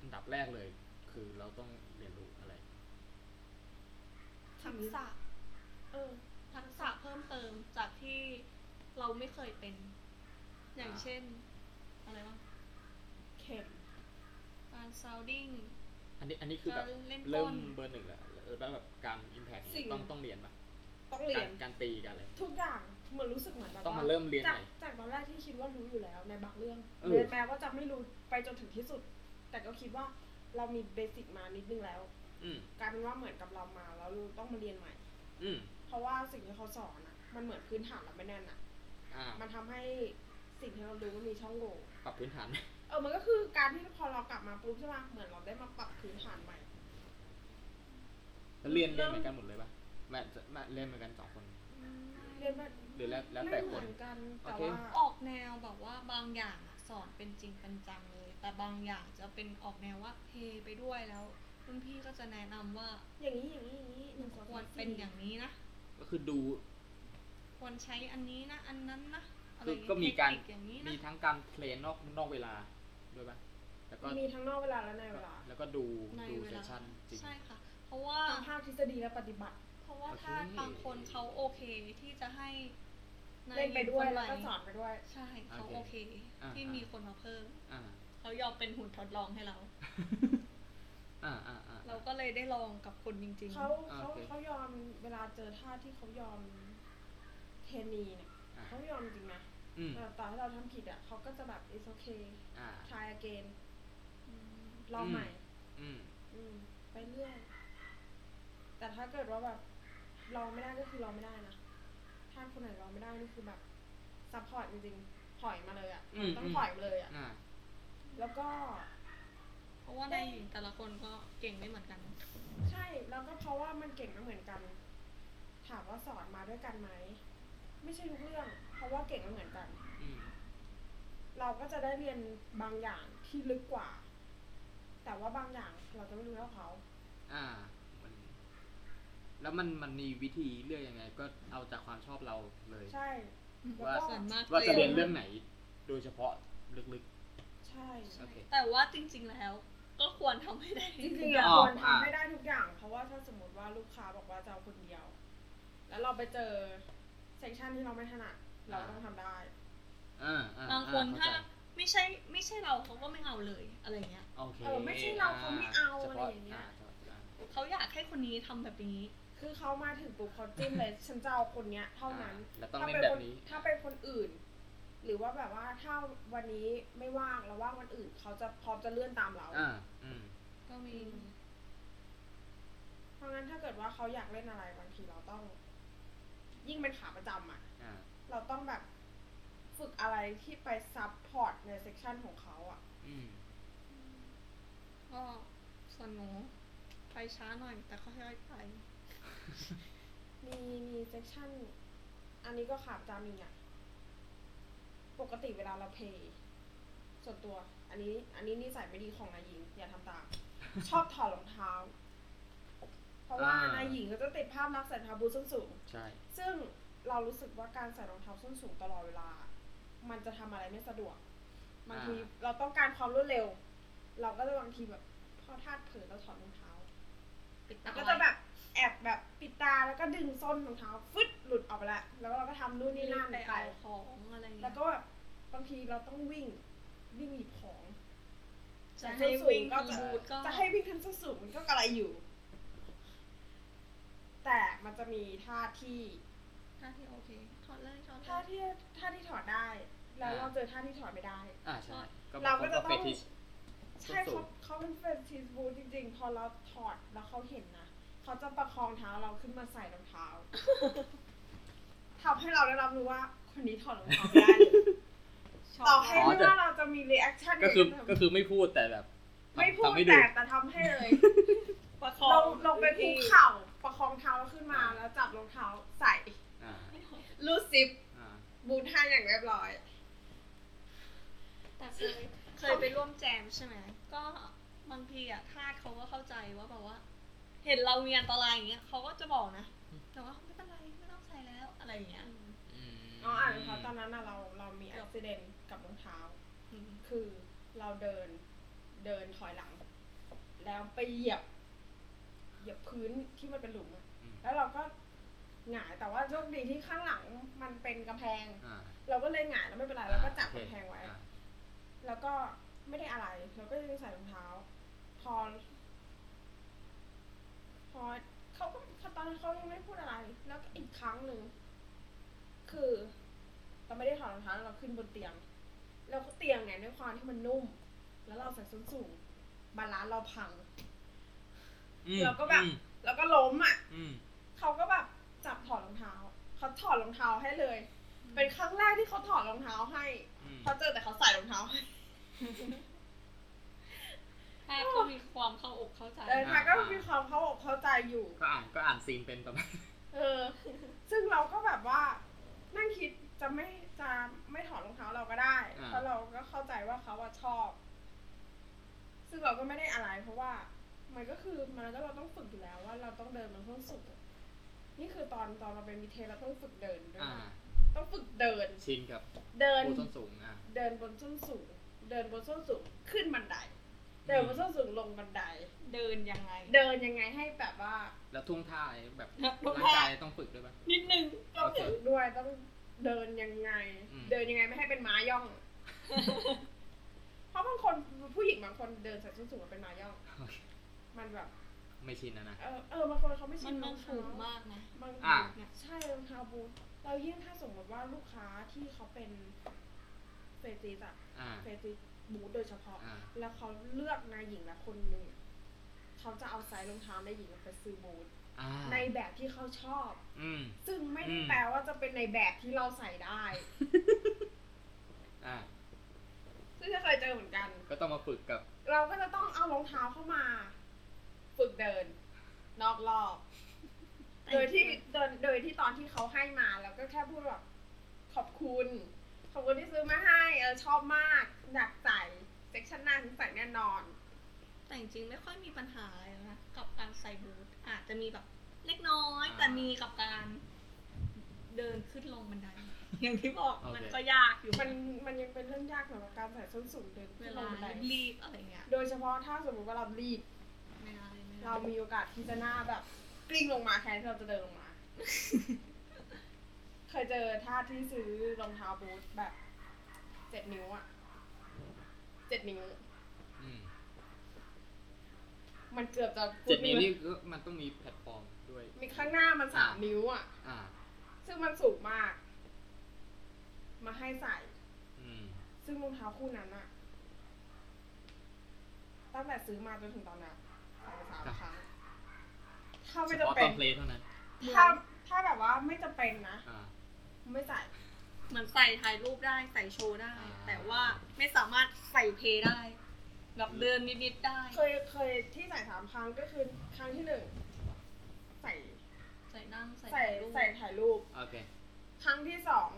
Speaker 1: อันดับแรกเลย คือเราต้องเรียนรู้อะไร
Speaker 3: ทักษะเออทักษะเพิ่มเติมจากที่เราไม่เคยเป็น อย่าง
Speaker 1: อ่า
Speaker 3: เช่น อะไรบ้าง
Speaker 2: เข็ม
Speaker 3: การซาวดิ้ง
Speaker 1: อันนี้อันนี้คือแบบ
Speaker 3: การเล่น
Speaker 1: เริ่ม
Speaker 3: ต้น
Speaker 1: เบอร์หนึ่งแล้วแล้วแบบการอิมแพค
Speaker 3: สิ่ง
Speaker 1: ต้องต้องเรียนปะ
Speaker 2: ต้องเรี
Speaker 1: กาย ร
Speaker 2: น
Speaker 1: การตีกันอะไร
Speaker 2: ทุกอย่างเหมือนรู้สึกเหมือนแบบ
Speaker 1: ต้องมา
Speaker 2: ว่า
Speaker 1: เริ่มเรียน
Speaker 2: จาก
Speaker 1: ใหม่
Speaker 2: จากตอนแรกที่คิดว่ารู้อยู่แล้วในบางเรื่อง
Speaker 1: เออ
Speaker 2: เลยแม้ว่าจะไม่รู้ไปจนถึงที่สุด แต่ก็คิดว่าเรามีเบสิกมานิดนึงแล้ว
Speaker 1: อืม
Speaker 2: กลายเป็นว่าเหมือนกับเรามาแล้วเราต้องมาเรียนใหม่
Speaker 1: อืม
Speaker 2: เพราะว่าสิ่งที่เขาสอนอ่ะ มันเหมือนพื้นฐานเราไม่แน่นอ่ะ
Speaker 1: อ่า
Speaker 2: มันทำให้สิ่งที่เรารู้มันมีช่องโหว่
Speaker 1: ปรับพื้นฐาน
Speaker 2: เออ มันก็คือการที่พอเรากลับมาปุ๊บใช่ป่ะ เหมือนเราได้มาปรับพื้นฐานใหม่
Speaker 1: แล้วเรียน
Speaker 2: เริ่
Speaker 1: เรียนเห
Speaker 2: ม
Speaker 1: มือนกันหมดเลยปะแม่แม่เรียนเหมือนกันสองคน
Speaker 2: เรียนแบบ
Speaker 1: หรือแล้วแล้ว
Speaker 2: ไม่
Speaker 1: แต่
Speaker 2: เห
Speaker 1: ค
Speaker 2: มื
Speaker 1: น
Speaker 2: อนกัน
Speaker 1: โอ
Speaker 2: แต่
Speaker 1: เค
Speaker 2: ว่า
Speaker 3: ออกแนวแบบว่าบางอย่างอะสอนเป็นจริงเป็นจังเลย แต่บางอย่างจะเป็นออกแนวว่าเพลย์ไปด้วยแล้วรุ่นพี่ก็จะแนะนำว่า
Speaker 2: อย่างนี้อย่างนี้อย่างนี้หนึ่งสอง
Speaker 3: คว
Speaker 2: สาร มสี่
Speaker 3: เป็นอย่างนี้นะ
Speaker 1: ก็คือดู
Speaker 3: ควรใช้อันนี้นะ อันนั้นนะอะไร
Speaker 1: คือ
Speaker 3: อย่างเงี้
Speaker 1: ก็
Speaker 3: ย
Speaker 1: มีการ
Speaker 3: เทคนิคอย่างนี้นะ
Speaker 1: มีทั้งการเพลนนอกนอกเวลาด้วยปะแล้วก็
Speaker 2: มีทั้งนอกเวลาและในเวลา
Speaker 1: แล้วก็ดู
Speaker 3: ใน
Speaker 1: ดู
Speaker 3: เว
Speaker 1: เซ
Speaker 3: ลา
Speaker 1: สชั่นจริง
Speaker 3: ใช่ค่ะ เพราะว่า
Speaker 2: ทั้งภาคทฤษฎีและปฏิบัติ
Speaker 3: เพราะว่าถ้า
Speaker 1: โอเค
Speaker 3: บางคนเขาโอเคที่จะให้
Speaker 2: เล่นไปด้วยแล้ว
Speaker 3: ให
Speaker 2: ก็
Speaker 3: ม่
Speaker 2: สอนไปด้วย
Speaker 3: ใช่เขาโอเค
Speaker 1: อ่า
Speaker 3: ที่
Speaker 1: อ่ามี
Speaker 3: มีคนมาเพิ่ม
Speaker 1: อ่า
Speaker 3: เขายอมเป็นหุ่นทดลองให้เรา
Speaker 1: อ่าอ่าอ่า
Speaker 3: เราก็เลยได้ลองกับคนจริง
Speaker 2: เขา
Speaker 1: อ่า
Speaker 2: เขา
Speaker 1: โอเค
Speaker 2: เขายอมเวลาเจอท่าที่เขายอมเทรนนีเนี่ย
Speaker 1: อ่า
Speaker 2: เขายอมจริงนะ
Speaker 1: อืม
Speaker 2: แต่ต่อให้เราทำผิดอ่ะเขาก็จะแบบ it's okay
Speaker 1: อ่า
Speaker 2: try again ลองใหม่
Speaker 1: อืม อืม
Speaker 2: อืมไปเรื่อย แต่ถ้าเกิดว่าแบบลองไม่ได้ก็คือลองไม่ได้นะ ถ้าคนไหนลองไม่ได้นี่คือแบบซัพพอร์ตจริงๆถอยมาเลยอะ่ะ
Speaker 1: อืม
Speaker 2: ต้องถอยมาเลยอะ่ะ
Speaker 1: อ่า
Speaker 2: แล้วก็
Speaker 3: ๆ เพราะว่านายหญิงแต่ละคนก็เก่งไม่เหมือนกัน
Speaker 2: ใช่ แล้วก็เพราะว่ามันเก่งไม่เหมือนกัน ถามว่าสอนมาด้วยกันไหม ไม่ใช่ทุกเรื่อง เพราะว่าเก่งไม่เหมือนกัน
Speaker 1: อืม
Speaker 2: เราก็จะได้เรียนบางอย่างที่ลึกกว่า แต่ว่าบางอย่างเราจะไม่รู้เท่าเขา
Speaker 1: อ่ามันแล้วมันมันมีวิธีเลือกยังไง ก็เอาจากความชอบเราเลย
Speaker 2: ใช่ แล้ว
Speaker 1: ว่า
Speaker 2: ก็
Speaker 3: ส่วนมาก
Speaker 1: ว่าจะ
Speaker 3: เรี
Speaker 1: เรี
Speaker 3: ย
Speaker 1: ย
Speaker 3: น
Speaker 1: นเรื่องไหน โดยเฉพาะลึก
Speaker 2: ใช่
Speaker 1: ๆโอเค
Speaker 3: แต่ว่าจริง ๆ แล้ว ก็ควรทำให้ได้
Speaker 2: จริงๆอะ
Speaker 1: อ๋อ
Speaker 2: ควร
Speaker 1: อ่า
Speaker 2: ทำให้ได้ทุกอย่าง เพราะว่าถ้าสมมติว่าลูกค้าบอกว่าจะเอาคนเดียว แล้วเราไปเจอเซกชันที่เราไม่ถนัดเราต้องทำได้
Speaker 1: อ่าอ่
Speaker 3: บางคน
Speaker 1: เข้
Speaker 3: ถ้า
Speaker 1: ใจ
Speaker 3: ไม่ใช่ไม่ใช่เราเขาก็ไม่เอาเลยอะไรเงี้ย
Speaker 1: โอเค
Speaker 2: เออไม่ใช่เราเขาไม่เอา
Speaker 1: ฉพ
Speaker 2: อะไรอย่างเงี้ย
Speaker 1: ฉพาะอ่า
Speaker 3: เขาอยากให้คนนี้ทำแบบนี้
Speaker 2: คือเขามาถึงปุ๊บเขาจิ้มเลย ฉันจะเอาคนเนี้ย เท่านั้น
Speaker 1: แล้วต้อง
Speaker 2: ถ้า
Speaker 1: เล่น
Speaker 2: เป็น
Speaker 1: แบ
Speaker 2: ค
Speaker 1: บ
Speaker 2: น
Speaker 1: นี้
Speaker 2: ถ้าเป็นคนอื่น หรือว่าแบบว่าถ้าวันนี้ไม่ว่างเราว่างวันอื่น เขาจะพร้อมจะเลื่อนตามเรา
Speaker 1: อ่าอืม
Speaker 3: ก็มี
Speaker 2: เพราะงั้นถ้าเกิดว่าเขาอยากเล่นอะไรบางทีเราต้อง ยิ่งเป็นขาประจำอ่ะ
Speaker 1: อ่า
Speaker 2: เราต้องแบบฝึกอะไรที่ไปซับพอร์ตในเซกชันของเขาอ่ะ
Speaker 1: อืม
Speaker 3: ก็ส่วนหนูไปช้าหน่อย แต่ค่อยๆไป
Speaker 2: มีมีเซกชันอันนี้ก็ขาประจำอีกอย่างปกติเวลาเราเพย์ส่วนตัว อันนี้ อันนี้นิสัยไม่ดีของนายหญิง อย่าทำต าม ชอบถอดรองเท้า เพราะว่านายหญิงก็จะติดภาพลักษณ์ใส่รองเท้าบูทส้นสูง
Speaker 1: ใช่
Speaker 2: ซึ่งเรารู้สึกว่าการใส่รองเท้าส้นสูงตลอดเวลา มันจะทำอะไรไม่สะดวก บางทีเราต้องการความรวดเร็ว เราก็จะบางทีแบบพอทาดเผลอเราถอดรองเท้า
Speaker 3: ปิดตา
Speaker 2: ก็จะแบบแอบแบบปิดตาแล้วก็ดึงส้นรองเท้าฟึดหลุดออกไปละแล้วเราก็ทำนู่นนี่นั่น
Speaker 3: ไป
Speaker 2: ไป
Speaker 3: เอาของอะไรเงี้ย
Speaker 2: แล้วก็แบบบางทีเราต้องวิ่งวิ่งหยิบของ
Speaker 3: จะให้วิ่งทั้งบูธก็
Speaker 2: จะให้วิ่งทันส้นสูงมันก็กระไรอยู่ แต่มันจะมีท่าที่
Speaker 3: ท่าที่โอเคถอดเลยถอด
Speaker 2: ท่า
Speaker 3: เลย
Speaker 2: ที่ท่าที่ถอดได้ แล้วเราเจอท่าที่ถอดไม่ได้
Speaker 1: อ่าใช่
Speaker 2: เราก็จะ
Speaker 1: เป็น
Speaker 2: ต้อง
Speaker 1: ทิชส้
Speaker 2: ใช่
Speaker 1: นสูง
Speaker 2: เขาเขาเป็นเฟรนชีสบูทจริงๆ พอเราถอดแล้วเขาเห็นนะเขาจะประคองเท้าเราขึ้นมาใส่รองเท้า ทำให้เราได้รับรู้ว่า คนนี้ถอดรองเท้าไม่ได้เลย ต่อให้ไม่ว่าเราจะมีรีแอคชั่น
Speaker 1: ก็คือก็คือไม่พูดแต่แบบ
Speaker 2: ไม่พูด
Speaker 1: ทำให้ดู
Speaker 2: แต่แต่ทำให้เลย
Speaker 3: ประคอง
Speaker 2: ลงลงไปคุกเข่าประคองเท้าขึ้นมาแล้วจับรองเท้าใส่
Speaker 1: อ่า
Speaker 2: รูดซิป
Speaker 1: อ่า
Speaker 2: บูทให้อย่างเรียบร้อย
Speaker 3: แต่เคยเคยไปร่วมแจมใช่ไหมก็บางทีอะทาสเขาก็เข้าใจว่าแบบว่า เห็นเรามีอันตรายอย่างเงี้ยเขาก็จะบอกนะ
Speaker 1: อืม
Speaker 3: แต่ว่าไม่เป็นไรไม่ต้องใส่แล้วอะไรอย่างเงี้ย
Speaker 1: ม
Speaker 2: อ๋ออ่านเขาตอนนั้นน่ะเราเรามีอุบิเหตุกับรองเท้า
Speaker 3: อืม
Speaker 2: คือเราเดินเดินถอยหลัง แล้วไปเหยียบ เหยียบพื้นที่มันเป็นหลุมอะ
Speaker 1: อืม
Speaker 2: แล้วเราก็หงายแต่ว่าโชคดีที่ข้างหลังมันเป็นกำแพง
Speaker 1: อ่า
Speaker 2: เราก็เลยหงายแล้วไม่เป็นไรเราก็จับ
Speaker 1: โอค
Speaker 2: กำแพงไว้
Speaker 1: อ่า
Speaker 2: แล้วก็ไม่ได้อะไร เราก็ยังใส่รองเท้า พอ พอเขาก็ตอนนั้นเขายังไม่พูดอะไร แล้วก็อีกครั้งหนึ่งคือเราไม่ได้ถอดรองเท้าแล้วเราขึ้นบนเตียง แล้วก็เตียงเนี่ยด้วยความที่มันนุ่ม แล้วเราใส่ส้นสูงบาลานซ์เราพัง
Speaker 1: อืม
Speaker 2: เราก็แบบ แล้วก็ล้มอ่ะ
Speaker 1: อืม
Speaker 2: เขาก็แบบจับถอดรองเท้า เขาถอดรองเท้าให้เลย เป็นครั้งแรกที่เขาถอดรองเท้าให้
Speaker 1: อืม
Speaker 2: เขาเจอแต่เขาใส่รองเท้าให้
Speaker 3: ทาสก็มีความเข้าอกเข้าใจ
Speaker 2: เออค่ะก็มีความเข้าอกเข้าใจอยู่
Speaker 1: ก็อ่านก็อ่านซีนเป็นประมาณ
Speaker 2: เออ ซึ่งเราก็แบบว่านั่งคิดจะไม่จะไม่ถอดรองเท้าเราก็ได้
Speaker 1: อ่า
Speaker 2: เพราะเราก็เข้าใจว่าเขาอะชอบ ซึ่งเราก็ไม่ได้อะไร เพราะว่า มันก็คือมันก็เราต้องฝึกอยู่แล้วว่าเราต้องเดินมันต้องสุด นี่คือตอนตอนเราเป็นมิเทเราต้องฝึกเดินด้วย
Speaker 1: อ่า
Speaker 2: นะต้องฝึกเดิน
Speaker 1: ชินกับ
Speaker 2: เดิน
Speaker 1: ผู้ต้นสูงอ่า
Speaker 2: เดินบนส้นสูง เดินบนส้นสูงขึ้นบันได เดินบนส้นสูงลงบันได
Speaker 3: เดินยังไง
Speaker 2: เดินยังไงให้แบบว่า
Speaker 1: แล้วท่วงท่าอะไรแบบ
Speaker 3: ท่วง
Speaker 1: ร่าง
Speaker 3: ท่า
Speaker 1: กายต้องฝึกด้วยป่ะ
Speaker 3: นิดนึง
Speaker 2: ต้องฝึกด้วยต้องเดินยังไง
Speaker 1: อืม
Speaker 2: เดินยังไงไม่ให้เป็นม้าย่อง เพราะบางคนผู้หญิงบางคนเดินใส่ส้นสูงเป็นม้าย่อง
Speaker 1: โอเค
Speaker 2: มันแบบ
Speaker 1: ไม่ชินนะนะ
Speaker 2: เออเออบางคนเขาไม่ชิ
Speaker 3: มัน
Speaker 2: น
Speaker 3: มัน
Speaker 2: เท้
Speaker 3: ถูกมากนะ
Speaker 2: บาง
Speaker 1: อ่ะ
Speaker 2: เนี่ยใช่รองเท้าบูทเรายิ่งถ้าสมมติว่าลูกค้าที่เขาเป็นเฟติสอะ
Speaker 1: อ่า
Speaker 2: เฟติสบูทโดยเฉพาะ
Speaker 1: อ่า
Speaker 2: แล้วเขาเลือกนายหญิงละคนหนึ่งอะเขาจะเอาไซส์รองเท้านายหญิงไปซื้อบูท
Speaker 1: อ่า
Speaker 2: ในแบบที่เขาชอบ
Speaker 1: อืม
Speaker 2: ซึ่งไม่ได้
Speaker 1: อืม
Speaker 2: แปลว่าจะเป็นในแบบที่เราใส่ได้
Speaker 1: อ่า
Speaker 2: ซึ่งก็เคยเจอเหมือนกัน
Speaker 1: ก็ต้องมาฝึกกับ
Speaker 2: เราก็จะต้องเอารองเท้าเข้ามา ฝึกเดิน นอกรอบ โดยที่โดยโดยที่ตอนที่เขาให้มาเราก็แค่พูดแบบขอบคุณ ขอบคุณที่ซื้อมาให้เออชอบมากอยากใส่เซ็กชันหน้าฉันใส่แน่นอน
Speaker 3: แต่จริงๆไม่ค่อยมีปัญหาเลยนะกับการใส่บูทอาจจะมีแบบเล็กน้อยแต่มีกับการเดินขึ้นลงบันได อย่างที่บอก
Speaker 1: โอเค
Speaker 3: มันก็ยากอยู่
Speaker 2: มันมันยังเป็นเรื่องยากสำหรับการใส่ส้นสูงเดิน
Speaker 3: เว
Speaker 2: ขึ้นล
Speaker 3: ลาง
Speaker 2: บันได
Speaker 3: รีบๆอะไรเงี้ย
Speaker 2: โดยเฉพาะถ้าสมมติว่าเรารีบ
Speaker 3: ไม่ได้ไม่ได้
Speaker 2: เรามีโอกาสที่จะหน้าแบบกลิ้งลงมาแทนที่เราจะเดินลงมา เคยเจอท่าที่ซื้อรองเท้าบูทแบบเจ็ดนิ้วอะเจ็ดนิ้ว
Speaker 1: อืม
Speaker 2: มันเกือบจะ
Speaker 1: เจ็ดนิ้วนี่ก็มันต้องมีแพลตฟอร์มด้วย
Speaker 2: มีข้างหน้ามันสามนิ้วอะ
Speaker 1: อ่า
Speaker 2: ซึ่งมันสูงมาก มาให้ใส่
Speaker 1: อืม
Speaker 2: ซึ่งรองเท้าคู่นั้นอะตั้งแต่ซื้อมาจนถึงตอนเนี้ยใส่ไปสามครั้งถ้า
Speaker 1: เฉ
Speaker 2: ไม่จะ
Speaker 1: พาะต
Speaker 2: เป็
Speaker 1: อน
Speaker 2: น
Speaker 1: เพลย์เท่านั้น
Speaker 2: ถ้าถ้าแบบว่าไม่จะเป็นนะ
Speaker 1: อ่า
Speaker 2: ไม่ใส่
Speaker 3: เหมือนใส่ถ่ายรูปได้ใส่โชว์ได้
Speaker 1: อ่า
Speaker 3: แต่ว่าไม่สามารถใส่เพลย์ได้แบบเดินนิดๆได้
Speaker 2: เคยเคยที่ใส่สามครั้งก็คือครั้งที่หนึ่งใส่
Speaker 3: ใส่นั่งใส่
Speaker 2: ใส่
Speaker 3: ถ่ายรูป
Speaker 2: ใส่ถ่ายรูป
Speaker 1: โอเค
Speaker 2: ครั้งที่สอง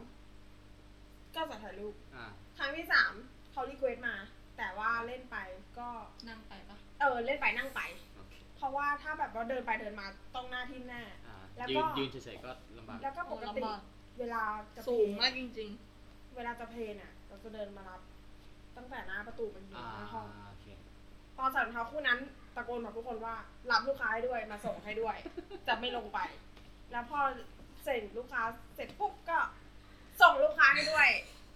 Speaker 2: ก็ใส่ถ่ายรูป
Speaker 1: อ่า
Speaker 2: ครั้งที่สามเขารีเควสมา แต่ว่าเล่นไปก็
Speaker 3: นั่งไปปะ
Speaker 2: เออเล่นไปนั่งไป
Speaker 1: โอเค
Speaker 2: เพราะว่าถ้าแบบว่าเดินไปเดินมาต้องหน้าที่แน่
Speaker 1: อ่า
Speaker 2: แล้ว
Speaker 1: ยื
Speaker 2: ก็
Speaker 1: นยืนเฉยๆก็ลำบาก
Speaker 2: แล้วก็ป
Speaker 3: โอ้
Speaker 2: กติ
Speaker 3: ลำบาก
Speaker 2: เวลาจะเพล
Speaker 3: สูง
Speaker 2: น
Speaker 3: มากจริง
Speaker 2: เวลาจะเพลนอ่ะ เราจะเดินมารับ ตั้งแต่หน้าประตูมันอยู่
Speaker 1: อ่า
Speaker 2: หน้าห้อง
Speaker 1: โอเค
Speaker 2: ตอนใส่รองเท้าคู่นั้น ตะโกนบอกทุกคนว่ารับลูกค้าให้ด้วยมาส่งให้ด้วย จะไม่ลงไป แล้วพอเสร็จลูกค้าเสร็จปุ๊บก็ ส่งลูกค้าให้ด้วย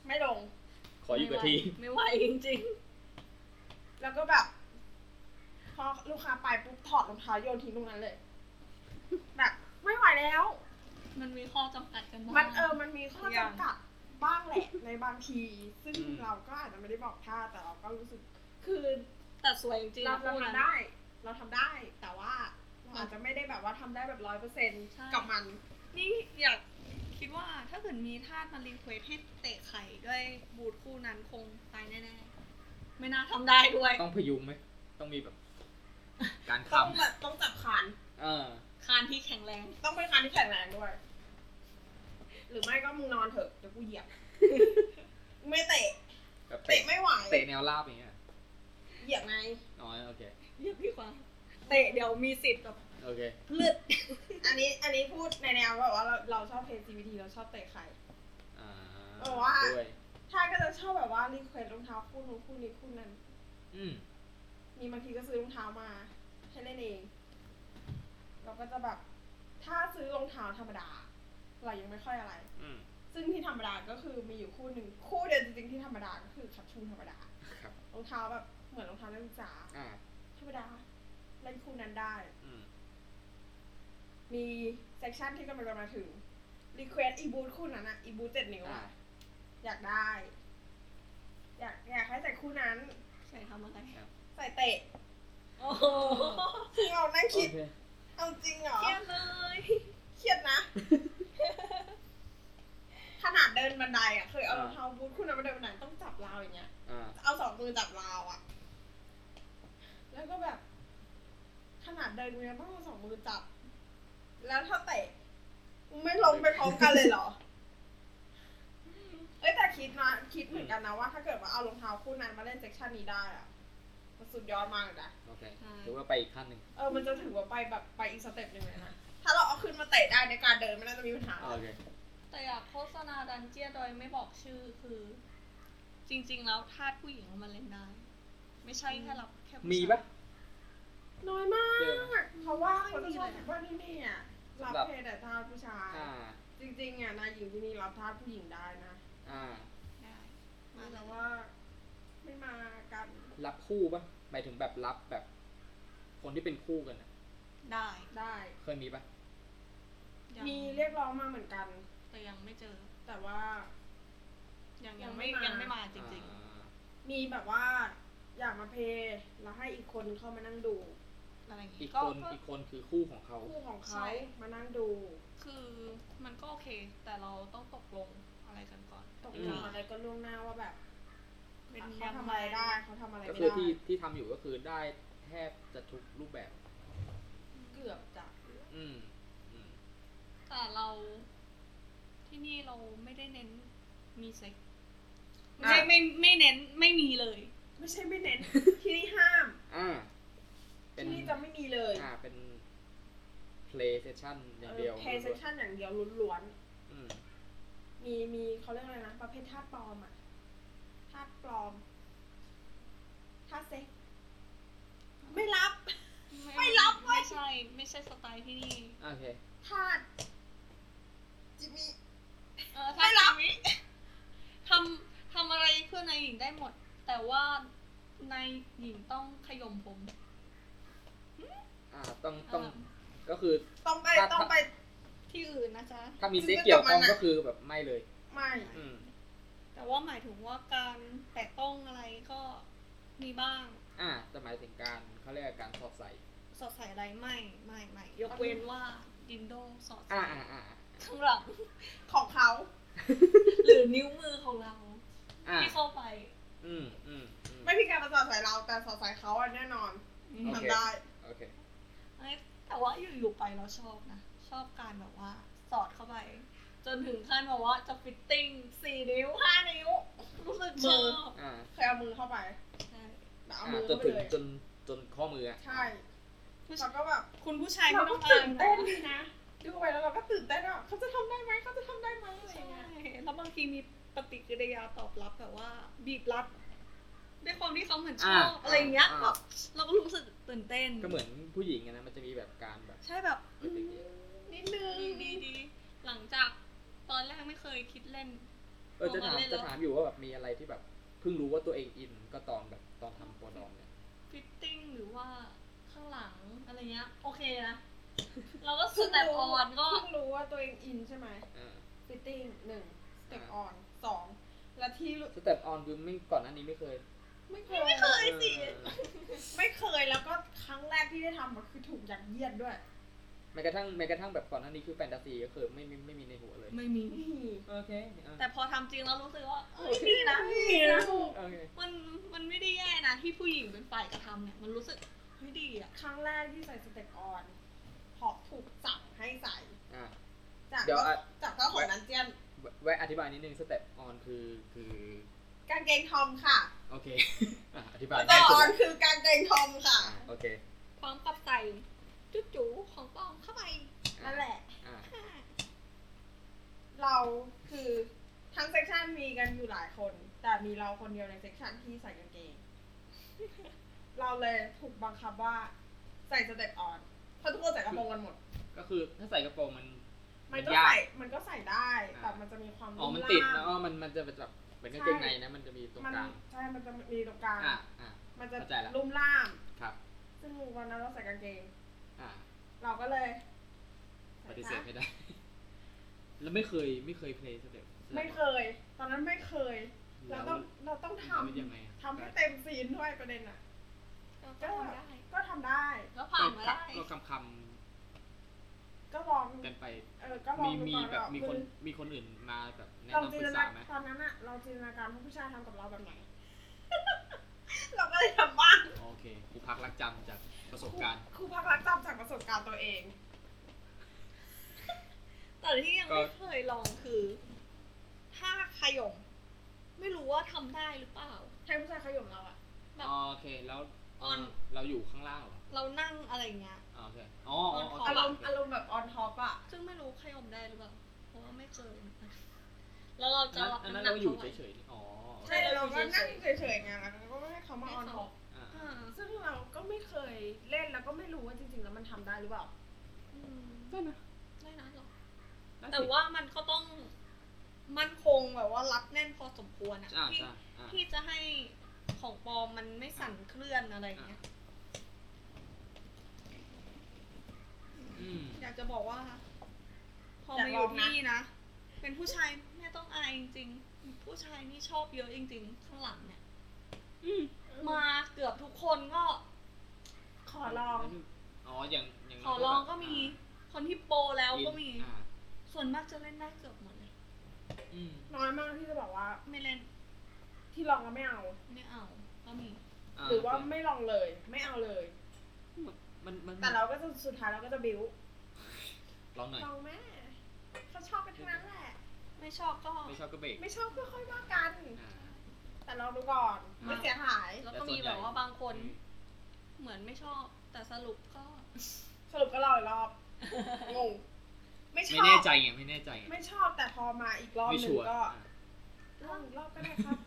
Speaker 2: ไม่ลง
Speaker 3: ๆ
Speaker 1: ขออยู่กับที่
Speaker 3: ไม่ไหวจริง
Speaker 2: แล้วก็แบบ พอลูกค้าไปปุ๊บถอดรองเท้าโยนทิ้งตรงนั้นเลย แบบไม่ไหวแล้ว
Speaker 3: ๆ มันมีข้อจำกัดกันบ้าง
Speaker 2: มันเออ มันมีข้อ
Speaker 3: อย่าง
Speaker 2: จำกัดบ้างแหละ ในบางที ซึ่ง
Speaker 1: อืม
Speaker 2: เราก็อาจจะไม่ได้บอกท่าแต่เราก็รู้สึก คือ
Speaker 3: แต่สวยจริงๆ
Speaker 2: เรา
Speaker 3: นะ
Speaker 2: เรา
Speaker 3: คู่นั้น
Speaker 2: ทำได้ เราทำได้ แต่ว่าเราอาจจะไม่ได้แบบว่าทำได้แบบร้อยเปอร์เซ็นต์
Speaker 3: ใช่
Speaker 2: กับมัน
Speaker 3: นี่อยากคิดว่าถ้าเกิดมีทาสมารีเควสให้เตะไข่ด้วยบูทคู่นั้นคงตายแน่ ๆ ไม่น่าทำได้ด้วย
Speaker 1: ต้องพยุงไหม ต้องมีแบบ การค
Speaker 2: ต้องแบบต้องจับคาน
Speaker 1: ำเออ
Speaker 3: คานที่แข็งแรง
Speaker 2: ต้องเป็นคานที่แข็งแรงด้วย หรือไม่ก็มึงนอนเถอะเดี๋ยวกูเหยียบ ไม่เตะ
Speaker 1: แบบ
Speaker 2: เตะ
Speaker 1: เตะ
Speaker 2: ไม่ไหว
Speaker 1: เตะแนวราบอย่างเงี้ย
Speaker 2: เหยียบไง
Speaker 1: น้อยโอเค
Speaker 3: เรียกพี่กว่าเตะเดี๋ยวมีสิทธิ์แบบ
Speaker 1: โอเค
Speaker 3: เลือด
Speaker 2: อันนี้อันนี้พูดในแนวแบบว่าเราเราชอบเพลย์ GBT เราชอบเตะใคร
Speaker 1: อ่า
Speaker 2: เออว่า
Speaker 1: ด้วย
Speaker 2: ท่านก็จะชอบแบบว่ารีเควสรองเท้าคู่นู้นคู่นี้คู่นั้น
Speaker 1: อืม
Speaker 2: มีบางทีก็ซื้อรองเท้ามาให้เล่นเอง เราก็จะแบบ ถ้าซื้อรองเท้าธรรมดา เรายังไม่ค่อยอะไร
Speaker 1: อืม
Speaker 2: ซึ่งที่ธรรมดาก็คือมีอยู่คู่หนึ่งคู่เดียวจริงๆที่ธรรมดาก็คือคับชูนธรรมดา
Speaker 1: ครับ
Speaker 2: รองเท้าแบบเหมือนรองเท้านักศึกษา
Speaker 1: อ่า
Speaker 2: ธรรมดาเล่นคู่นั้นได้
Speaker 1: อืม
Speaker 2: มีเซกชันที่กำลังจะมาถึงรีเควสอีบูทคู่นั้นอะอีบูทเจ็ดนิ้ว
Speaker 1: อ่า
Speaker 2: อะอยากได้ อยากอยากให้ใส่คู่นั้น
Speaker 3: ใส่ทำอะไร
Speaker 2: ใส่เตะ
Speaker 3: โอ้โห
Speaker 2: ซึ่งเรานั่ง
Speaker 1: โอ
Speaker 2: คิด
Speaker 1: เค
Speaker 2: เอาจริงเหรอ
Speaker 3: เยี่ยมเลย
Speaker 2: เครียดนะ ขนาดเดินบันไดอ่ะ เคยเอารองเท้าบูทคุณเอามาเดินบันไดต้องจับราวอย่างเงี้ย
Speaker 1: อ่า
Speaker 2: เอาสองมือจับราวอ่ะ แล้วก็แบบ ขนาดเดินกูยังต้องเอาสองมือจับ แล้วถ้าเตะมึงไม่ลงไปพร้อมกันเลยเหรอ เอ้ยแต่คิดนะ คิดเหมือนกันนะว่า ถ้าเกิดว่าเอารองเท้าคู่นั้นมาเล่นเซกชันนี้ได้อ่ะ มันสุดยอดมากเลยนะ
Speaker 1: โอเค ถือว่าไปอีกขั้นหนึ่ง
Speaker 2: เออ มันจะถือว่าไปแบบไปอีกสเต็ปหนึ่งเลยนะ ถ้าเราเอาขึ้นมาเตะได้ในการเดินไม่น่าจะมีปัญหา
Speaker 1: อ่าโอเค
Speaker 3: แต่อยากโฆษณาดันเจียโดยไม่บอกชื่อคือ จริง ๆ แล้วทาสผู้หญิงเอามาเล่นได้ ไม่ใช่แค่รับแค่ผู้ชาย
Speaker 1: มีปะ
Speaker 2: น้อยมาก
Speaker 1: เยอะไหม
Speaker 2: เพราะว่า
Speaker 3: ไม่
Speaker 2: เขา
Speaker 3: มี
Speaker 2: จะชอบ
Speaker 3: เลยอะ
Speaker 2: ว่าที่นี่อ่ะรับ
Speaker 1: แบบ
Speaker 2: เพศแต่ทาสผู้ชาย
Speaker 1: อ่า
Speaker 2: จริงๆอ่ะนายหญิงที่นี่รับทาสผู้หญิงได้นะ
Speaker 1: อ่า
Speaker 3: ได้มาแล้
Speaker 2: แต่
Speaker 3: วว่า
Speaker 2: ว่าไม่มากัน
Speaker 1: รับคู่ปะหมายถึงแบบรับแบบ คนที่เป็นคู่กันอะ
Speaker 3: ได้
Speaker 2: ได้
Speaker 1: เคยมีปะ
Speaker 3: ยัง
Speaker 2: มีเรียกร้องมาเหมือนกัน
Speaker 3: แต่ยังไม่เจอ
Speaker 2: แต่ว่า
Speaker 3: ยัง
Speaker 2: ยั
Speaker 3: ยัง ง
Speaker 2: ไม่
Speaker 3: ไม่
Speaker 2: มายั
Speaker 3: ยังไม่มาจริง
Speaker 1: อ่า
Speaker 2: มีแบบว่า อยากมาเพย์แล้วให้อีกคนเข้ามานั่งดู
Speaker 3: ๆ อะไรอย่าง
Speaker 1: อี
Speaker 3: งี้
Speaker 1: ก
Speaker 3: ก็
Speaker 1: คน
Speaker 3: ก็
Speaker 1: อีกคนคือคู่ของเขา
Speaker 2: คู่ของ
Speaker 3: ใช่
Speaker 2: เขามานั่งดู
Speaker 3: คือมันก็โอเค แต่เราต้องตกลงอะไรกันก่อน
Speaker 2: ตก
Speaker 1: อื
Speaker 2: ล
Speaker 1: ม
Speaker 2: งอะไรก็ล่วงหน้าว่าแบบ
Speaker 3: เป็น
Speaker 2: อ่ะ
Speaker 3: ยัง
Speaker 2: เขาทำ
Speaker 3: ไง
Speaker 2: อะไรได้เขาทำอะไร
Speaker 1: ก็
Speaker 2: ไม่
Speaker 1: คือ
Speaker 2: ได้
Speaker 1: ที่ที่ทำอยู่ก็คือได้แทบจะทุกรูปแบบ
Speaker 2: เกือบจะ
Speaker 1: อืม อืม
Speaker 3: แต่เราที่นี่เราไม่ได้เน้นมีเซ็กซ์
Speaker 1: อ่ะ
Speaker 3: ไม่ไม่ไม่เน้นไม่มีเลย
Speaker 2: ไม่ใช่ไม่เน้น ที่นี่ห้าม
Speaker 1: อ่า เป็น
Speaker 2: ที่นี่จะไม่มีเลย
Speaker 1: อ่า เป็น play session อย่างเดียว
Speaker 2: เพย์เซชันอย่างเดียวล้วน
Speaker 1: อืม
Speaker 2: ๆ มีมีเขาเรียกอะไรนะ ประเภทธาตุปลอมอะธาตุปลอมธาตุเซ็กไม่รับ ไม่รับเว้ย
Speaker 3: ไม่ใช่ ไม่ใช่สไตล์ที่นี่
Speaker 1: โอเค
Speaker 2: ธาตุจิมี
Speaker 3: เออถ้าท ำทำทำอะไรเพื่อนายหญิงได้หมด แต่ว่านายหญิงต้องขยมผม
Speaker 1: อ่า ต้อง ต้อง
Speaker 3: อ่า
Speaker 1: ก็คือ
Speaker 2: ต้องไป
Speaker 1: ธาตุ
Speaker 2: ต้องไป
Speaker 3: ที่อื่นนะจ๊ะ
Speaker 1: ถ้ามี
Speaker 2: ซึ่
Speaker 1: เซ็ก
Speaker 2: ง
Speaker 1: เกี่ยวข้อง
Speaker 2: ก็จบมันอะ
Speaker 1: ก็คือแบบไม่เลย
Speaker 2: ไม่
Speaker 1: อืม
Speaker 3: แต่ว่าหมายถึงว่าการแตะต้องอะไรก็มีบ้าง
Speaker 1: อ่าแต่หมายถึงการเขาเรียกการสอดใส่
Speaker 3: สอดใส่อะไรไม่ไม่ไม่ยกเว้นว่าดินโดสอด
Speaker 1: อ่า
Speaker 3: ใส่
Speaker 1: อ่าอ่า
Speaker 3: ข้างหลัง
Speaker 2: ของเขา
Speaker 3: หรือนิ้วมือของเรา
Speaker 1: อ่า
Speaker 3: ที่เข้าไป
Speaker 1: อืมอืมอืม
Speaker 2: ไม่พิการประสาทสายเราแต่สอดสายเขาอะแน่นอน
Speaker 1: โอเค
Speaker 2: ทำได้
Speaker 1: โอเค
Speaker 3: เอ้ยแต่ว่าอยู่ๆไปเราชอบนะ ชอบการแบบว่า สอดเข้าไป จนถึงขั้นแบบว่าจะฟิตติ้งสี่นิ้วห้านิ้ว รู้สึกชอบ
Speaker 1: อ่า
Speaker 2: เคยเอามือเข้าไป
Speaker 3: ใช่
Speaker 2: แต่เอา
Speaker 1: อ่า
Speaker 2: มือ
Speaker 1: จ
Speaker 2: เข้าน
Speaker 1: ถึง
Speaker 2: ไปเลย
Speaker 1: จนจนข้อมืออะ
Speaker 2: ใช่
Speaker 3: ผู้ชา
Speaker 2: แล้
Speaker 3: ยว
Speaker 2: ก็แบบ
Speaker 3: คุณผู้ชายไม่
Speaker 2: เรา
Speaker 3: ต้องอา
Speaker 2: ก็ตื่
Speaker 3: ย
Speaker 2: น
Speaker 3: นะ
Speaker 2: เต้นดีนะดูไปแล้วเราก็ตื่นเต้นว่าเขาจะทำได้ไหมเขาจะทำได้ไหมอะไรอ
Speaker 3: ใช่
Speaker 2: ย่างเงี้ย
Speaker 3: แล้วบางทีมีปฏิกิริยาตอบรับแบบว่า บีบรัดด้วยความที่เขาเหมือนชอบอะไรอย่างเงี้ยแบบเราก็รู้สึกตื่นเต้น
Speaker 1: ก็เหมือนผู้หญิงอะนะ มันจะมีแบบการแบบ
Speaker 3: ใช่แบบอืม
Speaker 2: นิดนึง
Speaker 3: ดีดีดีหลังจากตอนแรกไม่เคยคิดเล่น
Speaker 1: เออจะถาม
Speaker 3: ลงมาเล่นแล้ว
Speaker 1: จะถามอยู่ว่าแบบมีอะไรที่แบบเพิ่งรู้ว่าตัวเองอินก็ตอนแบบตอนทำโปรดอมเนี่ย
Speaker 3: ฟิตติ้งหรือว่าข้างหลังอะไรเงี้ย โอเคนะ เราก็สแตปออนก็
Speaker 2: เพิ่งรู้ว่าตัวเองอินใช่ไหม
Speaker 1: อ่า
Speaker 2: ฟิตติ้งหนึ่งสเต็ปออนสองและที่รู้
Speaker 1: สเต็ปออนคือไม่ก่อนหน้านี้ไม่เคย
Speaker 2: ไม่เคย
Speaker 3: ไม่เคย สิ
Speaker 1: เออ
Speaker 2: ไม่เคยแล้วก็ครั้งแรกที่ได้ทำมันคือถูกยัดเยียดด้วย
Speaker 1: แม้กระทั่งแม้กระทั่งแบบก่อนหน้านี้คือแฟนตาซีก็คือไม่ไม่ไม่มีในหัวเลย
Speaker 3: ไม่มี
Speaker 2: นี่
Speaker 1: โอเคอ่ะ
Speaker 3: แต่พอทำจริงแล้วรู้สึกว่าเอ้ยนี่นะ
Speaker 2: นี่นะ
Speaker 1: โอเค
Speaker 3: มันมันไม่ได้แย่นะที่ผู้หญิงเป็นฝ่ายกระทำเนี่ย มันรู้สึก
Speaker 2: เฮ้ยดีอะครั้งแรกที่ใส่สเต็ปออนพอถูกจับให้ใส่
Speaker 1: อ่ะ
Speaker 2: จาก
Speaker 1: เดี๋ยวอะ
Speaker 2: จากเจ้าของนั้นเจียน
Speaker 1: แวแวะอธิบายนิดนึงสเต็ปออนคือคือ
Speaker 2: กางเกงทอมค่ะ
Speaker 1: โอเค อ่ะอธิบาย
Speaker 2: สเต็
Speaker 1: ง่าย
Speaker 2: ปอ
Speaker 1: สุ
Speaker 2: อน
Speaker 1: ด
Speaker 2: คือกางเกงทอมค่ะ
Speaker 1: อ่ะโอเค
Speaker 3: พร้อมกับใส่จุ๊จูของปลอมเข้าไป
Speaker 1: อ่
Speaker 2: นั่นแหละ
Speaker 1: อ่ะ
Speaker 3: ค่ะ
Speaker 2: เราคือทั้งเซกชันมีกันอยู่หลายคน แต่มีเราคนเดียวในเซกชันที่ใส่กางเกง เราเลยถูกบังคับว่าใส่สเต็ปออนเพราะทุกคนใส่กระโปรงกันหมด
Speaker 1: ก็คือถ้าใส่กระโปรงมัน
Speaker 2: มันก็
Speaker 1: ยาก
Speaker 2: ใส่มันก็ใส่ได้
Speaker 1: อ่า
Speaker 2: แต่มันจะมีความ
Speaker 1: อ๋อมัน
Speaker 2: รูปร่าง
Speaker 1: ติดแล้วก็มันมันจะเป็นแบบเป็นกางเกงในนะมันจะมีตรง
Speaker 2: มัน
Speaker 1: กลาง
Speaker 2: ใช่มันจะมีตรงกลาง
Speaker 1: อ่ะอ่ะ
Speaker 2: มันจะ
Speaker 1: เข้าใจละ
Speaker 2: ลุ่มล่าม
Speaker 1: ครับ
Speaker 2: ซึ่งวันนั้นเราใส่กางเกง
Speaker 1: อ่ะ
Speaker 2: เราก็เลย
Speaker 1: ปฏิเสธ
Speaker 2: ใส่
Speaker 1: ไม่
Speaker 2: ซะ
Speaker 1: ได้ แล้วไม่เคยไม่เคยเพลย์สเต็ป
Speaker 2: ไม่เคย ตอนนั้นไม่เคย
Speaker 1: แล้
Speaker 2: เรา
Speaker 1: ว
Speaker 2: ต้องเราต้องท
Speaker 1: แล้วยังไงอะ
Speaker 2: ำทำให้เต็มซีนด้วยประเด็นอ่ะ
Speaker 3: ก็ทำได้
Speaker 2: ก็ทำได้
Speaker 3: ก็ผ่านมาได้
Speaker 1: ก็คำค
Speaker 2: ก็ลอง
Speaker 1: ำกันไป
Speaker 2: เออก็ลอง
Speaker 1: มีมี
Speaker 2: ดูก่อน
Speaker 1: แบบ
Speaker 2: ว่า
Speaker 1: มีคน
Speaker 2: อ
Speaker 1: มีคนอื่นมาแบบแนะ
Speaker 2: เรา
Speaker 1: นำป
Speaker 2: จิน
Speaker 1: รึ
Speaker 2: ต
Speaker 1: ก
Speaker 2: นา
Speaker 1: ษาไหม
Speaker 2: ตอนนั้นอะเราจินตนาการว่าผู้ชายทำกับเราแบบไหน เราก็เลยทำบ้าง
Speaker 1: โอเคครูพักรักจำจากประสบการณ์
Speaker 2: ครูพักรักจำจากประสบการณ์ตัวเอง
Speaker 3: แต่ที่ยังไม่เคยลองคือท่าขยม ไม่รู้ว่าทำได้หรือเปล่า
Speaker 2: ให้ผู้ชายขย่มเราอะ
Speaker 3: แบบ
Speaker 1: โอเคแล้ว
Speaker 3: ออน
Speaker 1: เราอยู่ข้างล่างเหรอ
Speaker 3: เรานั่งอะไรอย่างเงี้ย
Speaker 1: อ๋อโอเคอ๋ออ๋ออ๋อ
Speaker 2: อา
Speaker 1: อาร
Speaker 2: มณ์อารมณ์แบบออนท็อปอะ
Speaker 3: ซึ่งไม่รู้ขยมได้หรือเปล่า เพราะว่าไม่เคยเหมือนกันแล้วเราจะรับ
Speaker 1: อันนั้
Speaker 3: น้ำ
Speaker 1: น
Speaker 3: หนั
Speaker 1: เรา
Speaker 3: ก
Speaker 1: อยู่
Speaker 3: เท่าไหร่
Speaker 1: เฉยๆอ๋อโอเค
Speaker 2: ใช่เราก็นั่งเฉยๆไงแล้วก็ไม่ให้เขามาออนท็อป
Speaker 1: อ่า
Speaker 3: อ่า
Speaker 2: ซึ่งเราก็ไม่เคยเล่นแล้วก็ไม่รู้ว่าจริงๆ แล้วมันทำได้หรือเปล่า
Speaker 3: อืม
Speaker 1: ได้นะ
Speaker 3: ได้นะหรอ
Speaker 1: ได้สิ
Speaker 3: แต่ว่ามันก็ต้องมั่นคงแบบว่ารัดแน่นพอสมควรอะ
Speaker 1: อ่า
Speaker 3: ที่
Speaker 1: ใช่อ่า
Speaker 3: ที่จะให้ของปลอมมันไม่สั่นเคลื่อนอะไรอย่างเงี้ย
Speaker 1: อืม
Speaker 3: อยากจะบอกว่า พอ
Speaker 2: อยาก
Speaker 3: มาอ
Speaker 2: ลอยู่ งนะ
Speaker 3: ที่นี่นะ เป็นผู้ชายแม่ต้องอายจริงๆ ผู้ชายนี่ชอบเยอะจริง ๆ ข้างหลังเนี่ย มาเกือบทุกคนก็
Speaker 2: ขอลอง
Speaker 1: อ๋ออย่างอย่าง
Speaker 3: ขอลองก็มีคนที่โปรแล้วก็มี
Speaker 1: อ่า
Speaker 3: ส่วนมากจะเล่นได้เกือบหมดเลย
Speaker 1: อืม
Speaker 2: น้อยมากที่จะบอกว่า
Speaker 3: ไม่เล่น
Speaker 2: ที่ลองแล้วไม่เอา
Speaker 3: ไม่เอา ก็มี
Speaker 2: หรือว่าไม่ลองเลย ไม่เอาเลย
Speaker 1: มันมัน
Speaker 2: แต่เราก็จะสุดท้ายเราก็จะบิ้ว
Speaker 1: ลองหน่อย
Speaker 2: ลองแม่เขาชอบกันทั้งนั้นแหละ
Speaker 3: ไม่ชอบก็
Speaker 1: ไม่ชอบก็เบรก
Speaker 2: ไม่ชอบก็ค่อยว่ากัน
Speaker 1: อ่า
Speaker 2: แต่ลองดูก่อนไม่เสียหาย
Speaker 3: แล้วก็มีแบบว่าบางคน
Speaker 1: อืม
Speaker 3: เหมือนไม่ชอบ แต่สรุปก็
Speaker 2: สรุปก็ลองอีกร อบงงไม่ช
Speaker 1: ไม่
Speaker 2: อ
Speaker 1: แน่
Speaker 2: บ
Speaker 1: ใจไงไม่แน่ใจไง
Speaker 2: ไม่ชอบแต่พอมาอีกรอบ
Speaker 1: ไม่
Speaker 2: หนึ่
Speaker 1: ชั
Speaker 2: ง
Speaker 1: วร์
Speaker 2: ก็
Speaker 1: อ่ะ
Speaker 2: ลองอีกรอบก็ได้ครับ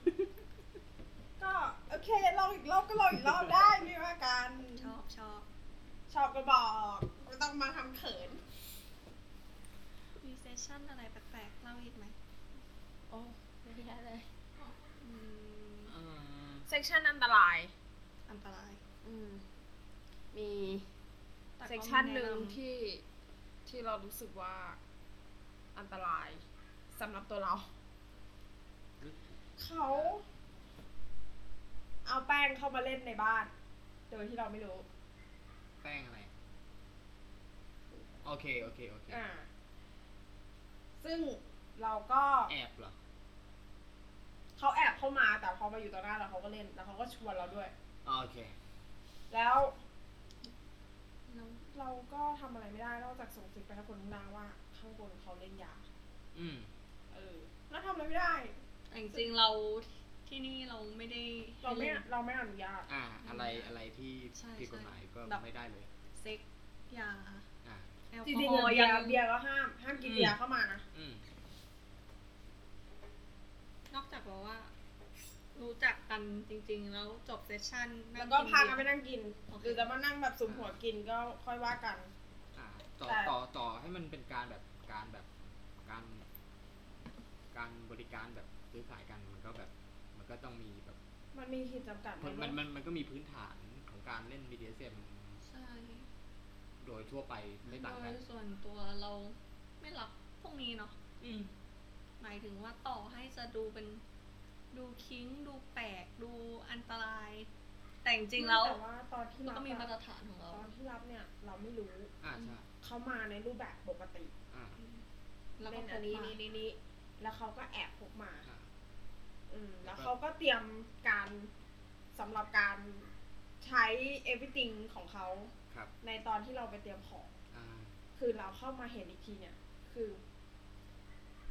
Speaker 2: ก็โอเคลองอีกรอบก็ลองอีกรอบได้ไม่ว่ากัน
Speaker 3: ชอบชอบ
Speaker 2: ชอบก็บอกไม่ต้องมาทำเขิน
Speaker 3: มีเซสชั่นอะไรแปลกๆเล่าอีกไหม
Speaker 4: โอ้ไม่ได้เลย
Speaker 3: อืม
Speaker 1: อ่า
Speaker 4: เซ็กชันอันตราย
Speaker 3: อันตราย
Speaker 4: อืม มี
Speaker 3: แต่ก็
Speaker 4: เซกชันห
Speaker 3: ไม่แะำ
Speaker 4: นึ่งที่ที่เรารู้สึกว่าอันตรายสำหรับตัวเรา
Speaker 2: เขา เอาแป้งเข้ามาเล่นในบ้าน โดยที่เราไม่รู้
Speaker 1: แป้งอะไร โอเค โอเค โอเค
Speaker 2: อ่า ซึ่งเราก็
Speaker 1: แอบเหรอ
Speaker 2: เขาแอบเข้ามาแต่พอมาอยู่ต่อหน้าเราเขาก็เล่นแล้วเขาก็ชวนเราด้วย
Speaker 1: อ๋อโอเค
Speaker 2: แล้ว
Speaker 3: น้อง
Speaker 2: เราก็ทำอะไรไม่ได้นอกจากส่งสิกไปให้คนข้างล่างว่า ข้างบนเขาเล่นยา
Speaker 1: อืม
Speaker 2: เออแล้วทำอะไรไม่ได้
Speaker 3: แต่จริงๆเราที่นี่เราไม่ได้
Speaker 2: เราไม่
Speaker 3: ให้ล่น
Speaker 2: เราไม่อนุญาต
Speaker 1: อ่า อะไร อะไรที่
Speaker 3: ใช่
Speaker 1: ผิดกฎหมายก็
Speaker 3: แบบ
Speaker 1: ไม่ได้เลย
Speaker 3: เซ็กยา
Speaker 1: อ่า
Speaker 3: แอล
Speaker 2: จ
Speaker 3: กอ
Speaker 2: ริง
Speaker 3: ฮอ
Speaker 2: ๆอะ
Speaker 3: ล์
Speaker 2: เบีย
Speaker 3: ยั
Speaker 2: ร์
Speaker 3: ง
Speaker 2: เบียร์ก็ห้ามห้ามกิน
Speaker 1: อืม
Speaker 2: เบียร์เข้ามานะ
Speaker 1: อืม
Speaker 3: นอกจากแบบว่า รู้จักกันจริง ๆ แล้วจบเซสชั่น
Speaker 2: แล้วก็พากันไปนั่งกิน
Speaker 3: โอเค
Speaker 2: หรือจะมานั่งแบบสุมหัวกินก็ค่อยว่ากัน
Speaker 1: อ่า ต่อ
Speaker 2: แต่
Speaker 1: ต่อ ต่อให้มันเป็นการแบบ การแบบ การ การบริการแบบซื้อขายกัน มันก็แบบ มันก็ต้องมีแบบ
Speaker 2: มันมีขีดจำกัดไห
Speaker 1: มัน
Speaker 2: เอะ
Speaker 1: มัน มันมันก็มีพื้นฐานของการเล่น BDSM
Speaker 3: ใช่
Speaker 1: โดยทั่วไปไม่ต่าง
Speaker 3: โด
Speaker 1: กัน
Speaker 3: ยส่วนตัวเราไม่รับพวกนี้เนาะ
Speaker 1: อืม
Speaker 3: หมายถึงว่าต่อให้จะดูเป็นดูคิ้ง ดูแปลก ดูอันตราย แต่จริงๆแล้ว
Speaker 2: แต่ว่าตอนที่
Speaker 3: มัน
Speaker 2: รับ
Speaker 3: ก็มีมาตร
Speaker 2: อะ
Speaker 3: ฐานของ
Speaker 2: ต
Speaker 3: เรา
Speaker 2: อนที่รับเนี่ยเราไม่รู้
Speaker 1: อ่า ใช่
Speaker 2: เขามาในรูปแบบปกติ
Speaker 1: อ่า
Speaker 3: แล้วก็
Speaker 2: เล่น
Speaker 3: พ
Speaker 2: อั
Speaker 3: ก
Speaker 2: นนี้
Speaker 3: มา
Speaker 2: นี้นี้นี้แล้วเขาก็แอบพกมา
Speaker 1: อ่า
Speaker 2: อืมแล้วเขาก็เตรียมการสำหรับการใช้ ช้ everything ของเขา
Speaker 1: ครับ
Speaker 2: ในตอนที่เราไปเตรียมของ
Speaker 1: อ่า
Speaker 2: คือเราเข้ามาเห็นอีกทีเนี่ย คือ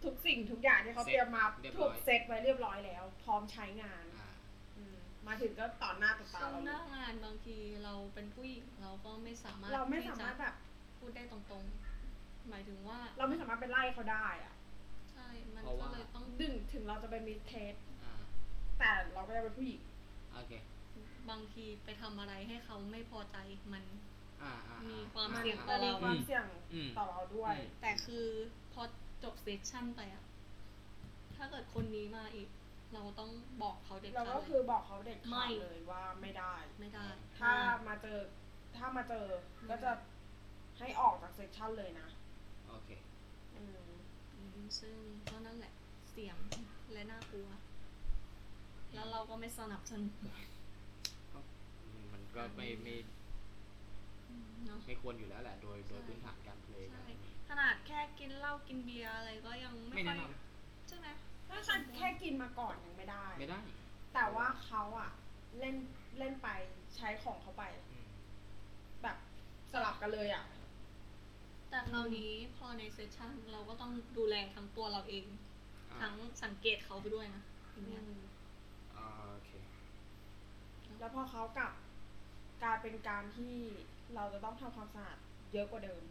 Speaker 2: ทุกสิ่งทุกอย่างที่เขาเตรียมมา
Speaker 1: เสร็จเรียบร้
Speaker 2: ถู
Speaker 1: อย
Speaker 2: กเซ็ตไว้เรียบร้อยแล้ว พร้อมใช้งาน
Speaker 1: อ่า
Speaker 2: อืมมาถึงก็ต่อหน้าต่อตา
Speaker 3: ซึ่งห
Speaker 2: เราเล
Speaker 3: น้าย งานบางทีเราเป็นผู้หญิงเราก็ไม่สามารถ
Speaker 2: เราไม่สามารถแบบ
Speaker 3: ที่จะพูดได้ตรงๆ หมายถึงว่า
Speaker 2: เราไม่สามารถไปไล่เขาได้อะ
Speaker 3: ใช่มันก็เลยต้อง
Speaker 2: ดึงถึงเราจะเป็นมิสเทส
Speaker 1: อ่า
Speaker 2: แต่เราก็ยังเป็นผู้หญิง
Speaker 1: โอเค
Speaker 3: บางทีไปทำอะไรให้เขาไม่พอใจมัน
Speaker 1: อ่าอ่า
Speaker 3: มี
Speaker 1: มี
Speaker 3: ความ
Speaker 2: มัน
Speaker 3: เสี่ยง
Speaker 2: มันมีความเสี่ยง
Speaker 1: อืม
Speaker 2: ต่อเราด้วย
Speaker 3: แต่คือพอจบเซสชั่นไปอะถ้าเกิดคนนี้มาอีก เราต้องบอกเขาเด็ด
Speaker 2: เรา
Speaker 3: ขาด
Speaker 2: ก็
Speaker 3: เล
Speaker 2: คือย บอกเขาเด็ก
Speaker 3: ไม่
Speaker 2: ขาดเลยว่าไม่ได้
Speaker 3: ไม่ได้
Speaker 2: ถ้ามาเจอ ถ้ามาเจอ ก็จะให้ออกจากเซสชั่นเลยนะ
Speaker 1: โอเค
Speaker 2: อืม
Speaker 3: อืมซึ่งก็นั่นแหละเสี่ยงและน่ากลัว แล้วเราก็ไม่สนับสนุน
Speaker 1: มันก็ไม่ไม่
Speaker 3: เนาะ
Speaker 1: ไม่ควรอยู่แล้วแหละ โดยโดย
Speaker 3: ใช่
Speaker 1: พื้นฐานการเพลง
Speaker 3: ใช่ ขนาดแค่กินเหล้ากินเบียร์อะไรก็ยัง
Speaker 1: ไม่
Speaker 3: ไม่ค่
Speaker 1: แนะ
Speaker 3: อย
Speaker 1: น
Speaker 3: ใช่ไหม
Speaker 2: ถ้าแค่กินมาก่อนยังไม่ได้
Speaker 1: ำไม่ได้
Speaker 2: แต่ว่าเขาอะเล่นเล่นไปใช้ของเขาไป
Speaker 1: อืม
Speaker 2: แบบสลับกันเลยอะ
Speaker 3: แต่คราวนี้พอในเซสชันเราก็ต้องดูแลทั้งตัวเราเอง
Speaker 1: อ่า
Speaker 3: ทั้งสังเกตเขาไปด้วยนะอย่างเงี้ย
Speaker 1: อ่าโอเค
Speaker 2: แล้วพอเขากลับกลายเป็นการที่เราจะต้องทำความสะอาดเยอะกว่าเดิม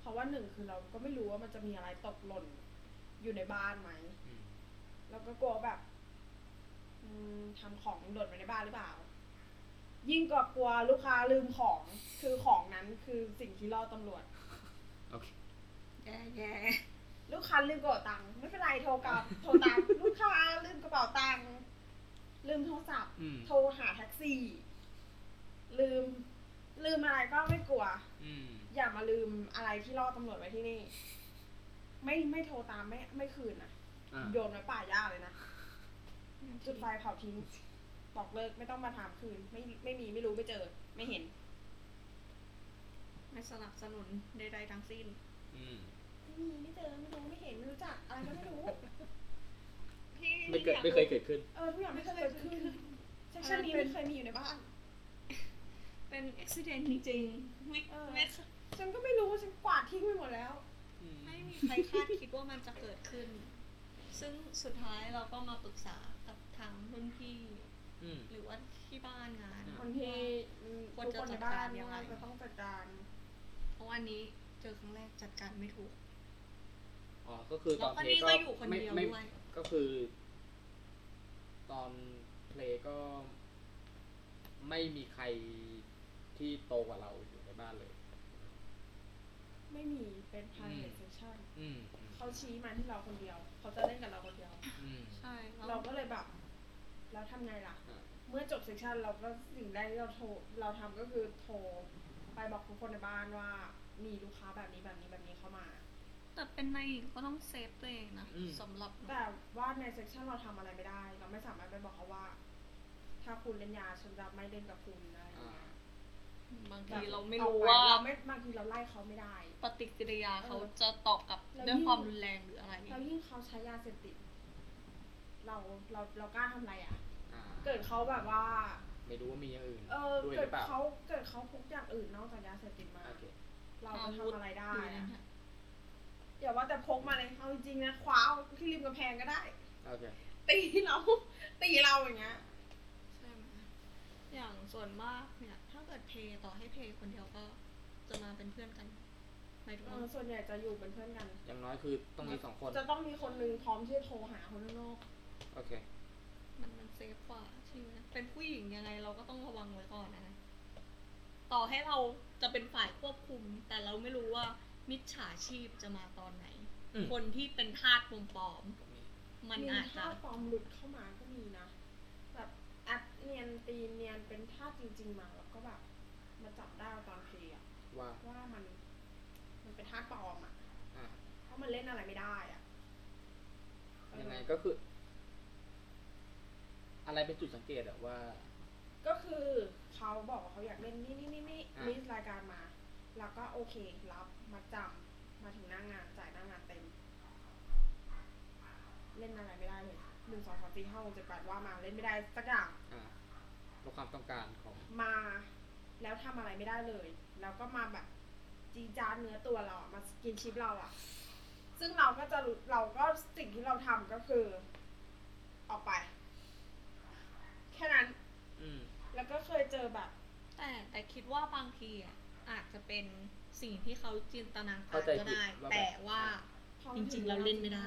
Speaker 2: เพราะว่าหนึ่งคือเราก็ไม่รู้ว่ามันจะมีอะไรตกหล่นอยู่ในบ้านไหม
Speaker 1: อืม
Speaker 2: แล้วก็กลัวแบบอืมทำของหล่นไปในบ้านหรือเปล่า ยิ่งกว่ากลัวลูกค้าลืมของ คือของนั้นคือสิ่งที่ล่อตำรวจ
Speaker 1: โอเค
Speaker 3: แย่แย่
Speaker 2: ลูกค้าลืมกระเป๋าตังค์ไม่เป็นไรโทรกลับ โทร ตามลูกค้าลืมกระเป๋าตังค์ลืมโทรศัพท์
Speaker 1: อืม
Speaker 2: โทรหาแท็กซี่ ลืม ลืมอะไรก็ไม่กลัว
Speaker 1: อืม
Speaker 2: อย่ามาลืมอะไรที่ล่อตำรวจไว้ที่นี่ ไม่ไม่โทรตามไม่ไม่คืนนะ
Speaker 1: อ่า
Speaker 2: โยนไว้ป่าย่าเลยนะ จุดไฟเผาทิ้งบอกเลิกไม่ต้องมาถามคืน ไม่ไม่มีไม่รู้ไม่เจอ ไม่เห็น
Speaker 3: ไม่สนับสนุนใดๆทั้งสิ้น
Speaker 1: อืม
Speaker 2: ไม่มีไม่เจอไม่รู้ไม่เห็นไม่รู้จักอะไรก็ไม่รู้
Speaker 3: ที่
Speaker 1: ไม่เกิดไม่เคยเกิดขึ้น
Speaker 2: เออทุกอย่างไม่เคยเกิด ขึ้นเซสชันนี้ไม่เคยมีอยู่ในบ้าน
Speaker 3: เป็นอุบิเหตุจริงๆไม่
Speaker 2: เออ
Speaker 3: ไม่เคย
Speaker 2: ฉันก็ไม่รู้ฉันกวาดทิ้งไปหมดแล้ว
Speaker 3: ไม่มีใครคาดคิดว่ามันจะเกิดขึ้น ซึ่งสุดท้ายเราก็มาปรึกษากับทางรุ่นพี่
Speaker 1: อืม
Speaker 3: หรือว่าที่บ้านงาน
Speaker 1: อ่า
Speaker 2: คนที่อืม
Speaker 3: ควรจะ
Speaker 2: ทุกคนใน
Speaker 3: จัด
Speaker 2: บ้า
Speaker 3: การ
Speaker 2: น
Speaker 3: ยังไง
Speaker 2: ว่าจะต้องจัดการ
Speaker 3: เพราะวันนี้เจอครั้งแรกจัดการไม่ถูก
Speaker 1: อ๋อ ก็คือต
Speaker 3: แล้
Speaker 1: อ
Speaker 3: วนก็
Speaker 1: เพลง
Speaker 3: นี่
Speaker 1: ก็
Speaker 3: ก็อยู่คน
Speaker 1: ไม่
Speaker 3: เดียว
Speaker 1: ไม่
Speaker 3: ด้วย
Speaker 1: ก็คือ ตอนเพลงก็ ไม่มีใครที่โตกว่าเราอยู่ในบ้านเลย
Speaker 2: ไม่มีเป็น
Speaker 1: อื
Speaker 2: private
Speaker 1: ม
Speaker 2: session
Speaker 1: อืม
Speaker 2: เขาชี้มาที่เราคนเดียว เขาจะเล่นกับเราคนเดียว
Speaker 1: อืม
Speaker 3: ใช่แล้ว
Speaker 2: เราก็เลยแบบแล้วทำไงล่ะ
Speaker 1: อ่า
Speaker 2: เมื่อจบเซสชันเราก็สิ่งแรกที่เราโทรเราทำก็คือโทรไปบอกทุกคนในบ้านว่า มีลูกค้าแบบนี้แบบนี้แบบนี้เข้ามา
Speaker 3: แต่เป็นในายหญิงก็ต้องเซฟตัวเองนะสำหรับ
Speaker 2: แต่ว่าในเซสชันเราทำอะไรไม่ได้ เราไม่สามารถไปบอกเขาว่า ถ้าคุณเล่นยาฉันจะไม่เล่นกับคุณนะ
Speaker 1: อ่า
Speaker 3: บาง
Speaker 2: แบบ
Speaker 3: ทีเราไม่รู้ว่า
Speaker 2: เอไปเรไม่บางทีเราไล่เขาไม่ได้
Speaker 3: ปฏิกิริยาเขา
Speaker 2: เออ
Speaker 3: จะตอบกลับ
Speaker 2: แล้ว
Speaker 3: ด้วย
Speaker 2: ยิ่
Speaker 3: ค
Speaker 2: ง
Speaker 3: วามรุนแรงหรืออะไร
Speaker 2: แล้วยิ่งเขาใช้ยาเสพติด เราเราเรากล้าทำอะไรอ่ะ
Speaker 1: อ่า
Speaker 2: เกิดเขาแบบว่า
Speaker 1: ไม่รู้ว่ามีอย่างอื่น
Speaker 2: เออ
Speaker 1: ด้วยห
Speaker 2: เกิด
Speaker 1: รือเปล่า
Speaker 2: เขาเกิดเขาพกอย่างอื่นนอกจากยาเสพติดมา
Speaker 1: โอเค
Speaker 2: เราจะทำอะไรได้
Speaker 3: หรืออะไร
Speaker 2: อะ
Speaker 3: เงี้ย
Speaker 2: อย่าว่าแต่พกมาเลย เอาจริงๆนะคว้าเอาที่ริมกำแพงก็ได้
Speaker 1: โอเค
Speaker 2: ตีเรา ตีเราอย่างเงี้ย
Speaker 3: ใช่ไหมอย่างส่วนมากเนี่ย ถ้าเกิดเพย์ต่อให้เพย์คนเดียวก็จะมาเป็นเพื่อนกันหมายถึง
Speaker 2: เอ
Speaker 3: ว่า
Speaker 2: อส่วนใหญ่จะอยู่เป็นเพื่อนกัน
Speaker 1: อย่างน้อยคือต้องมีสองคน
Speaker 2: จะต้องมีคนหนึงพร้อมที่จะโทรหาคนข้างนอก
Speaker 1: โอเค
Speaker 3: มันมันเซฟกว่าใช่ไหมเป็นผู้หญิงยังไงเราก็ต้องระวังไว้ก่อนนะ ต่อให้เราจะเป็นฝ่ายควบคุม แต่เราไม่รู้ว่ามิจฉาชีพจะมาตอนไหน
Speaker 1: อืม
Speaker 3: คนที่เป็นทาสปลอมๆมันอาจจะ
Speaker 2: ท่าปลอมหลุดเข้ามาก็มีนะ แบบแอดเนียนตีเนียนเป็นท่าสจริง ๆ มาแล้วก็แบบมาจับได้ตอนเพลย์อะ
Speaker 1: ว่า
Speaker 2: ว่ามัน มันเป็นท่าสปลอมอะ
Speaker 1: อ่ะ
Speaker 2: เพราะมันเล่นอะไรไม่ได้อะ
Speaker 1: ยังไง
Speaker 2: เออ
Speaker 1: ก็คือ อะไรเป็นจุดสังเกตอะว่า
Speaker 2: ก็คือเขาบอกว่าเขาอยากเล่นนี่นี่นี่นี่
Speaker 1: อ่ะ
Speaker 2: ลิสต์รายการมา แล้วก็โอเค รับมาจำมาถึงหน้างงานจ่ายหน้างงานเต็ม เล่นอะไรไม่ได้เลยหนึ่งสองสามสี่ห้าหกเจ็ดแปดว่ามาเล่นไม่ได้สักอย่าง
Speaker 1: อ่า ลดความต้องการของ
Speaker 2: มาแล้วทำอะไรไม่ได้เลย แล้วก็มาแบบจีดจาดเนื้อตัวเราอะมากินชิปเราอะซึ่งเราก็จะรู้เราก็สิ่งที่เราทำก็คือ ออกไป แค่นั้น
Speaker 1: อืม
Speaker 2: แล้วก็เคยเจอแบบ
Speaker 3: แต่แต่คิดว่าบางทีอ่ะอาจจะเป็นสิ่งที่เขาจินตนาการ
Speaker 1: เข้าใจ
Speaker 3: ก็
Speaker 1: ผิด
Speaker 3: ได้
Speaker 1: ว่าแบบ
Speaker 3: แต่ว่า จริงๆเราเล่นไม่ได้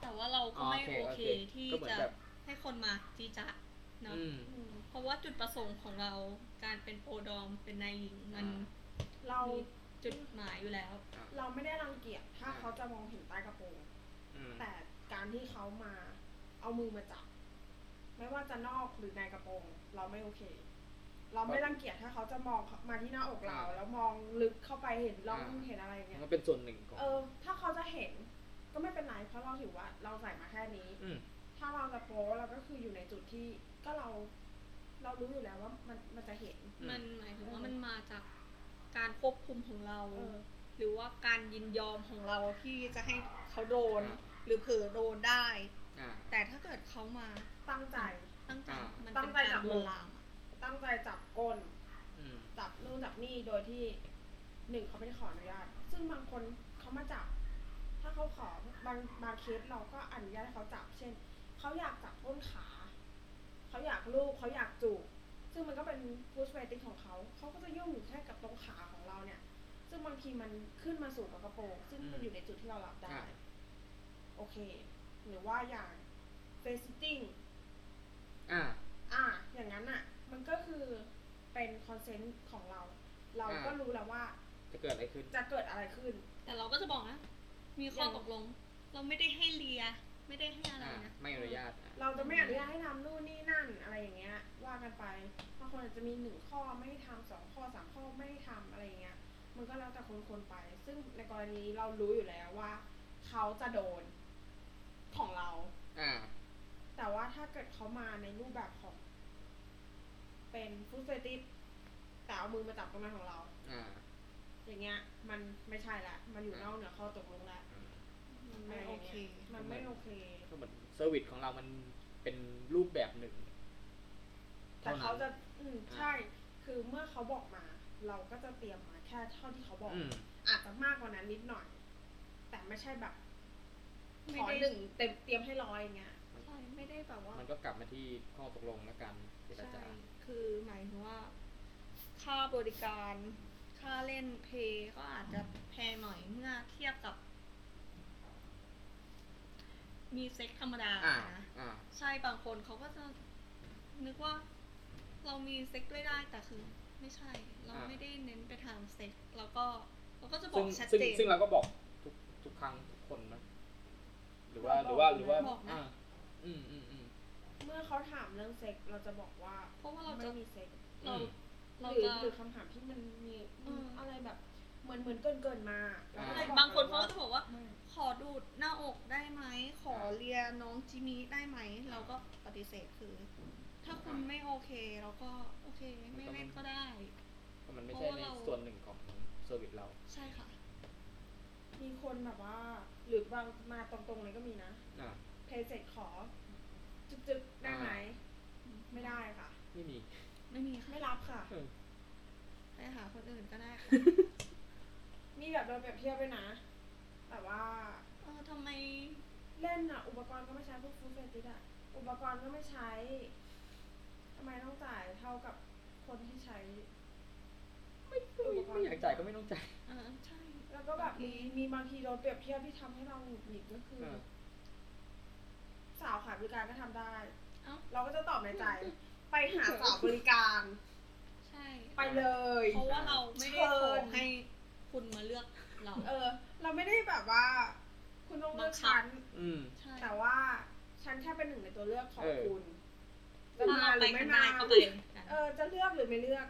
Speaker 3: แต่ว่าเราก็ไม่
Speaker 1: อ๋อ
Speaker 3: โอ
Speaker 1: โอ
Speaker 3: เค
Speaker 1: เค
Speaker 3: ที่
Speaker 1: ก็เหมือน
Speaker 3: จะ
Speaker 1: แบบ
Speaker 3: ให้คนมาจีจะเนาะ
Speaker 1: อืม
Speaker 2: อืม
Speaker 3: เพราะว่าจุดประสงค์ของเราการเป็นโปรดอมเป็นนายหญิงมัน
Speaker 1: อ่า
Speaker 2: เรา
Speaker 3: มีจุดหมายอยู่แล้ว
Speaker 1: อ่ะ
Speaker 2: เราไม่ได้รังเกียจถ้าเขาจะมองเห็นใต้กระโปรง
Speaker 1: อืม
Speaker 2: แต่การที่เขามาเอามือมาจับ ไม่ว่าจะนอกหรือในกระโปรง เราไม่โอเค เราไม่รังเกียจถ้าเขาจะมองมาที่หน้าอกเรา
Speaker 1: อ่า
Speaker 2: แล้วมองลึกเข้าไปเห็นร่อง
Speaker 1: อ่า
Speaker 2: เห็นอะไรอย่างเงี้ย
Speaker 1: มันเป็นส่วนหนึ่งของ
Speaker 2: เออ ถ้าเขาจะเห็นก็ไม่เป็นไรเพราะเราถือว่า เราใส่มาแค่นี้
Speaker 1: ม
Speaker 2: ถ้าเราจะโป๊เราก็คืออยู่ในจุดที่ก็เรา เรารู้อยู่แล้วว่ามันมันจะเห็น
Speaker 3: มันหมายถึงว่ามันมาจากการควบคุมของเรา
Speaker 2: เออ
Speaker 3: หรือว่าการยินยอมของเราที่จะให้เขาโดน
Speaker 1: อ่ะ
Speaker 3: หรือเผลอโดนได้
Speaker 1: อ่า
Speaker 3: แต่ถ้าเกิดเขามา
Speaker 2: ตั้งใจ
Speaker 3: ตั้งใจ
Speaker 1: อ่ะ
Speaker 3: มัน
Speaker 2: ตั้
Speaker 3: เป็นกา
Speaker 2: งใจ
Speaker 3: ร
Speaker 2: จับ
Speaker 3: ล
Speaker 2: มือ
Speaker 3: วนลามอะ
Speaker 2: ตั้งใจจับก้น
Speaker 1: อืม
Speaker 2: จับนู่นจับนี่โดยที่หนึ่งเขาไม่ได้ขออนุญาต ซึ่งบางคนเขามาจับ ถ้าเขาขอบางบางเคสเราก็อนุญาตให้เขาจับ เช่นเขาอยากจับต้นขาเขาอยากลูบเขาอยากจูบซึ่งมันก็เป็นฟูดเวติกของเขาเขาก็จะยุ่งอยู่แค่กับตรงขาของเราเนี่ย ซึ่งบางทีมันขึ้นมาสู่กับกระโปรงซึ่งมัน
Speaker 1: อืม
Speaker 2: อยู่ในจุดที่เรารับได้
Speaker 1: ใช่
Speaker 2: โอเค หรือว่าอย่างเฟซิติ้ง
Speaker 1: อ่า
Speaker 2: อ่ะอย่างนั้นอ่ะ มันก็คือเป็นคอนเซนต์ของเรา เรา
Speaker 1: อ่า
Speaker 2: ก็รู้แล้วว่า
Speaker 1: จะเกิดอะไรขึ้น
Speaker 2: จะเกิดอะไรขึ้น
Speaker 3: แต่เราก็จะบอกนะ มีข้อ
Speaker 2: ยัง
Speaker 3: ตกลง เราไม่ได้ให้เลีย ไม่ได้ให้อะไร
Speaker 1: อ่า
Speaker 3: นะ
Speaker 1: ไม่อนุญาตอ่ะ
Speaker 2: เราจะไม่อนุญาตให้ทำนู่นนี่นั่นอะไรอย่างเงี้ย ว่ากันไป บางคนอาจจะมีหนึ่งข้อไม่ให้ทำสองข้อสามข้อไม่ให้ทำอะไรอย่างเงี้ย มันก็แล้วแต่คนคนๆไป ซึ่งในกรณีเรารู้อยู่แล้วว่า เขาจะโดนของเรา
Speaker 1: อ่า
Speaker 2: แต่ว่าถ้าเกิดเขามาในรูปแบบของ เป็นฟูดเฟติสแต่เอามือมาจับตรงนั้นของเรา
Speaker 1: อ่า
Speaker 2: อย่างเงี้ย มันไม่ใช่ละ มันอยู่นอกเหนือข้อตกลงละ
Speaker 3: มันไม่โอเค
Speaker 2: มันไม่โอเค
Speaker 1: ก็เหมือนเซอร์วิสของเรามันเป็นรูปแบบหนึ่ง
Speaker 2: แต่เขาจะ
Speaker 1: ท่นั้น
Speaker 2: อืมใช่ คือเมื่อเขาบอกมา เราก็จะเตรียมมาแค่เท่าที่เขาบอก
Speaker 1: อืม
Speaker 2: อาจจะมากกว่านั้นนิดหน่อย แต่ไม่ใช่แบบ
Speaker 3: ไม่
Speaker 2: ขอ
Speaker 3: ได้
Speaker 2: หนึ่งเต็มเตรียมให้ร้อยอย่างเงี้ย
Speaker 3: ใช่ไม่ได้แบบว่า
Speaker 1: มันก็กลับมาที่ข้อตกลงและการเจร
Speaker 3: ใช่
Speaker 1: จา
Speaker 3: คือหมายถึงว่า ค่าบริการ ค่าเล่นเพย์ก็อาจจะแพงหน่อยเมื่อเทียบกับ มีเซ็กธรรมดา
Speaker 1: อ่า
Speaker 3: นะ
Speaker 1: อ่า
Speaker 3: ใช่ บางคนเขาก็จะนึกว่า เรามีเซ็กด้วยได้ แต่คือ ไม่ใช่ เรา
Speaker 1: อ่า
Speaker 3: ไม่ได้เน้นไปทางเซ็ก แล้วก็เราก็จะบอ
Speaker 1: ซึ่ง
Speaker 3: กชัด
Speaker 1: ซึ่ง
Speaker 3: เจน
Speaker 1: ซึ่งเราก็บอกทุกทุกครั้งทุกคนนะหรือว่าหรือว่าหรือว่า
Speaker 3: บอกนะ
Speaker 1: อ่าอืมอืมอืม
Speaker 2: เมื่อเขาถามเรื่องเซ็ก เราจะบอกว่า
Speaker 3: เพราะว่าเราจะ
Speaker 2: ไม่มีเซ็ก
Speaker 3: เรา
Speaker 1: อืม
Speaker 2: ห
Speaker 3: เรา
Speaker 2: รือ
Speaker 3: จะ
Speaker 2: หรือคำถามที่มันมี
Speaker 3: อืม
Speaker 2: อะไรแบบ เหมือนเหมือนเกินเกินๆมาเรก็จะอบ
Speaker 3: างคนเขาก็จะบอกว่า
Speaker 2: ไม่
Speaker 3: ขอดูดหน้าอกได้ไหม ขอเลียน้องจิมิได้ไหม เราก็ปฏิเสธคือ ถ้าคุณไม่โอเค เราก็โอเค ไม่เล่นก็ได้
Speaker 1: เพราะมันไม่ใช่
Speaker 3: เพ
Speaker 1: ใน
Speaker 3: ราะว่าเรา
Speaker 1: ส่วนหนึ่งของเซอร์วิสเรา
Speaker 3: ใช่ค่ะ
Speaker 2: มีคนแบบว่า หรือบางมาตรงๆเลยก็มีนะ
Speaker 1: อ่า
Speaker 2: เพย์เสร็จขอ จึ๊กๆได้ไหม
Speaker 1: อ่า
Speaker 2: ไม่ได้ค่ะ
Speaker 1: ไม่มี
Speaker 3: ไม่มีค่ะ
Speaker 2: ไม่รับค่ะ
Speaker 1: เออ
Speaker 3: ไปหาคนอื่นก็ได้ค่ะ
Speaker 2: มีแบบโดนเปรียบเทียบด้วยนะ แบบว่า
Speaker 3: เออทำไม
Speaker 2: เล่นอ่ะ อุปกรณ์ก็ไม่ใช้พวกฟูดเฟติดอ่ะ อุปกรณ์ก็ไม่ใช้ทำไมต้องจ่ายเท่ากับคนที่ใช้
Speaker 1: ไม่อยากจ่ายก็ไม่ต้องจ่าย
Speaker 3: เออใช่
Speaker 2: แล้วก็แบบมีมีบางทีโดนเปรียบเทียบที่ทำให้เราหงุดหงิดก็คือ
Speaker 1: อ่า
Speaker 2: สาวขายบริการก็ทำได้
Speaker 3: เอ้า
Speaker 2: เราก็จะตอบในใจ ไปหาสาวบริการ
Speaker 3: ใช่
Speaker 2: ไปเลย
Speaker 3: เพราะว่าเราไม่ได้ขอให้คุณมาเลือกเรา
Speaker 2: เออ เราไม่ได้แบบว่า คุณต้องเลือกฉัน
Speaker 1: อืม
Speaker 3: ใช่
Speaker 2: แต่ว่าฉันแค่เป็นหนึ่งในตัวเลือกของ
Speaker 1: เออ
Speaker 2: คุณ
Speaker 3: ถ้า
Speaker 2: จะมา
Speaker 3: เรา
Speaker 2: ห
Speaker 3: ไปกั
Speaker 2: รือไม่
Speaker 3: น
Speaker 2: มา
Speaker 3: ได้ก็ไปกัน
Speaker 2: เออ จะเลือกหรือไม่เลือก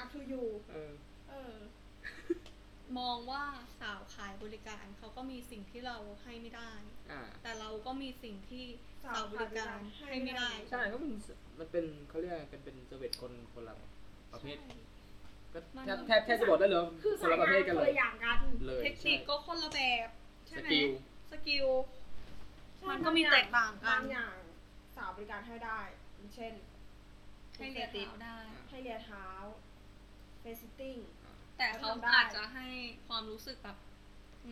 Speaker 2: up to you
Speaker 1: เออ
Speaker 2: เออ
Speaker 3: มองว่าสาวขายบริการเขาก็มีสิ่งที่เราให้ไม่ได้
Speaker 1: อ่า
Speaker 3: แต่เราก็มีสิ่งที่
Speaker 2: สา
Speaker 3: สาว ว
Speaker 2: บบ ริ
Speaker 3: ริ
Speaker 2: กา
Speaker 3: การ ร
Speaker 2: ให้
Speaker 3: ให้
Speaker 2: ไม่
Speaker 3: ไม่
Speaker 2: ได้
Speaker 3: ได้
Speaker 1: ใช่ก็มันมันเป็นเขาเรียกอะไรเป็นเป็นเซอร์วิสคนคนละประเภท ก็แทบแทบแทบจะบอกได้เลยว่า
Speaker 2: คือ
Speaker 1: คน
Speaker 2: สาย
Speaker 1: ละประ
Speaker 2: งา
Speaker 1: เภ
Speaker 2: น
Speaker 1: ทกัน
Speaker 2: ค
Speaker 1: เลย
Speaker 2: นละอย่างกัน
Speaker 1: เลย
Speaker 3: เทคนิค
Speaker 1: ใช่
Speaker 3: ก็คนละแบบใช่ไห
Speaker 1: ส
Speaker 3: ม
Speaker 1: กิล
Speaker 3: สกิล
Speaker 2: ใช่
Speaker 3: มันก็มีแตกต่างกัน
Speaker 2: บางอย่างสาวบริการให้ได้ เช่น
Speaker 3: ให้เลียเท้าได้
Speaker 2: ให้เลียเท้าเฟซิติ้ง
Speaker 1: อ่า
Speaker 3: แต่เขาอาจจะให้ความรู้สึกแบบ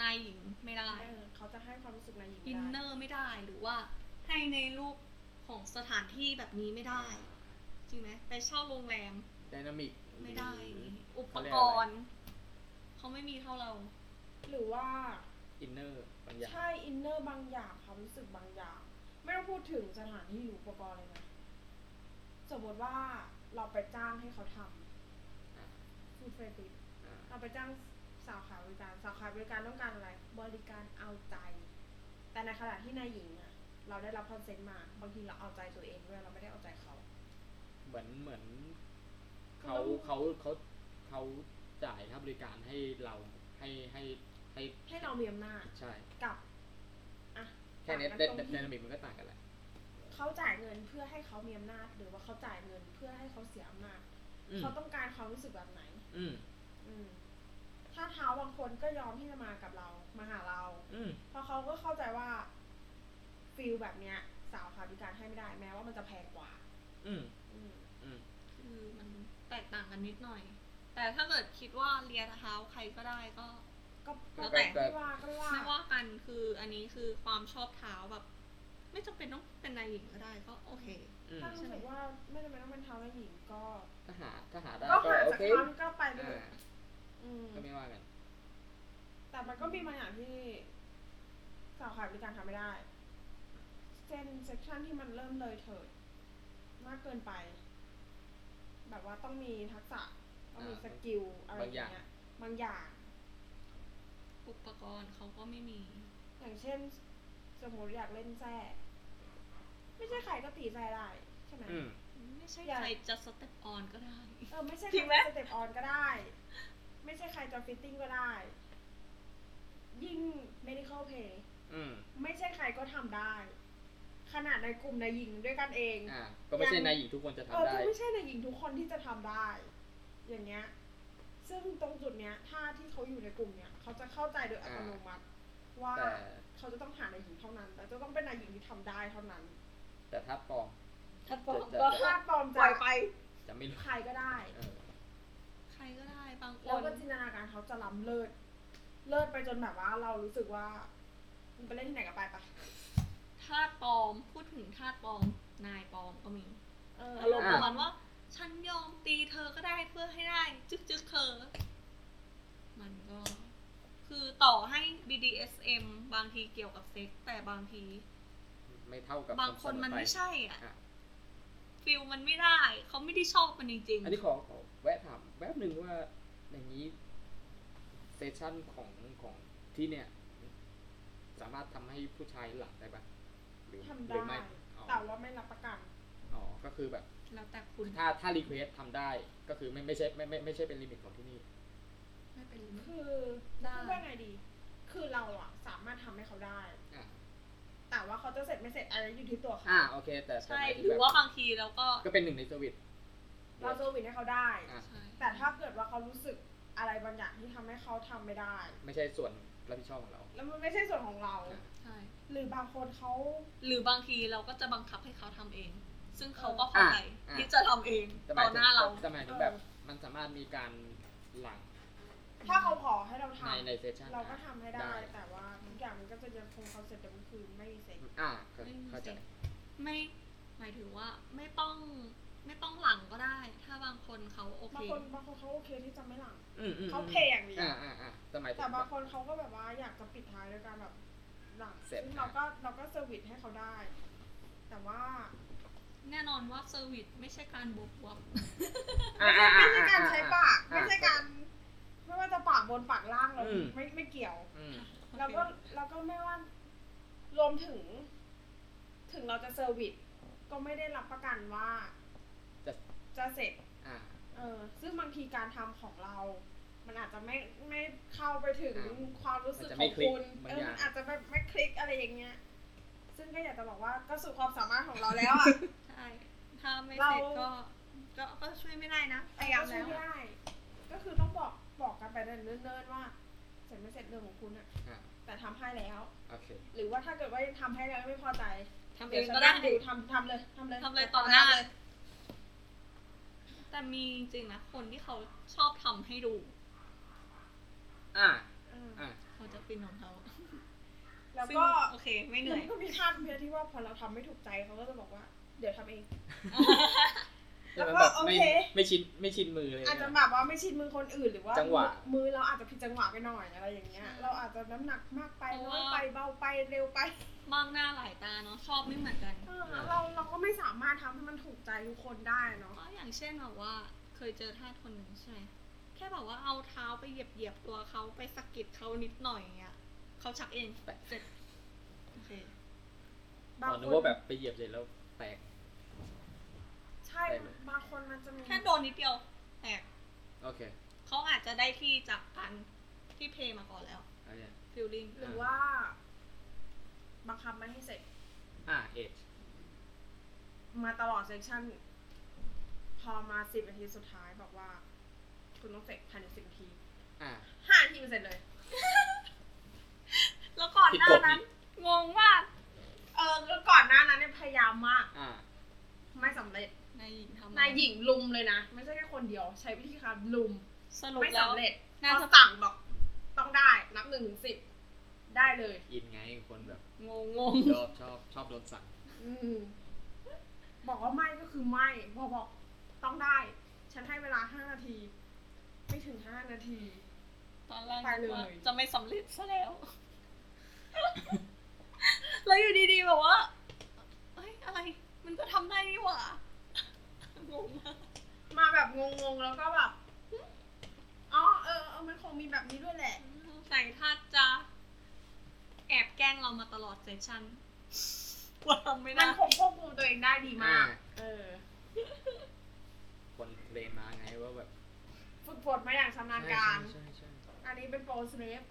Speaker 3: นายหญิงไม่ได้
Speaker 2: เออเขาจะให้ความรู้สึกนายหญิง
Speaker 3: อินเนอร์ไม่ได้หรือว่าให้ในรูปของสถานที่แบบนี้ไม่ได้ จริงไหมไปเช่าโรงแรม
Speaker 1: ไดนามิก
Speaker 3: ไม่ได้ อุปกรณ์เขาไม่มีเท่าเรา
Speaker 2: หรือว่า
Speaker 1: อินเนอร์บางอย่าง
Speaker 2: ใช่อินเนอร์บางอย่างความรู้สึกบางอย่าง ไม่ต้องพูดถึงสถานที่หรืออุปกรณ์เลยนะ สมมติว่าเราไปจ้างให้เขาท
Speaker 1: อ่า
Speaker 2: ำฟูดเฟรติ
Speaker 1: อ่า
Speaker 2: เราไปจ้างสาวขายบริการสาวขายบริการต้องการอะไร บริการเอาใจ แต่ในขณะที่นายหญิงอะเราได้รับคอนเซนต์มา บางทีเราเอาใจตัวเองด้วยเราไม่ได้เอาใจเขา
Speaker 1: เหมือนเหมือนเขาเขาเขาเขาจ่ายค่าบริการให้เราให้ให้ให้
Speaker 2: ให้เรามีอำนาจ
Speaker 1: ใช่
Speaker 2: กับอ่ะ
Speaker 1: แค่เนี้
Speaker 2: ต่าง
Speaker 1: ได
Speaker 2: กัตรงที่
Speaker 1: นามิกมันก็ต่างกันแหละ
Speaker 2: เขาจ่ายเงินเพื่อให้เขามีอำนาจ หรือว่าเขาจ่ายเงินเพื่อให้เขาเสียอำนาจ
Speaker 1: อืม
Speaker 2: เขาต้องการความรู้สึกแบบไหน
Speaker 1: อืม
Speaker 2: อืมถ้าเท้าบางคนก็ยอมที่จะมากับเรา มาหาเรา
Speaker 1: อืม
Speaker 2: เพราะเขาก็เข้าใจว่าฟิลแบบเนี้ย สาวขาพิการให้ไม่ได้แม้ว่ามันจะแพงกว่า
Speaker 1: อืม
Speaker 2: อืม
Speaker 1: อืม
Speaker 3: คือมันแตกต่างกันนิดหน่อย แต่ถ้าเกิดคิดว่าเลียเท้าใครก็ได้ก็
Speaker 2: ก็
Speaker 3: แล้วแต่
Speaker 2: แต่ไม่ว่าก็ไม่ว่า
Speaker 3: ไม่ว่ากันคืออันนี้คือความชอบเท้าแบบ ไม่จำเป็นต้องเป็นนายหญิงก็ได้ก็โอเค
Speaker 1: อืม
Speaker 2: ถ้ารู้สึกว่าไม่จำเป็นต้องเป็นเท้าและหญิงก็
Speaker 1: ถ้าหาถ้าหาได้
Speaker 2: ก็
Speaker 1: ก็
Speaker 2: หา
Speaker 1: โอ
Speaker 2: จาก
Speaker 1: เค
Speaker 2: เท้าก็ไปเล
Speaker 1: อ่าย
Speaker 2: อืม
Speaker 1: ก็ไม่ว่ากัน
Speaker 2: แต่มันก็มีบางอย่างที่ สาวขาพิการทำไม่ได้เส้นเซกชันที่มันเริ่มเลยเถิด มากเกินไป แบบว่าต้องมีทักษะ ต้องมีสกิลอะไรอย่างเงี้ยบางอย่าง
Speaker 3: อุปกรณ์เขาก็ไม่มี
Speaker 2: อย่างเช่น สมมติอยากเล่นแซ่ไม่ใช่ใครก็ตีแซ่ได้ ใช่ไหม
Speaker 1: อืม
Speaker 3: ไม่ใช่
Speaker 2: อย่าง
Speaker 3: ใครจะสเต็ปออนก็ได้
Speaker 2: เออไม่ใช่ใค
Speaker 3: จริ
Speaker 2: รง
Speaker 3: ไหม
Speaker 2: สเต็ปออนก็ได้ ไม่ใช่ใครจะฟิตติ้งก็ได้ ยิ่ง medical pay
Speaker 1: อืม
Speaker 2: ไม่ใช่ใครก็ทำได้ ขนาดในกลุ่มนายหญิงด้วยกันเอง
Speaker 1: อ่า ก็ไม่ใช่นายหญิงทุกคนจะ
Speaker 2: เออ
Speaker 1: ทำได้
Speaker 2: ก็ไม่ใช่นายหญิงทุกคนที่จะทำได้ อย่างเงี้ย ซึ่งตรงจุดเนี้ย ถ้าที่เขาอยู่ในกลุ่มเนี้ย เขาจะเข้าใจโดยอัตโนมัติ ว่า
Speaker 1: แต่
Speaker 2: เขาจะต้องหานายหญิงเท่านั้น แต่จะต้องเป็นนายหญิงที่ทำได้เท่านั้น
Speaker 1: แต่ถ้าปลอม
Speaker 3: ถ้าปลอม
Speaker 1: จะ
Speaker 3: ก็
Speaker 2: ถ้าปลอม
Speaker 3: ป
Speaker 2: ใจ
Speaker 3: ล่อยไป
Speaker 1: จะไม่รู้
Speaker 2: ใครก็ได้
Speaker 1: เออ
Speaker 3: ใครก็ได้บางค
Speaker 2: แล้ว
Speaker 3: น
Speaker 2: ก็จินตนาการเขาจะล้ำเลิศ เลิศไปจนแบบว่าเรารู้สึกว่ามันไปเล่นที่ไหนก็ไปปะ
Speaker 3: ทาสปลอมพูดถึงทาสปลอม นายปลอมก็มี
Speaker 2: เอ
Speaker 3: อารมณ์
Speaker 2: อ
Speaker 3: ประมาณว่า ฉันยอมตีเธอก็ได้เพื่อให้ได้จึกจึกๆเธอ มันก็ คือต่อให้ BDSM บางทีเกี่ยวกับเซ็กส์แต่บางที
Speaker 1: ไม่เท่ากับบ
Speaker 3: างคนมันไม่ใช่อ่ะ
Speaker 1: อ่ะ
Speaker 3: ฟิลมันไม่ได้ เขาไม่ได้ชอบมันจริง
Speaker 1: อันนี้ขอขอแวะถามแวบหนึ่งว่าอย่างนี้เซสชั่นของของที่เนี่ย สามารถทำให้ผู้ชายหลับได้ปะหรือ
Speaker 2: ทำได้
Speaker 1: หรือไม่อ๋อ
Speaker 2: แต่ว่าไม่รับประกัน
Speaker 1: อ๋อก็คือแบบ
Speaker 3: ๆ แล้วแต่คุณ
Speaker 1: ถ้าถ้ารีเควสทำได้ก็คือไม่ไม่ใช่ไม่ไม่ไม่ใช่เป็นลิมิตของที่นี่
Speaker 3: ไม่เป็นไร
Speaker 2: คือ
Speaker 3: ได้
Speaker 2: พูดว่าไงดี คือเราอะสามารถทำให้เขาได้
Speaker 1: อ่ะ
Speaker 2: แต่ว่าเขาจะเสร็จไม่เสร็จอะไรอยู่ที่ตัวเขา
Speaker 1: อ่าโอเค แต่แต่
Speaker 3: ใช่
Speaker 1: มยถึง
Speaker 3: หรือ
Speaker 1: แบบ
Speaker 3: ว่าบางทีเราก็
Speaker 1: ก็เป็นหนึ่งในสวิต
Speaker 2: เราจะวินให้เขาได้
Speaker 1: อ่ะ
Speaker 3: ใช่
Speaker 2: แต่ถ้าเกิดว่าเขารู้สึกอะไรบางอย่างที่ทำให้เขาทำไม่ได้
Speaker 1: ไม่ใช่ส่วนรับผิดชอบของเรา
Speaker 2: แล้วมันไม่ใช่ส่วนของเรา
Speaker 1: อ่ะ
Speaker 3: ใช่
Speaker 2: หรือบางคนเขา
Speaker 3: หรือบางทีเราก็จะบังคับให้เขาทำเอง ซึ่งเขาก็เข้าใจ
Speaker 1: อ่ะ
Speaker 3: ที่จะทำเอง
Speaker 1: แต่ห
Speaker 3: ต่
Speaker 1: มาย
Speaker 3: อ
Speaker 1: ถึง
Speaker 3: หน้าเรา
Speaker 1: แต่หมายถึงแบบ
Speaker 2: เออ
Speaker 1: มันสามารถมีการหลัง
Speaker 2: ถ้าเขาขอให้เราทำ
Speaker 1: ในในเซสชัน
Speaker 2: เราก็ทำให้ได้
Speaker 1: ได้
Speaker 2: แต่ว่าทุกอย่างมันก็จะยังคงคอนเซ็ปต์เดิมคือไม่มีเซ็ก
Speaker 1: อ่า
Speaker 3: ไม่มี
Speaker 1: เข้าใจ
Speaker 3: เซ็กไม่หมายถึงว่าไม่ต้องไม่ต้องหลังก็ได้ ถ้าบางคนเขาโอบ
Speaker 2: า
Speaker 3: เค
Speaker 2: งคนบางคนเขาโอเคที่จะไม่หลัง
Speaker 1: อืมอืม
Speaker 2: เขาเพอย่างนี้
Speaker 1: อ่าอ่าอ่าแต่หมายถึงแบบ
Speaker 2: แต่าง
Speaker 1: บ
Speaker 2: คนเขาก็แบบว่าอยากจะปิดท้ายด้วยการแบบหลัง
Speaker 1: เสร็
Speaker 2: ซึ่
Speaker 1: จ
Speaker 2: งเราก็เราก็เซอร์วิสให้เขาได้ แต่ว่า
Speaker 3: แน่นอนว่าเซอร์วิสไม่ใช่การบวบวบ
Speaker 1: อ่าอ่าอ่า
Speaker 2: ไม่ใช่การ
Speaker 1: อ่
Speaker 2: ใช้ปาก
Speaker 1: อ่
Speaker 2: ไม่ใช่การไม่ว่าจะปากบนปากล่างเรา
Speaker 1: อืม
Speaker 2: ไม่ไม่เกี่ยว
Speaker 1: อืม
Speaker 2: แล้วก็แล้วก็ไม่ว่ารวมถึง ถึงเราจะเซอร์วิสก็ไม่ได้รับประกันว่า
Speaker 1: จะ
Speaker 2: จะเสร็จ
Speaker 1: อ่า
Speaker 2: เออซึ่งบางทีการทำของเรา มันอาจจะไม่ไม่เข้าไปถึง
Speaker 1: อ่า
Speaker 2: ความรู้สึก
Speaker 1: อาจจะ
Speaker 2: ข
Speaker 1: ไม่
Speaker 2: อง
Speaker 1: คลิก
Speaker 2: คุณ
Speaker 1: บาง
Speaker 2: เอ
Speaker 1: อ
Speaker 2: อย่าง มันอาจจะแบบไม่คลิกอะไรอย่างเงี้ย ซึ่งก็อยากจะบอกว่าก็สุดความสามารถของเราแล้วอ่ะ
Speaker 3: ใช่ ถ้าไม่เสร็จ
Speaker 2: เรา
Speaker 3: ก็ก็ก็ช่วยไม่ได้นะพ
Speaker 2: แต่
Speaker 3: ยายาม
Speaker 2: ก็ช่
Speaker 3: แล้ว
Speaker 2: ยว ไม่ได้ ก็คือต้องบอกบอกกันไปเนิ่นๆว่าเสร็จไม่เสร็จเรื่องของคุณอะ
Speaker 1: อ่า
Speaker 2: แต่ทำให้แล้ว
Speaker 1: โอเค
Speaker 2: หรือว่าถ้าเกิดว่ายังทำให้แล้วไม่พอใจ
Speaker 3: ทำเอง
Speaker 2: ดี๋ยวฉัน
Speaker 3: ก็ได้
Speaker 2: นั่ดูทำทำเลยทำเลย
Speaker 3: ทำเลยต่อหน้า
Speaker 2: เลย
Speaker 3: แต่มีจริงๆนะ คนที่เขาชอบทำให้ดู
Speaker 1: อ่า
Speaker 2: อืม
Speaker 1: อ่า
Speaker 3: เขาจะฟินของเขา
Speaker 2: แล้ว
Speaker 3: ซึ่ง
Speaker 2: ก็
Speaker 3: โอเค ไม่เหนื่อย
Speaker 2: ก็มีค่าประเภทที่ว่าพอเราทำไม่ถูกใจเขาก็จะบอกว่า เดี๋ยวทำเอง แล้วก็โอ
Speaker 1: ไม่
Speaker 2: เค
Speaker 1: ไม่ชินไม่ชินมือเลย
Speaker 2: อาจจะแบบว่าไม่ชินมือคนอื่นหรือว่า
Speaker 1: จังหวะ
Speaker 2: มือเราอาจจะผิดจังหวะไปหน่อยอะไรอย่างเงี้ย
Speaker 3: ใช่
Speaker 2: เราอาจจะน้ำหนักมากไป
Speaker 3: เพราะ
Speaker 2: น้อ
Speaker 3: ว่า
Speaker 2: ยไปเบาไปเร็วไป
Speaker 3: มากหน้าหลายตาเนาะ ชอบไม่เหมือนกัน
Speaker 2: เออเราเราก็ไม่สามารถทำให้มันถูกใจทุกคนได้เนาะ
Speaker 3: ก็อย่างเช่นแบบว่าเคยเจอท่าสคนหนึ่งใช่ไหมแค่แบบว่าเอาเท้าไปเหยียบเหยียบๆตัวเขาไปสะกิดเขานิดหน่อยอย่างเงี้ยเขาชักเองแบบเสร็จโอเค
Speaker 1: อ๋อนึกว่าแบบไปเหยียบเสร็จแล้วแตก
Speaker 2: ใช่
Speaker 1: ได้เลย
Speaker 2: บางคนมันจะมี
Speaker 3: แค่โดนนิดเดียวแตก
Speaker 1: โอเค
Speaker 3: เขาอาจจะได้ที่จากการที่เพลย์มาก่อนแล้ว
Speaker 1: โอเค
Speaker 3: ฟิลลิ่ง
Speaker 2: หรือว่า บังคับไม่ให้เสร็จ
Speaker 1: อ่าเอจ
Speaker 2: มาตลอดเซสชั่น พอมาสิบนาทีสุดท้ายบอกว่า คุณต้องเสร็จภายในสิบนาที
Speaker 1: อ่า
Speaker 2: ห้านาทีมันเสร็จเลย
Speaker 3: แล้วก่อนหน้านั้น งงมาก
Speaker 2: เออก็ก่อนหน้านั้นเนี่ยพยายามมาก
Speaker 1: อ่า
Speaker 2: ไม่สำเร็จ
Speaker 3: นายหญิงทำ
Speaker 2: นายหญิงลุมเลยนะ ไม่ใช่แค่คนเดียวใช้วิธีการลุม
Speaker 3: สรุป
Speaker 2: ไม่
Speaker 3: แล้ว
Speaker 2: สำเร็จ
Speaker 3: น่า
Speaker 2: พ
Speaker 3: จะ
Speaker 2: อสั่งบอกต้องได้นับหนึ่งถึงสิบได้เลย
Speaker 1: อินไงคนแบบ
Speaker 3: งงงง
Speaker 1: ชอบชอบชอบโดนสั่ง
Speaker 2: อืมบอกว่าไม่ก็คือไม่บอกบอกต้องได้ ฉันให้เวลาห้านาที ไม่ถึงห้านาที
Speaker 3: ตอนแรก
Speaker 2: ไปเลย
Speaker 3: ว่าจะไม่สำเร็จซะแล้ว แล้วอยู่ดีๆแบบว่าเอ้ยอะไร มันก็ทำได้นี่หว่ างงมาก
Speaker 2: มาแบบงงๆแล้วก็แบบหึอ๋อเออเออมันคงมีแบบนี้ด้วยแหละ
Speaker 3: ใส่ท่าจะแอบแกล้งเรามาตลอดเซสชั่น ว่าทำไม่
Speaker 2: มั
Speaker 3: ได้
Speaker 2: นคงควบคุมตัวเองได้ดีมาก เออ
Speaker 1: คนเรียนมาไงว่าแบบ
Speaker 2: ฝึกฝนมาอย่างชำนาญการ
Speaker 1: ใช่ใช่ใช่
Speaker 2: อันนี้เป็นโปรสเลฟ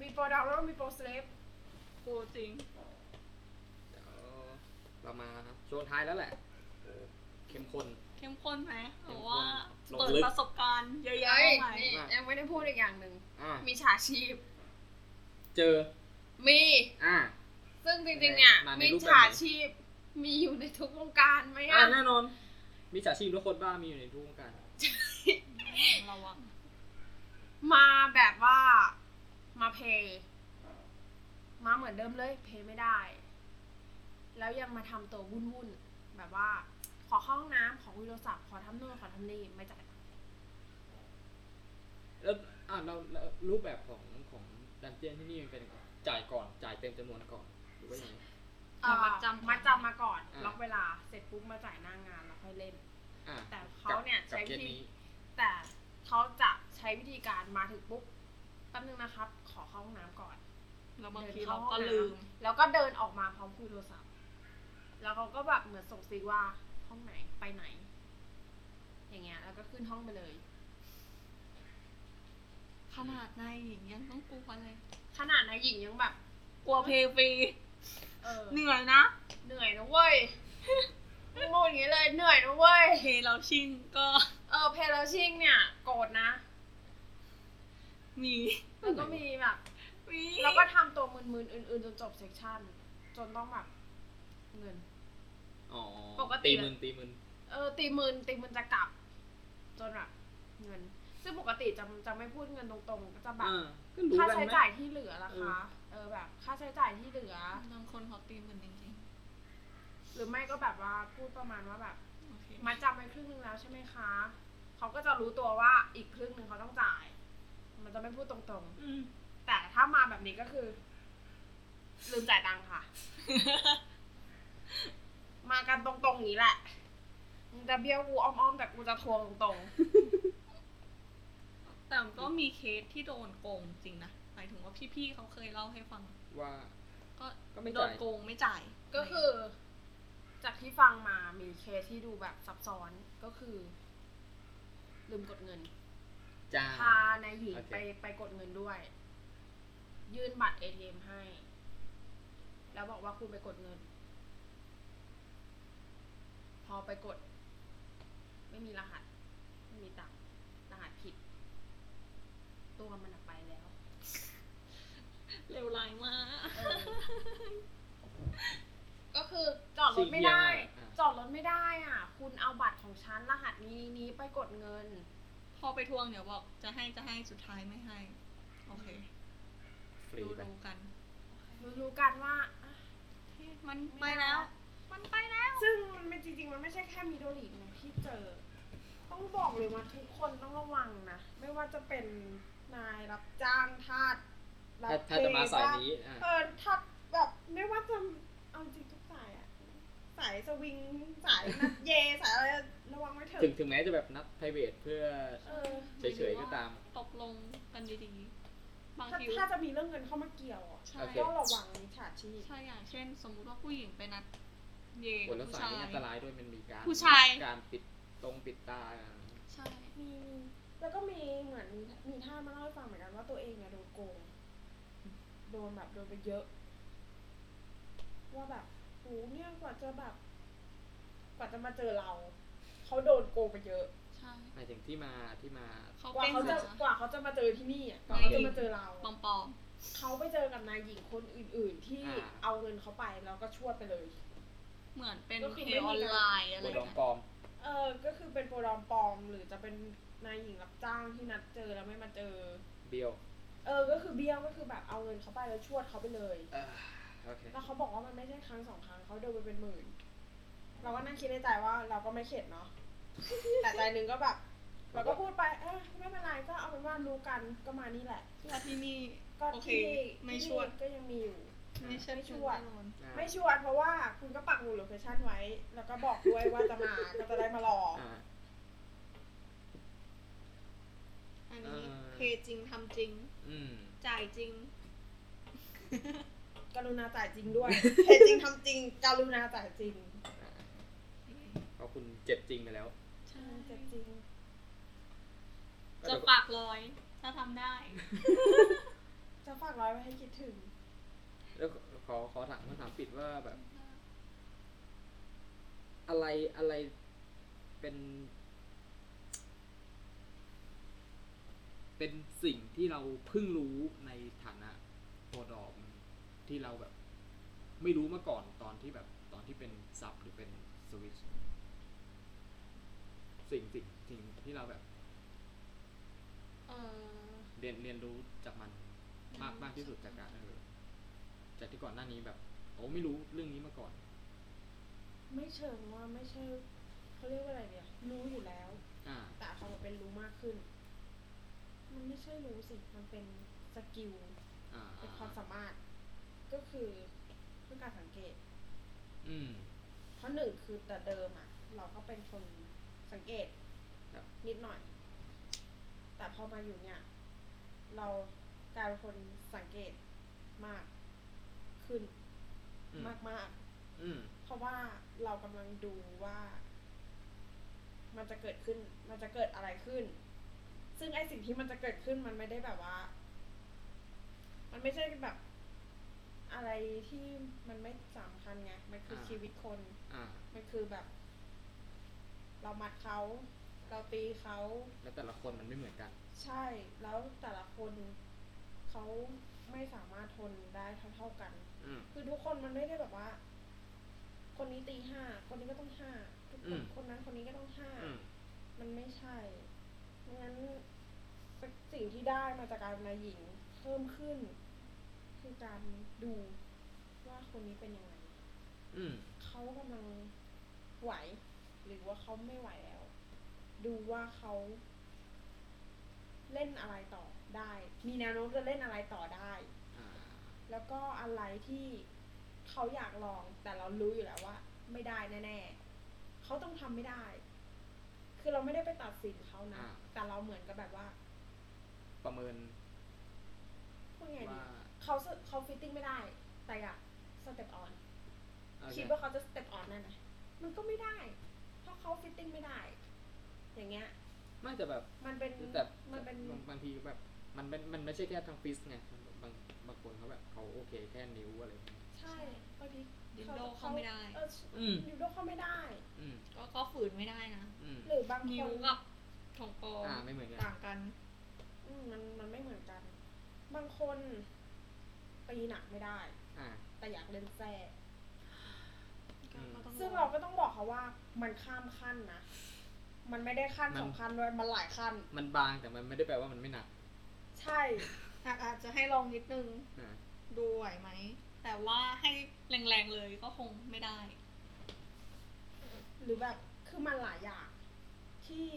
Speaker 2: มีโปรดาวแล้วมีโปรสเลฟ
Speaker 3: กลัวจริง
Speaker 1: เดี๋ยวเรามาช่วงท้ายแล้วแหละโอ้เข้มข้น
Speaker 3: เข้มข้นไหมหรือว่า
Speaker 1: เข้มข้นลงลึก
Speaker 3: เปิดประสบการณ์เยอะแยะ
Speaker 2: เอ้ย
Speaker 3: มากมาย
Speaker 2: นี่ยังไม่ได้พูดอีกอย่างหนึ่ง
Speaker 1: อ่า
Speaker 2: มีฉาชีพ
Speaker 1: เจอ
Speaker 2: มี
Speaker 1: อ่า
Speaker 2: ซึ่งจริงๆ เนี่ย
Speaker 1: มาใน
Speaker 2: มี
Speaker 1: รูปแบบไหน
Speaker 2: ฉาชีพ มีอยู่ในทุกวงการไหม
Speaker 1: อ่า
Speaker 2: อ่ะ
Speaker 1: แน่นอน มีจฉาชีพและคนบ้ามีอยู่ในทุกวงการ
Speaker 3: ระวัง
Speaker 2: มาแบบว่า มาเพย์ มาเหมือนเดิมเลย เพย์ไม่ได้ แล้วยังมาทำตัววุ่นๆ แบบว่า ขอเข้าห้องน้ำขอคุยโทรศัพท์ขอทำโน่นขอทำนี่ไม่จ่ายตังค์
Speaker 1: แล้วอ่าเราเรารูปแบบของของดันเจียนที่นี่มันเป็นยังไงจ่ายก่อนจ่ายเต็มจำนวนก่อนหรือว่าอย่างไง
Speaker 2: เอ่อ
Speaker 3: มาจำ
Speaker 2: มาจำมาก่อน
Speaker 1: อ่า
Speaker 2: ล็อกเวลา เสร็จปุ๊บมาจ่ายหน้างานแล้วค่อยเล่น
Speaker 1: อ่า
Speaker 2: แต่เขาเนี่ย
Speaker 1: กับ
Speaker 2: ใช้
Speaker 1: เค
Speaker 2: วิ
Speaker 1: ส
Speaker 2: ธี
Speaker 1: นี้
Speaker 2: แต่เขาจะใช้วิธีการมาถึงปุ๊บแป๊บนึงนะครับ ขอเข้าห้องน้ำก่อน
Speaker 3: แล้วบาง
Speaker 2: เดิน
Speaker 3: ที
Speaker 2: เข้
Speaker 3: เรา
Speaker 2: ห้อง
Speaker 3: ก็
Speaker 2: น้ำ
Speaker 3: ลืม
Speaker 2: แล้วก็เดินออกมาพร้อมคุยโทรศัพท์ แล้วเขาก็แบบเหมือนส่งซีกว่าห้องไหนไปไหน อย่างเงี้ย แล้วก็ขึ้นห้องไปเลย
Speaker 3: ขนาดนายหญิงยังต้องกลัวเลย
Speaker 2: ขนาดนายหญิงยังแบบ
Speaker 3: กลัวเพลย์ฟรี
Speaker 2: เออ
Speaker 3: เหนื่อยนะ
Speaker 2: เหนื่อยนะเว้ยโมดอย่างเงี้ยเลยเหนื่อยนะเว้ย
Speaker 3: เพลย์เราชิงก็
Speaker 2: เออเพลแล้วชิงเนี่ย โกรธนะ
Speaker 3: มี
Speaker 2: แล้วก็มีแบบ
Speaker 3: มี
Speaker 2: แล้วก็ทำตัวมึนๆอื่นๆจนจบเซกชันจนต้องแบบเงิน
Speaker 1: อ๋อ
Speaker 2: ปกติ
Speaker 1: ตีมืนตีมืน
Speaker 2: เออตีหมืนตีหมืนจะกลับ จนแบบเงิน ซึ่งปกติจะจะไม่พูดเงินตรงๆก็จะแบบ
Speaker 1: อ่าก็รู้
Speaker 2: ค่า
Speaker 1: กัน
Speaker 2: ใช้
Speaker 1: ไหม
Speaker 2: จ่ายที่เหลือละ
Speaker 1: เออ
Speaker 2: คะ เออแบบ ค่าใช้จ่ายที่เหลือ
Speaker 3: บางคนเขาตีเหมือนจริง
Speaker 2: หรือไม่ก็แบบว่าพูดประมาณว่าแบบ
Speaker 3: ๆโอเค
Speaker 2: มาจำไปครึ่งหนึงแล้วใช่ไหมคะเขาก็จะรู้ตัวว่าอีกครึ่งหนึ่งเขาต้องจ่าย มันจะไม่พูดตรง
Speaker 3: อืม
Speaker 2: ๆ แต่ถ้ามาแบบนี้ก็คือ ลืมจ่ายตังค์ค่ะ มากันตรงๆอย่างนี้แหละมึงจะเบี้ยวกูอ้อมๆแต่กูจะทวงตรงๆ
Speaker 3: แต่ก็มีเคสที่โดนโกงจริงนะหมายถึงว่าพี่ๆเขาเคยเล่าให้ฟัง
Speaker 1: ว่า
Speaker 3: ก็
Speaker 1: ก็ไม่
Speaker 3: โด
Speaker 1: จ่าน ย
Speaker 3: โกงไม่จ่าย
Speaker 2: ก็คือ จากที่ฟังมามีเคสที่ดูแบบซับซ้อนก็คือ ลืมกดเงิน
Speaker 1: จ้า
Speaker 2: พานายหญิง
Speaker 1: โอเค
Speaker 2: ไปไปกดเงินด้วย ยื่นบัตรเอทีเอ็มให้ แล้วบอกว่าคุณไปกดเงิน พอไปกด ไม่มีรหัส ไม่มีตังค์รหัสผิด ตัวมันอะไปแล้ว
Speaker 3: เร็วร้ายมาก
Speaker 2: เออก็คือจอดรถไม่
Speaker 1: สิ่งเดียว
Speaker 2: ได้
Speaker 1: อะอ่ะ
Speaker 2: จอดรถไม่ได้อ่ะ ค
Speaker 4: คุณเอาบัตรของฉันรหัสนี้นี้ไปกดเงิน
Speaker 3: พอไปทวงเดี๋ยวบอกจะให้จะให้สุดท้ายไม่ให้ โอเค
Speaker 1: ฟรี
Speaker 3: ดู
Speaker 1: ไป
Speaker 3: ดูกัน
Speaker 4: รู้รู้กันว่าอ่ะ
Speaker 3: มันไปแล้ว มันไปแล้ว
Speaker 2: ซึ่งมันไม่จริงๆ มันไม่ใช่แค่มิโดรินะที่เจอ ต้องบอกเลยว่าทุกคนต้องระวังนะ ไม่ว่าจะเป็นนายรับจ้างทาสรับ
Speaker 1: ถ้าถ้าจะมาสายนี้อ่ะ
Speaker 2: เออทัดแบบไม่ว่าจะเอาจริงทุกสายอะสายสวิงสายนัดเย สายอะไรระวังไว้เถอะ
Speaker 1: ถึงถึงแม้จะแบบนัด p r i v a t เพื่อ
Speaker 2: เออ
Speaker 1: เฉยๆก็ตาม
Speaker 3: ตกลงกันดีๆ บาง
Speaker 2: ถ้า
Speaker 3: ที
Speaker 2: ถ้าจะมีเรื่องเงินเข้ามาเกี่ยวอะ
Speaker 3: ใช่
Speaker 1: โอเค
Speaker 2: ก็ระวังมิจฉาชีพ
Speaker 3: ใช่อย่างเช่น สมมุติว่าผู้หญิงไปนัดเย
Speaker 1: ผ
Speaker 3: กั
Speaker 1: ล
Speaker 3: บ
Speaker 1: แล้ว
Speaker 3: ผู้
Speaker 1: สา
Speaker 3: ชาย ย
Speaker 1: นี่อันตรายด้วยมันมีการ
Speaker 3: ผู้ชาย
Speaker 1: การปิดตรงปิดตา
Speaker 3: ใช่
Speaker 2: มีแล้วก็มีเหมือนมีท่าสมาเล่าให้ฟังเหมือนกันว่าตัวเองเนี่ยโดนโกง โดนแบบโดนไปเยอะ ว่าแบบโหเนี่ยกว่าจะแบบ กว่าจะมาเจอเรา เขาโดนโกงไปเยอะ
Speaker 3: ใช่
Speaker 1: หมายถึงที่มาที่มา
Speaker 3: เขา
Speaker 2: กว่า
Speaker 3: เป็น
Speaker 2: เขา
Speaker 3: เหมื
Speaker 2: จะ
Speaker 3: อน
Speaker 2: กว่าเขาจะมาเจอที่นี่อะกว่าเขาจะมาเจอเรา
Speaker 3: ปลอม
Speaker 2: เขาไปเจอกับนายหญิงคนอื่น ๆ ที่
Speaker 1: อ่า
Speaker 2: เอาเงินเขาไปแล้วก็ชวดไปเลย
Speaker 3: ๆเหมือนเป็น
Speaker 2: ก็คือ
Speaker 3: เพ
Speaker 2: ไม่มี
Speaker 3: ย์ออนไล
Speaker 2: การ
Speaker 3: น์อะไร
Speaker 1: บ
Speaker 3: อน
Speaker 1: ดอง
Speaker 3: ย่างเงี้ย
Speaker 1: ปลอม
Speaker 2: เออ ก็คือเป็นโปรดอมปลอม หรือจะเป็นนายหญิงรับจ้างที่นัดเจอแล้วไม่มาเจอ
Speaker 1: เบียว
Speaker 2: เออ ก็คือเบี้ยวก็คือแบบเอาเงินเขาไปแล้วชวดเขาไปเลย
Speaker 1: อ่าโอเค
Speaker 2: แล้วเขาบอกว่ามันไม่ใช่ครั้งสองครั้งเขาโดนไปเป็นหมื่น เราก็นั่งคิดในใจว่าเราก็ไม่เข็ดเนาะ แต่ใจหนึงก็แบบ เราก็พูดไป เออไม่เป็นไรก็เอาเป็นว่ารู้กันก็มานี่แหละ
Speaker 3: เพื่อที่นี่
Speaker 2: ก็
Speaker 3: โอเค
Speaker 2: ที่
Speaker 3: ไม่
Speaker 2: ที่
Speaker 3: ชวด
Speaker 2: ก็ยังมีอยู่
Speaker 3: ไม่ใช่
Speaker 2: ไม่ช
Speaker 3: ช
Speaker 2: ว
Speaker 3: วน น
Speaker 2: ไม่ชวดเพราะว่าคุณก็ปักหมุดโลเคชั่นไว้ แล้วก็บอกด้วยว่าจะมา ก็จะได้มารอ
Speaker 1: อ่า
Speaker 3: อันนี้
Speaker 1: เออ
Speaker 3: เพย์จริงทำจริง
Speaker 1: อืม
Speaker 3: จ่ายจริง
Speaker 2: กรุณาจ่ายจริงด้วย เทจริงทำจริง กรุณาจ่ายจริง
Speaker 1: เพราะคุณเจ็บจริงไปแล้ว
Speaker 3: ใช่
Speaker 2: เจ็บจริง
Speaker 3: จะปากลอย ถ้าทำได้
Speaker 2: จะฝากร้อยไว้ให้คิดถึง
Speaker 1: แล้วขอขอถามคำถามปิดว่าแบบ อะไรอะไรเป็น เป็นสิ่งที่เราเพิ่งรู้ในฐานะโปรดอมที่เราแบบ ไม่รู้มาก่อนตอนที่แบบตอนที่เป็นซับหรือเป็นสวิตชสิ่งสิ่งสิ่งที่เราแบบ
Speaker 3: เออ
Speaker 1: เรียนเรียนรู้จากมันมากมากที่สุดจากการเออจากที่ก่อนหน้านี้แบบ โอ้ไม่รู้เรื่องนี้มาก่อน
Speaker 2: ไม่เชิงว่าไม่ใช่เขาเรียกว่าอะไรเนี่ย รู้อยู่แล้ว
Speaker 1: อ่า
Speaker 2: แต่เขาบอกเป็นรู้มากขึ้น มันไม่ใช่รู้สิ มันเป็นสกิล
Speaker 1: อ่า
Speaker 2: เป็นความสามารถ ก็คือเรื่องการสังเกต
Speaker 1: อืม
Speaker 2: เพราะหนึ่งคือแต่เดิมอ่ะ เราก็เป็นคนสังเกต
Speaker 1: ครับ
Speaker 2: นิดหน่อย แต่พอมาอยู่เนี่ย เรากลายเป็นคนสังเกตมากขึ้น
Speaker 1: อืม
Speaker 2: มากมาก
Speaker 1: อืม
Speaker 2: ๆเพราะว่าเรากำลังดูว่า มันจะเกิดขึ้น มันจะเกิดอะไรขึ้น ซึ่งไอสิ่งที่มันจะเกิดขึ้นมันไม่ได้แบบว่า มันไม่ใช่แบบ อะไรที่มันไม่สำคัญไง มันคืออา ชีวิตคน
Speaker 1: อ่า
Speaker 2: มันคือแบบ เรามัดเขา เราตีเขา
Speaker 1: แล้วแต่ละคนมันไม่เหมือนกัน
Speaker 2: ใช่ แล้วแต่ละคนเขาไม่สามารถทนได้เท่าๆกัน
Speaker 1: อืม
Speaker 2: คือทุกคนมันไม่ได้แบบว่า คนนี้ตีห้า คนนี้ก็ต้องห้าทุกค
Speaker 1: อื
Speaker 2: น
Speaker 1: ม
Speaker 2: คนนั้นคนนี้ก็ต้องห้า
Speaker 1: อืม
Speaker 2: มันไม่ใช่ดังนั้นสิ่งที่ได้มาจากการเป็นนายหญิงเพิ่มขึ้น คือการดูว่าคนนี้เป็นยังไง
Speaker 1: อืม
Speaker 2: เขากำลังไหว หรือว่าเขาไม่ไหวแล้ว ดูว่าเขาเล่นอะไรต่อได้ มีแนวโน้มจะเล่นอะไรต่อได้
Speaker 1: อ่า
Speaker 2: แล้วก็อะไรที่เขาอยากลอง แต่เรารู้อยู่แล้วว่า ไม่ได้แน่ ๆ เขาต้องทำไม่ได้ คือเราไม่ได้ไปตัดสินเขานะ
Speaker 1: อ่า
Speaker 2: แต่เราเหมือนกับแบบว่า
Speaker 1: ประเมิน
Speaker 2: พูดไงดี
Speaker 1: ว่า
Speaker 2: เขาสึเขาฟิตติ้งไม่ได้ แต่อยากสเต็ปออน
Speaker 1: โอเค
Speaker 2: คิดว่าเขาจะสเต็ปออนได้ไหมมันก็ไม่ได้ เพราะเขาฟิตติ้งไม่ได้ อย่างเงี้ย
Speaker 1: ไม่แต่แบบ
Speaker 2: มันเป็น
Speaker 1: แต่
Speaker 2: มันเป็น
Speaker 1: บางบางทีแบบ มันเป็นมันไม่ใช่แค่ทางฟิสไงบางบางคนเขาแบบเขาโอเคแค่นิ้วอะไรอย่างเงี้ย
Speaker 2: ใช่บางที
Speaker 3: ดินโดเข้าไม่ได้
Speaker 2: เออ
Speaker 1: อืม
Speaker 2: ดิวโดเข้าไม่ได้
Speaker 1: อืม
Speaker 3: ก็ก็ฝืนไม่ได้นะ
Speaker 1: อืม
Speaker 2: หรือบางค
Speaker 3: นิ้วน กับของปลอม
Speaker 1: อ่า ไม่เหมือนกัน
Speaker 3: ต่างกัน
Speaker 2: อืมมันมันไม่เหมือนกัน บางคนตีหนักไม่ได้
Speaker 1: อ่า
Speaker 2: แต่อยากเล่นแซ่
Speaker 1: อืม
Speaker 2: ซึ่งเราก็ต้องบอกเขาว่า มันข้ามขั้นนะ มันไม่ได้ขั้น
Speaker 1: มัน
Speaker 2: สองขั้นด้วยมันหลายขั้น
Speaker 1: มันบางแต่มันไม่ได้แปลว่ามันไม่หนัก
Speaker 2: ใช่
Speaker 3: อ่ะอาจจะให้ลองนิดนึง
Speaker 1: อ่า
Speaker 3: ดูไหวไหม แต่ว่าให้แรงๆเลยก็คงไม่ได้
Speaker 2: หรือแบบคือมันหลายอย่างที่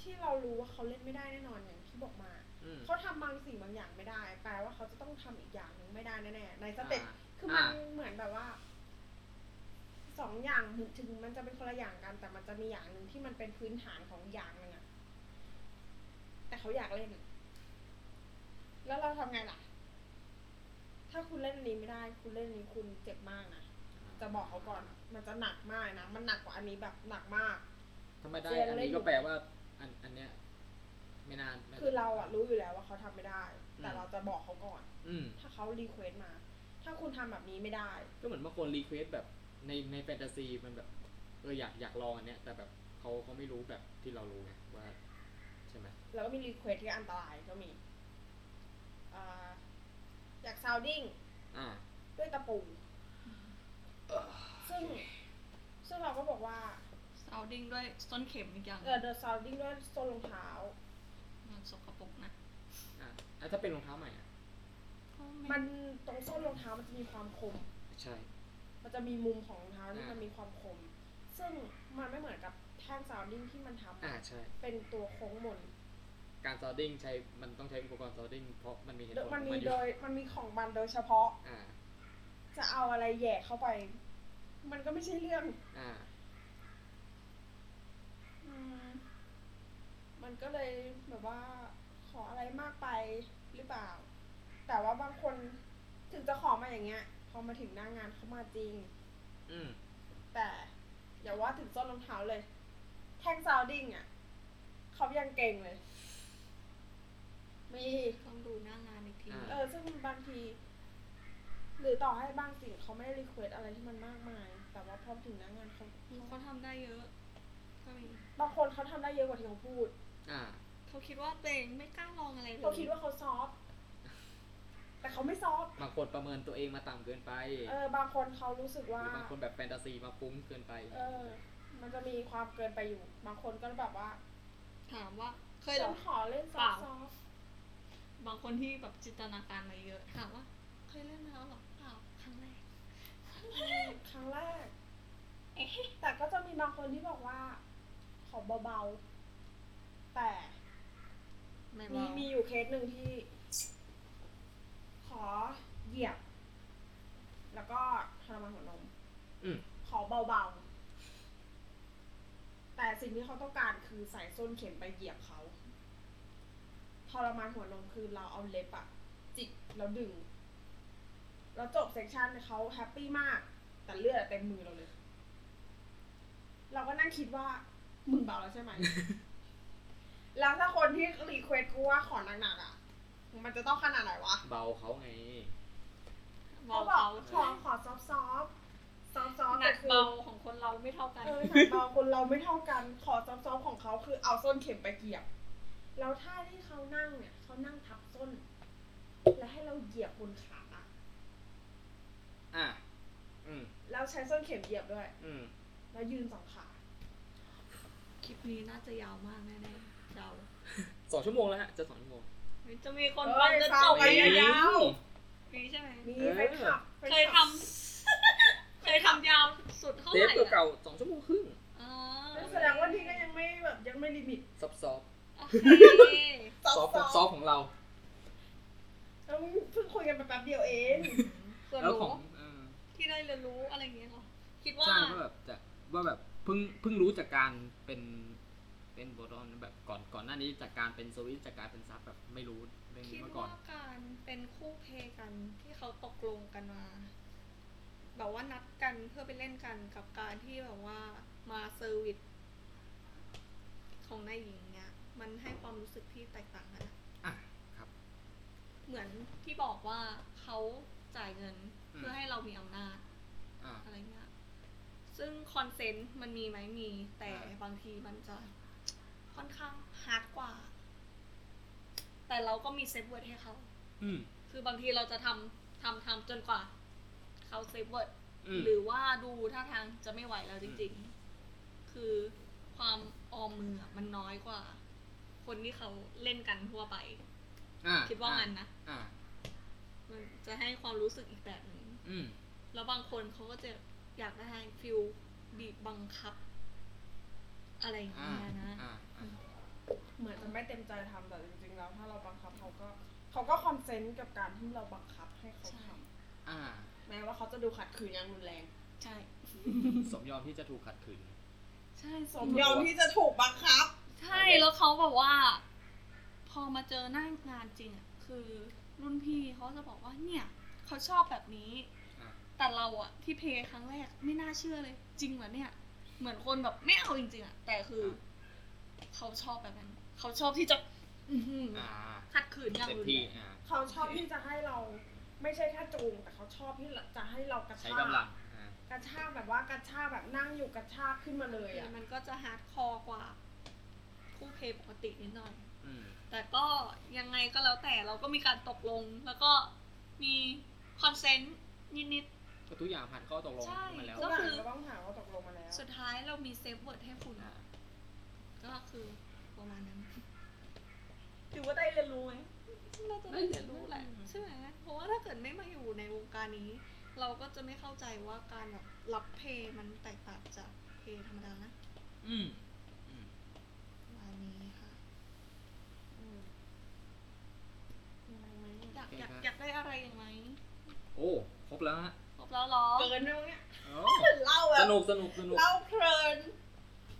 Speaker 2: ที่เรารู้ว่าเขาเล่นไม่ได้แน่นอนอย่างที่บอกมา
Speaker 1: อืม
Speaker 2: เขาทำบางสิ่งบางอย่างไม่ได้ แปลว่าเขาจะต้องทำอีกอย่างหนึ่งไม่ได้แน่ๆในสเต็ป
Speaker 1: อ่า
Speaker 2: คือมัน
Speaker 1: อ่า
Speaker 2: เหมือนแบบว่าสองอย่างถึงมันจะเป็นคนละอย่างกัน แต่มันจะมีอย่างหนึ่งที่มันเป็นพื้นฐานของอย่างหนึ่งอะแต่เขาอยากเล่น แล้วเราทำไงล่ะ ถ้าคุณเล่นอันนี้ไม่ได้ คุณเล่นอันนี้คุณเจ็บมากนะจะบอกเขาก่อน มันจะหนักมากนะมันหนักกว่าอันนี้แบบหนักมาก
Speaker 1: ถ้าไม่ได้
Speaker 2: เรียน
Speaker 1: อัน
Speaker 2: เล่น
Speaker 1: นี้
Speaker 2: อยู่
Speaker 1: ก็แปลว่า อันอันเนี้ยไม่นานน่จะ
Speaker 2: คือเราอะรู้อยู่แล้วว่าเขาทำไม่ได้ แต่เราจะบอกเขาก่อน
Speaker 1: อืม
Speaker 2: ถ้าเขารีเควสมา ถ้าคุณทำแบบนี้ไม่ได้
Speaker 1: ก็เหมือนบางคนรีเควสแบบในในแฟนตาซีมันแบบเอออยากอยากลองอันเนี้ย แต่แบบเขาเขาไม่รู้แบบที่เรารู้ไงว่า ใช่ไหม
Speaker 2: แล้วก็มีรีเควสที่อันตรายก็มีอ่าอยากซาวดิ้ง
Speaker 1: อ่า
Speaker 2: ด้วยตะปู ซึ่ง ซึ่งเราก็บอกว่า
Speaker 3: s o u n d i n g ด้วยต้นเข็มอีกอย่าง
Speaker 2: เออเดอะซาวดิ้งด้วยส้นรองเท้า
Speaker 3: มันสกปรกนะ
Speaker 1: อ่าแล้วถ้าเป็นรองเท้าใหม่อ่ะ
Speaker 3: ก็
Speaker 2: มั
Speaker 3: ไม่
Speaker 2: นตรงส้นรองเท้ามันจะมีความคม
Speaker 1: ใช่
Speaker 2: มันจะมีมุมของรองเท้าที่
Speaker 1: อ่ามั
Speaker 2: มันมีความคม ซึ่งมันไม่เหมือนกับแท่งซาวดิ้งที่มันทำ
Speaker 1: อ่าใช่
Speaker 2: เป็นตัวโค้งมน
Speaker 1: การซอลดิ้งใช้มันต้องใช้อุปกรณ์ซอลดิ้งเพราะมันมีเหตุผล
Speaker 2: มั
Speaker 1: ขอ
Speaker 2: น
Speaker 1: ง
Speaker 2: มี
Speaker 1: อ
Speaker 2: โด
Speaker 1: ยู่
Speaker 2: ย มันมีของมันโดยเฉพาะ
Speaker 1: อ่า
Speaker 2: จะเอาอะไรแหย่เข้าไป มันก็ไม่ใช่เรื่อง
Speaker 1: อ่า
Speaker 2: อืมมันก็เลยแบบว่าขออะไรมากไปหรือเปล่า แต่ว่าบางคนถึงจะขอมาอย่างเงี้ย พอมาถึงหน้างงานเขามาจริง
Speaker 1: อืม
Speaker 2: แต่อย่าว่าถึงส้นรองเท้าเลย แท่งซาวดิ้งอ่ะเขายังเก่งเลย มี
Speaker 3: ต้องดูหน้างานอีกที
Speaker 2: เออ ซึ่งบางที หรือต่อให้บางสิ่งเขาไม่ได้รีเควสอะไรที่มันมากมาย แต่ว่าพอถึงหน้างงานเขา
Speaker 3: เขาทำได้เยอะ ก็มี
Speaker 2: บางคนเขาทำได้เยอะกว่าที่เขาพูด
Speaker 1: อ่า
Speaker 3: เขาคิดว่าตัวเองไม่กล้าลองอะไรเลย
Speaker 2: เขาคิดว่าเขาซอฟต์แต่เขาไม่ซอฟต์
Speaker 1: บางคนประเมินตัวเองมาต่ำเกินไป
Speaker 2: เออ บางคนเขารู้สึก
Speaker 1: ห
Speaker 2: ว่า
Speaker 1: รือบางคนแบบแฟนตาซีมาฟุ้งเกินไป
Speaker 2: เออ มันจะมีความเกินไปอยู่ บางคนก็แบบว่า
Speaker 3: ถามว่า เคยล
Speaker 2: ฉั
Speaker 3: อน ง
Speaker 2: ขอเล่นซ
Speaker 3: เป
Speaker 2: อ
Speaker 3: ล่า
Speaker 2: ฟต์ซอฟต์
Speaker 3: บางคนที่แบบจินตนาการมาเยอะ ถามว่า เคยเล่นมาแล้วเหรอเปล่าครั้งแรก
Speaker 2: ครั้งแรก
Speaker 3: เอ๊ะ
Speaker 2: แต่ก็จะมีบางคนที่บอกว่า ขอเบาๆ แต่
Speaker 3: ไม่
Speaker 2: มี
Speaker 3: เบาม
Speaker 2: มีอยู่เคสหนึ่งที่ ขอเหยียบ แล้วก็ทรมานหัวนม
Speaker 1: อืม
Speaker 2: ขอเบาๆ แต่สิ่งที่เขาต้องการคือใส่ส้นเข็มไปเหยียบเขาทรมานหัวนมคือเราเอาเล็บอะจิกแล้วดึง แล้วจบเซสชันเขาแฮปปี้มาก แต่เลือดอะเต็มมือเราเลย เราก็นั่งคิดว่า มึงเบาแล้วใช่ไหม แล้วถ้าคนที่รีเควสกูว่าขอหนักๆอะมันจะต้องขนาดไหนวะ
Speaker 1: เบาเขาไง
Speaker 3: เบา
Speaker 2: เขาบอก
Speaker 3: เขา
Speaker 2: ขอขอซอฟซอฟซอฟซอฟ
Speaker 3: หนักเบาของคนเราไม่เท่ากัน
Speaker 2: เออหนักเบาคนเราไม่เท่ากัน ขอซับซ้อนของเขาคือเอาส้นเข็มไปเหยียบ แล้วท่าที่เขานั่งเนี่ยเขานั่งทับส้น และให้เราเหยียบบนขาอะ
Speaker 1: อ่า อืม
Speaker 2: แล้วใช้ส้นเข็มเหยียบด้วย
Speaker 1: อืม
Speaker 2: แล้วยืนสองขา
Speaker 3: คลิปนี้น่าจะยาวมากแน่ๆเดา
Speaker 1: สองชั่วโมงแล้วฮะ จะสองชั่วโมง
Speaker 3: จะมีคน
Speaker 2: เอ้ย
Speaker 3: ฟังจะจ
Speaker 2: ฟัง
Speaker 3: บ
Speaker 2: ไปเยอะ าว
Speaker 3: มีใช่ไหม
Speaker 2: มีแฟนคลับแฟน
Speaker 3: เคยท
Speaker 2: ลับ
Speaker 3: ำ เคยทำยาวสุดเท่า
Speaker 1: เท
Speaker 3: ไห
Speaker 1: ป
Speaker 3: ร่อะ
Speaker 1: เก่าๆสองชั่วโมงครึ่ง
Speaker 3: อ๋อ
Speaker 2: นั่นแสดงว่านี่ก็ยังไม่แบบยังไม่ลิมิต
Speaker 1: ซอฟซอฟ
Speaker 3: โอเค
Speaker 1: ซอฟซอฟของเรา
Speaker 2: แล้วเพิ่งคุยกันไปแป๊บเดียวเอง
Speaker 3: ส่วน
Speaker 1: แล้วข
Speaker 3: รู้
Speaker 1: องเออ
Speaker 3: ที่ได้เรียนรู้อะไรอย่างเงี้ยเหรอ คิดว่า
Speaker 1: ใช่ว่าแบบจะว่าแบบเพิ่งเพิ่งรู้จากการเป็นเป็นโบรอนแบบก่อนก่อนหน้านี้จากการเป็นโซวิสจากการเป็นซับแบบไม่รู้เรื่อง
Speaker 3: คิ
Speaker 1: นี้
Speaker 3: ด
Speaker 1: มาก่อ
Speaker 3: ว่าน การเป็นคู่เพกันที่เขาตกลงกันมา แบบว่านัดกันเพื่อไปเล่นกันกับการที่แบบว่ามาเซอร์วิสของนายหญิงเนี่ย มันให้ความรู้สึกที่แตกต่างกันอะ
Speaker 1: อ่ะครับ
Speaker 3: เหมือนที่บอกว่าเขาจ่ายเงิน
Speaker 1: อืม
Speaker 3: เพื่อให้เรามีอำนาจ
Speaker 1: อ่า
Speaker 3: อะไรเงี้ย ซึ่งคอนเซนต์มันมีไหมมี แต่
Speaker 1: อ่า
Speaker 3: บางทีมันจะค่อนข้างฮาร์ดกว่า แต่เราก็มีเซฟเวิร์ดให้เขา
Speaker 1: อืม
Speaker 3: คือบางทีเราจะทำทำทำจนกว่า เขาเซฟเวิร์ด
Speaker 1: อืม
Speaker 3: หรือว่าดูท่าทางจะไม่ไหวแล้วจริง ๆ คือความออมมืออะมันน้อยกว่า คนที่เขาเล่นกันทั่วไป
Speaker 1: อ่
Speaker 3: คิดว่างั้นนะ
Speaker 1: อ่า
Speaker 3: มันจะให้ความรู้สึกอีกแบบหนึ่ง
Speaker 1: อืม
Speaker 3: แล้วบางคนเขาก็จะอยากได้ฟิลบีบบังคับ อะไรอย่าง
Speaker 1: อ่า
Speaker 3: เงี้ยนะ
Speaker 1: อ่าอ่า
Speaker 2: เหมือนจะไม่เต็มใจทำแต่จริงๆแล้วถ้าเราบังคับเขาก็เขาก็คอนเซนต์กับการที่เราบังคับให้เขา
Speaker 3: ใช่
Speaker 2: ท
Speaker 1: อ่า
Speaker 2: ำแม้ว่าเขาจะดูขัดขืนอย่างรุนแรง
Speaker 3: ใช่
Speaker 1: สมยอมที่จะถูกขัดขืน
Speaker 3: ใช่
Speaker 2: สมยอมที่จะถูกบังคับ
Speaker 3: ใช่แล้วเขาแบบว่า พอมาเจอหน้างานจริงอ่ะ คือรุ่นพี่เขาจะบอกว่าเนี่ย เขาชอบแบบนี้
Speaker 1: อ่า
Speaker 3: แต่เราอะที่เพลย์ครั้งแรกไม่น่าเชื่อเลย จริงเหรอเนี่ย เหมือนคนแบบไม่เอาจริงๆอะแต่คือ
Speaker 1: ครับ
Speaker 3: เขาชอบแบบนั้น เขาชอบที่จะอื้อหือ
Speaker 1: อ่า
Speaker 3: ขัดขืนอย่าง
Speaker 1: เต็ม
Speaker 3: รุน
Speaker 1: ที่
Speaker 3: แรง
Speaker 1: อ่า
Speaker 2: เขาชอบที่จะให้เราไม่ใช่แค่จูงแต่เขาชอบที่จะให้เรากระ
Speaker 1: ใช้
Speaker 2: ชาก
Speaker 1: ำลัง อ่า
Speaker 2: กระชากแบบว่ากระชากแบบนั่งอยู่กระชากขึ้นมาเลยอ่ะ
Speaker 3: มันก็จะฮาร์ดคอร์กว่าคู่เพลย์ปกตินิดหน่อย
Speaker 1: อืม
Speaker 3: แต่ก็ยังไงก็แล้วแต่เราก็มีการตกลง แล้วก็มีคอนเซนต์นิด
Speaker 1: ก็ทุกอย่างผ่านข้อตกลง
Speaker 3: ใช่
Speaker 1: มาแล้ว
Speaker 2: ทุก
Speaker 3: ก็
Speaker 2: อย่า
Speaker 3: คื
Speaker 2: ง
Speaker 3: อ
Speaker 2: ก็ต้องหาว่าตกลงมาแล้ว
Speaker 3: ๆ สุดท้ายเรามีเซฟเวิร์ดให้คุณ
Speaker 1: อ่า
Speaker 3: ก็คือประมาณนั้นถือว่าได้เรียนรู้ไหม น่าจะได้เรียนรู้แหละใช่ไหมเพราะว่าถ้าเกิดไม่มาอยู่ในวงการนี้ เราก็จะไม่เข้าใจว่าการแบบรับเพลงมันแตกต่างจากเพลงธรรมดานะ
Speaker 1: อืมอืม
Speaker 3: ประมาณนี้ค่ะอยากอยาก
Speaker 1: โอเคครับ
Speaker 3: อยากได้อะไรอย่างไหม
Speaker 1: โอ้ ครบแล้วฮะ
Speaker 3: ครบแล้วเหรอ
Speaker 2: เกินไปมั้งเนี่ย
Speaker 1: เอ้า
Speaker 2: เล่าแบ
Speaker 1: ส
Speaker 2: บ
Speaker 1: นุกสนุกสนุก
Speaker 2: เล่าเพลิน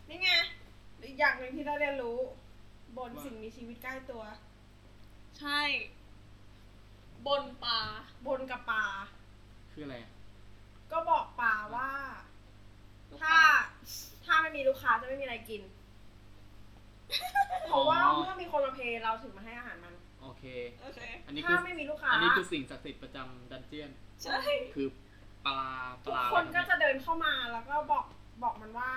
Speaker 2: นี่ไงอีกอย่างหนึ่งที่ได้เรียนรู้ บนสิ่งมีชีวิตใกล้ตัว
Speaker 3: ใช่ บนปลา
Speaker 2: บนกับปลา
Speaker 1: คืออะไรอ่ะ
Speaker 2: ก็บอกปลาว่า
Speaker 3: ลูก
Speaker 2: ถ้า
Speaker 3: ปลา
Speaker 2: ถ้าไม่มีลูกค้าจะไม่มีอะไรกิน เพราะว่าเมื่อมีคนมาเพย์เราถึงมาให้อาหารมัน
Speaker 1: โอเค
Speaker 3: โอเค
Speaker 1: อันนี้คื
Speaker 2: ถ้า
Speaker 1: อ
Speaker 2: ไม่มีลูกค้า
Speaker 1: อันนี้คือสิ่งศักดิ์สิทธิ์ประจำดันเจียน
Speaker 3: ใช่
Speaker 1: คือปลา ป
Speaker 2: ทุก
Speaker 1: ลา
Speaker 2: คนก็จะ
Speaker 1: อะไร
Speaker 2: เดินเข้ามาแล้วก็บอกบอกมันว่า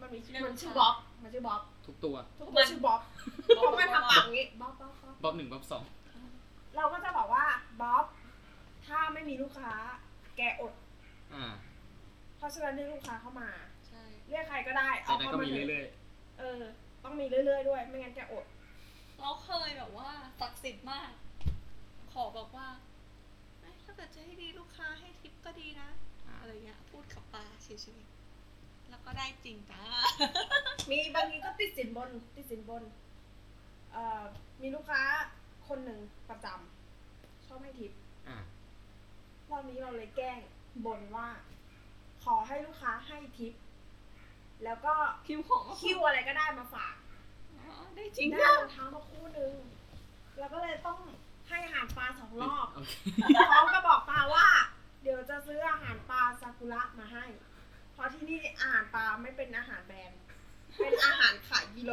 Speaker 2: มันมีชื่อมันชื่อบ๊อบมันชื่อบ๊อบ
Speaker 1: ทุกตัว
Speaker 2: ทุกคนชื่อบ๊ อบเพราะมันทำปากอย่างนี้บ๊อบบ๊อบบ๊อบ
Speaker 1: บ๊อบหนึ่งบ๊อบสอง
Speaker 2: เราก็จะบอกว่าบ๊อบถ้าไม่มีลูกค้า แกอด
Speaker 1: อ่า
Speaker 2: เพราะฉะนั้นเรียกลูกค้าเข้ามา
Speaker 3: ใช่
Speaker 2: เรียกใครก็ได้
Speaker 1: จาก
Speaker 2: เอา
Speaker 1: นั้น
Speaker 2: เข้า
Speaker 1: ก็
Speaker 2: มา
Speaker 1: มี
Speaker 2: เถอะ
Speaker 1: เรื่อย
Speaker 2: เออ ต้องมีเรื่อยๆด้วย ไม่งั้นแกอด
Speaker 3: เราเคยแบบว่าศักดิ์สิทธิ์มาก ขอบอกว่าเอ้ยถ้าเกิดจะให้ดีลูกค้าให้ทิปก็ดีนะ
Speaker 1: ๆอ่า
Speaker 3: อะไรเงี้ย พูดกับปลาเฉยๆ แล้วก็ได้จริงจ้า
Speaker 2: มีบางทีก็ติดสินบนติดสินบน เอ่อ มีลูกค้าคนหนึ่งประจำชอบให้ทิป
Speaker 1: อ่าร
Speaker 2: อบนี้เราเลยแกล้งบนว่า ขอให้ลูกค้าให้ทิป แล้วก็
Speaker 3: คิวของก็
Speaker 2: คิวอะไรก็ได้มาฝาก
Speaker 3: อ๋อได้จริง
Speaker 2: ได้
Speaker 3: นะ
Speaker 2: รองเท้ามาคู่หนึง แล้วก็เลยต้องให้อาหารปลาสองรอบ
Speaker 1: โอเค
Speaker 2: พร้อมก็บอกปลาว่า เดี๋ยวจะซื้ออาหารปลาซากุระมาให้ เพราะที่นี่อาหารปลาไม่เป็นอาหารแบรนด์ เป็นอาหารขายกิโล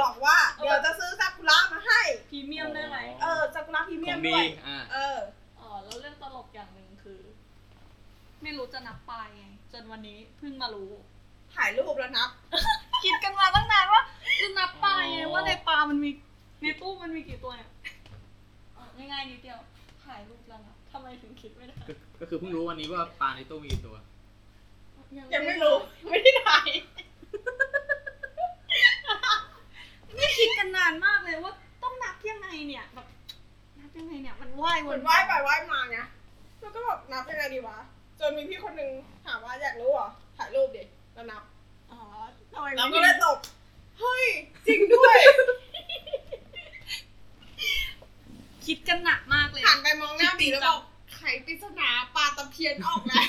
Speaker 2: บอกว่า เดี๋ยวจะซื้อซากุระมาให้
Speaker 3: พรีเมียมได้ไหม
Speaker 2: เออซากุระพรี
Speaker 1: ข
Speaker 2: เมีย
Speaker 1: อ
Speaker 2: ม
Speaker 1: ง
Speaker 2: ด้
Speaker 1: ดี
Speaker 2: วย
Speaker 1: อ่า
Speaker 2: เออ
Speaker 3: อ๋อ แล้วเรื่องตลกอย่างหนึ่งคือ ไม่รู้จะนับปลายังไง จนวันนี้เพิ่งมารู้
Speaker 2: ถ่ายรูปแล้วนับ
Speaker 3: คิดกันมาตั้งนานว่าจะนับปลาไง
Speaker 1: อ๋อ
Speaker 3: ว่าในปลามันมีในตู้มันมีกี่ตัวเนี่ยเอาง่ายๆนิดเดียวถ่ายรูปแล้วนะทำไมถึงคิดไม่ได้
Speaker 1: ก็ก็คือเพิ่งรู้วันนี้ว่าปลาในตู้มีกี่ตัว
Speaker 2: ยังไม่รู้ ไม่ได้ถ่าย
Speaker 3: นี่คิดกันนานมากเลยว่าต้องนับยังไงเนี่ยแบบนับยังไงเนี่ยมันว่าย
Speaker 2: เห
Speaker 3: ว
Speaker 2: มือน นไหว้ไปไหว้มาไงแล้วก็แบบนับยังไงดีวะ จนมีพี่คนหนึงถามว่าอยากรู้เหรอ ถ่ายรูปดิแล้วนับ
Speaker 3: อ๋อทำไม
Speaker 2: เรา
Speaker 3: ไม่
Speaker 2: ก็เลยตบ เฮ้ย จริงด้วย
Speaker 3: คิดกันหนักมากเลย
Speaker 2: หันไปมองหน้าบีแล้วบอกไขปริศนาปลาตะเพียนออกแล้ว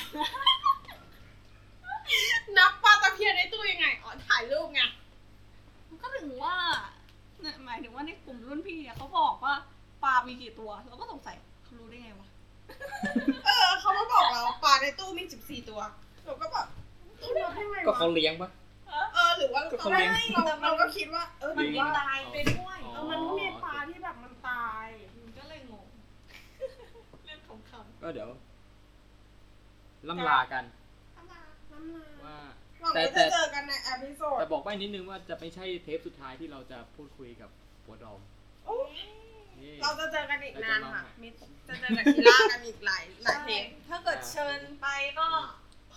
Speaker 2: นับปลาตะเพียนในตู้ยังไง อ๋อ ถ่ายรูปไง
Speaker 3: ก็ถึงว่าเนี่ยหมายถึงว่าในกลุ่มรุ่นพี่เนี่ยเขาบอกว่าปลามีกี่ตัวเราก็สงสัยเขารู้ได้ไงวะ
Speaker 2: เออ เขามาบอกเราปลาในตู้มีสิบสี่ตัวเราก็แบบเขานับได้ไง
Speaker 1: ก็
Speaker 2: วะ
Speaker 1: เขาเลี้ยงปะ
Speaker 2: เออ หรือว่าเรา
Speaker 1: ก็เขาเลี้ยง
Speaker 2: เราเราก็คิดว่า เออ
Speaker 3: มัน
Speaker 2: หรือ
Speaker 3: มี
Speaker 2: ว่า
Speaker 3: ตายไปด้วย
Speaker 1: อ๋อ
Speaker 2: เออมันก็มีปลาที่แบบมันตาย
Speaker 3: มันก็เลยงง เรื่องของคำ
Speaker 1: ก็เดี๋ยวล่ำลากัน
Speaker 2: น้ำลาย
Speaker 1: ว่า
Speaker 2: หวังว่าจะเจอกันในเอพิโซด
Speaker 1: แต่บอกไว้นิดนึงว่าจะไม่ใช่เทปสุดท้ายที่เราจะพูดคุยกับหัวดอม
Speaker 2: โอ้
Speaker 1: นี่
Speaker 2: เราจะเจอกันอีกนาน
Speaker 1: เราจะมาให
Speaker 2: ค่ะ
Speaker 1: ม่
Speaker 2: มิตรจะเจอกับคีล่ากันอีกหลายหลายเทป
Speaker 3: ถ้าเกิด
Speaker 1: อ่า
Speaker 3: เชิญไปก็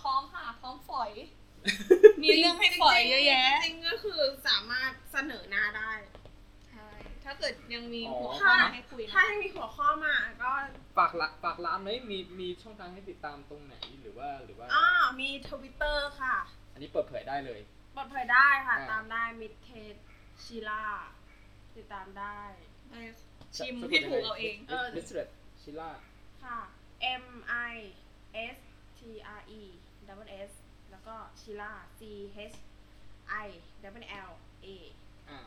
Speaker 3: พร้อมค่ะพร้อมฝอย มีเรื่องให้ฝอยเยอะแยะ
Speaker 2: จริงๆก็คือสามารถเสนอหน้าได้
Speaker 3: ใช่ ถ้าเกิดยังมี
Speaker 1: อ๋อ
Speaker 3: หัวข้อให้คุยนะ
Speaker 2: ถ้ายังมีหัวข้อมาก็
Speaker 1: ฝากละฝากร้านไหมมีมีช่องทางให้ติดตามตรงไหนหรือว่าหรือว่า
Speaker 2: อ้อมีทวิตเตอร์ค่ะ
Speaker 1: อันนี้เปิดเผยได้เลย
Speaker 2: เปิดเผยได้ค่ะ
Speaker 1: อ่า
Speaker 2: ตามได้มิดเทสชิล่าติดตามได้
Speaker 3: ไปชิมให้ถูกเอาเอง
Speaker 2: เออ
Speaker 1: มิสเตอร์ชิล่า
Speaker 2: ค่ะ M I S T R E double S แล้วก็ชิล่า C H I double L A
Speaker 1: อ่า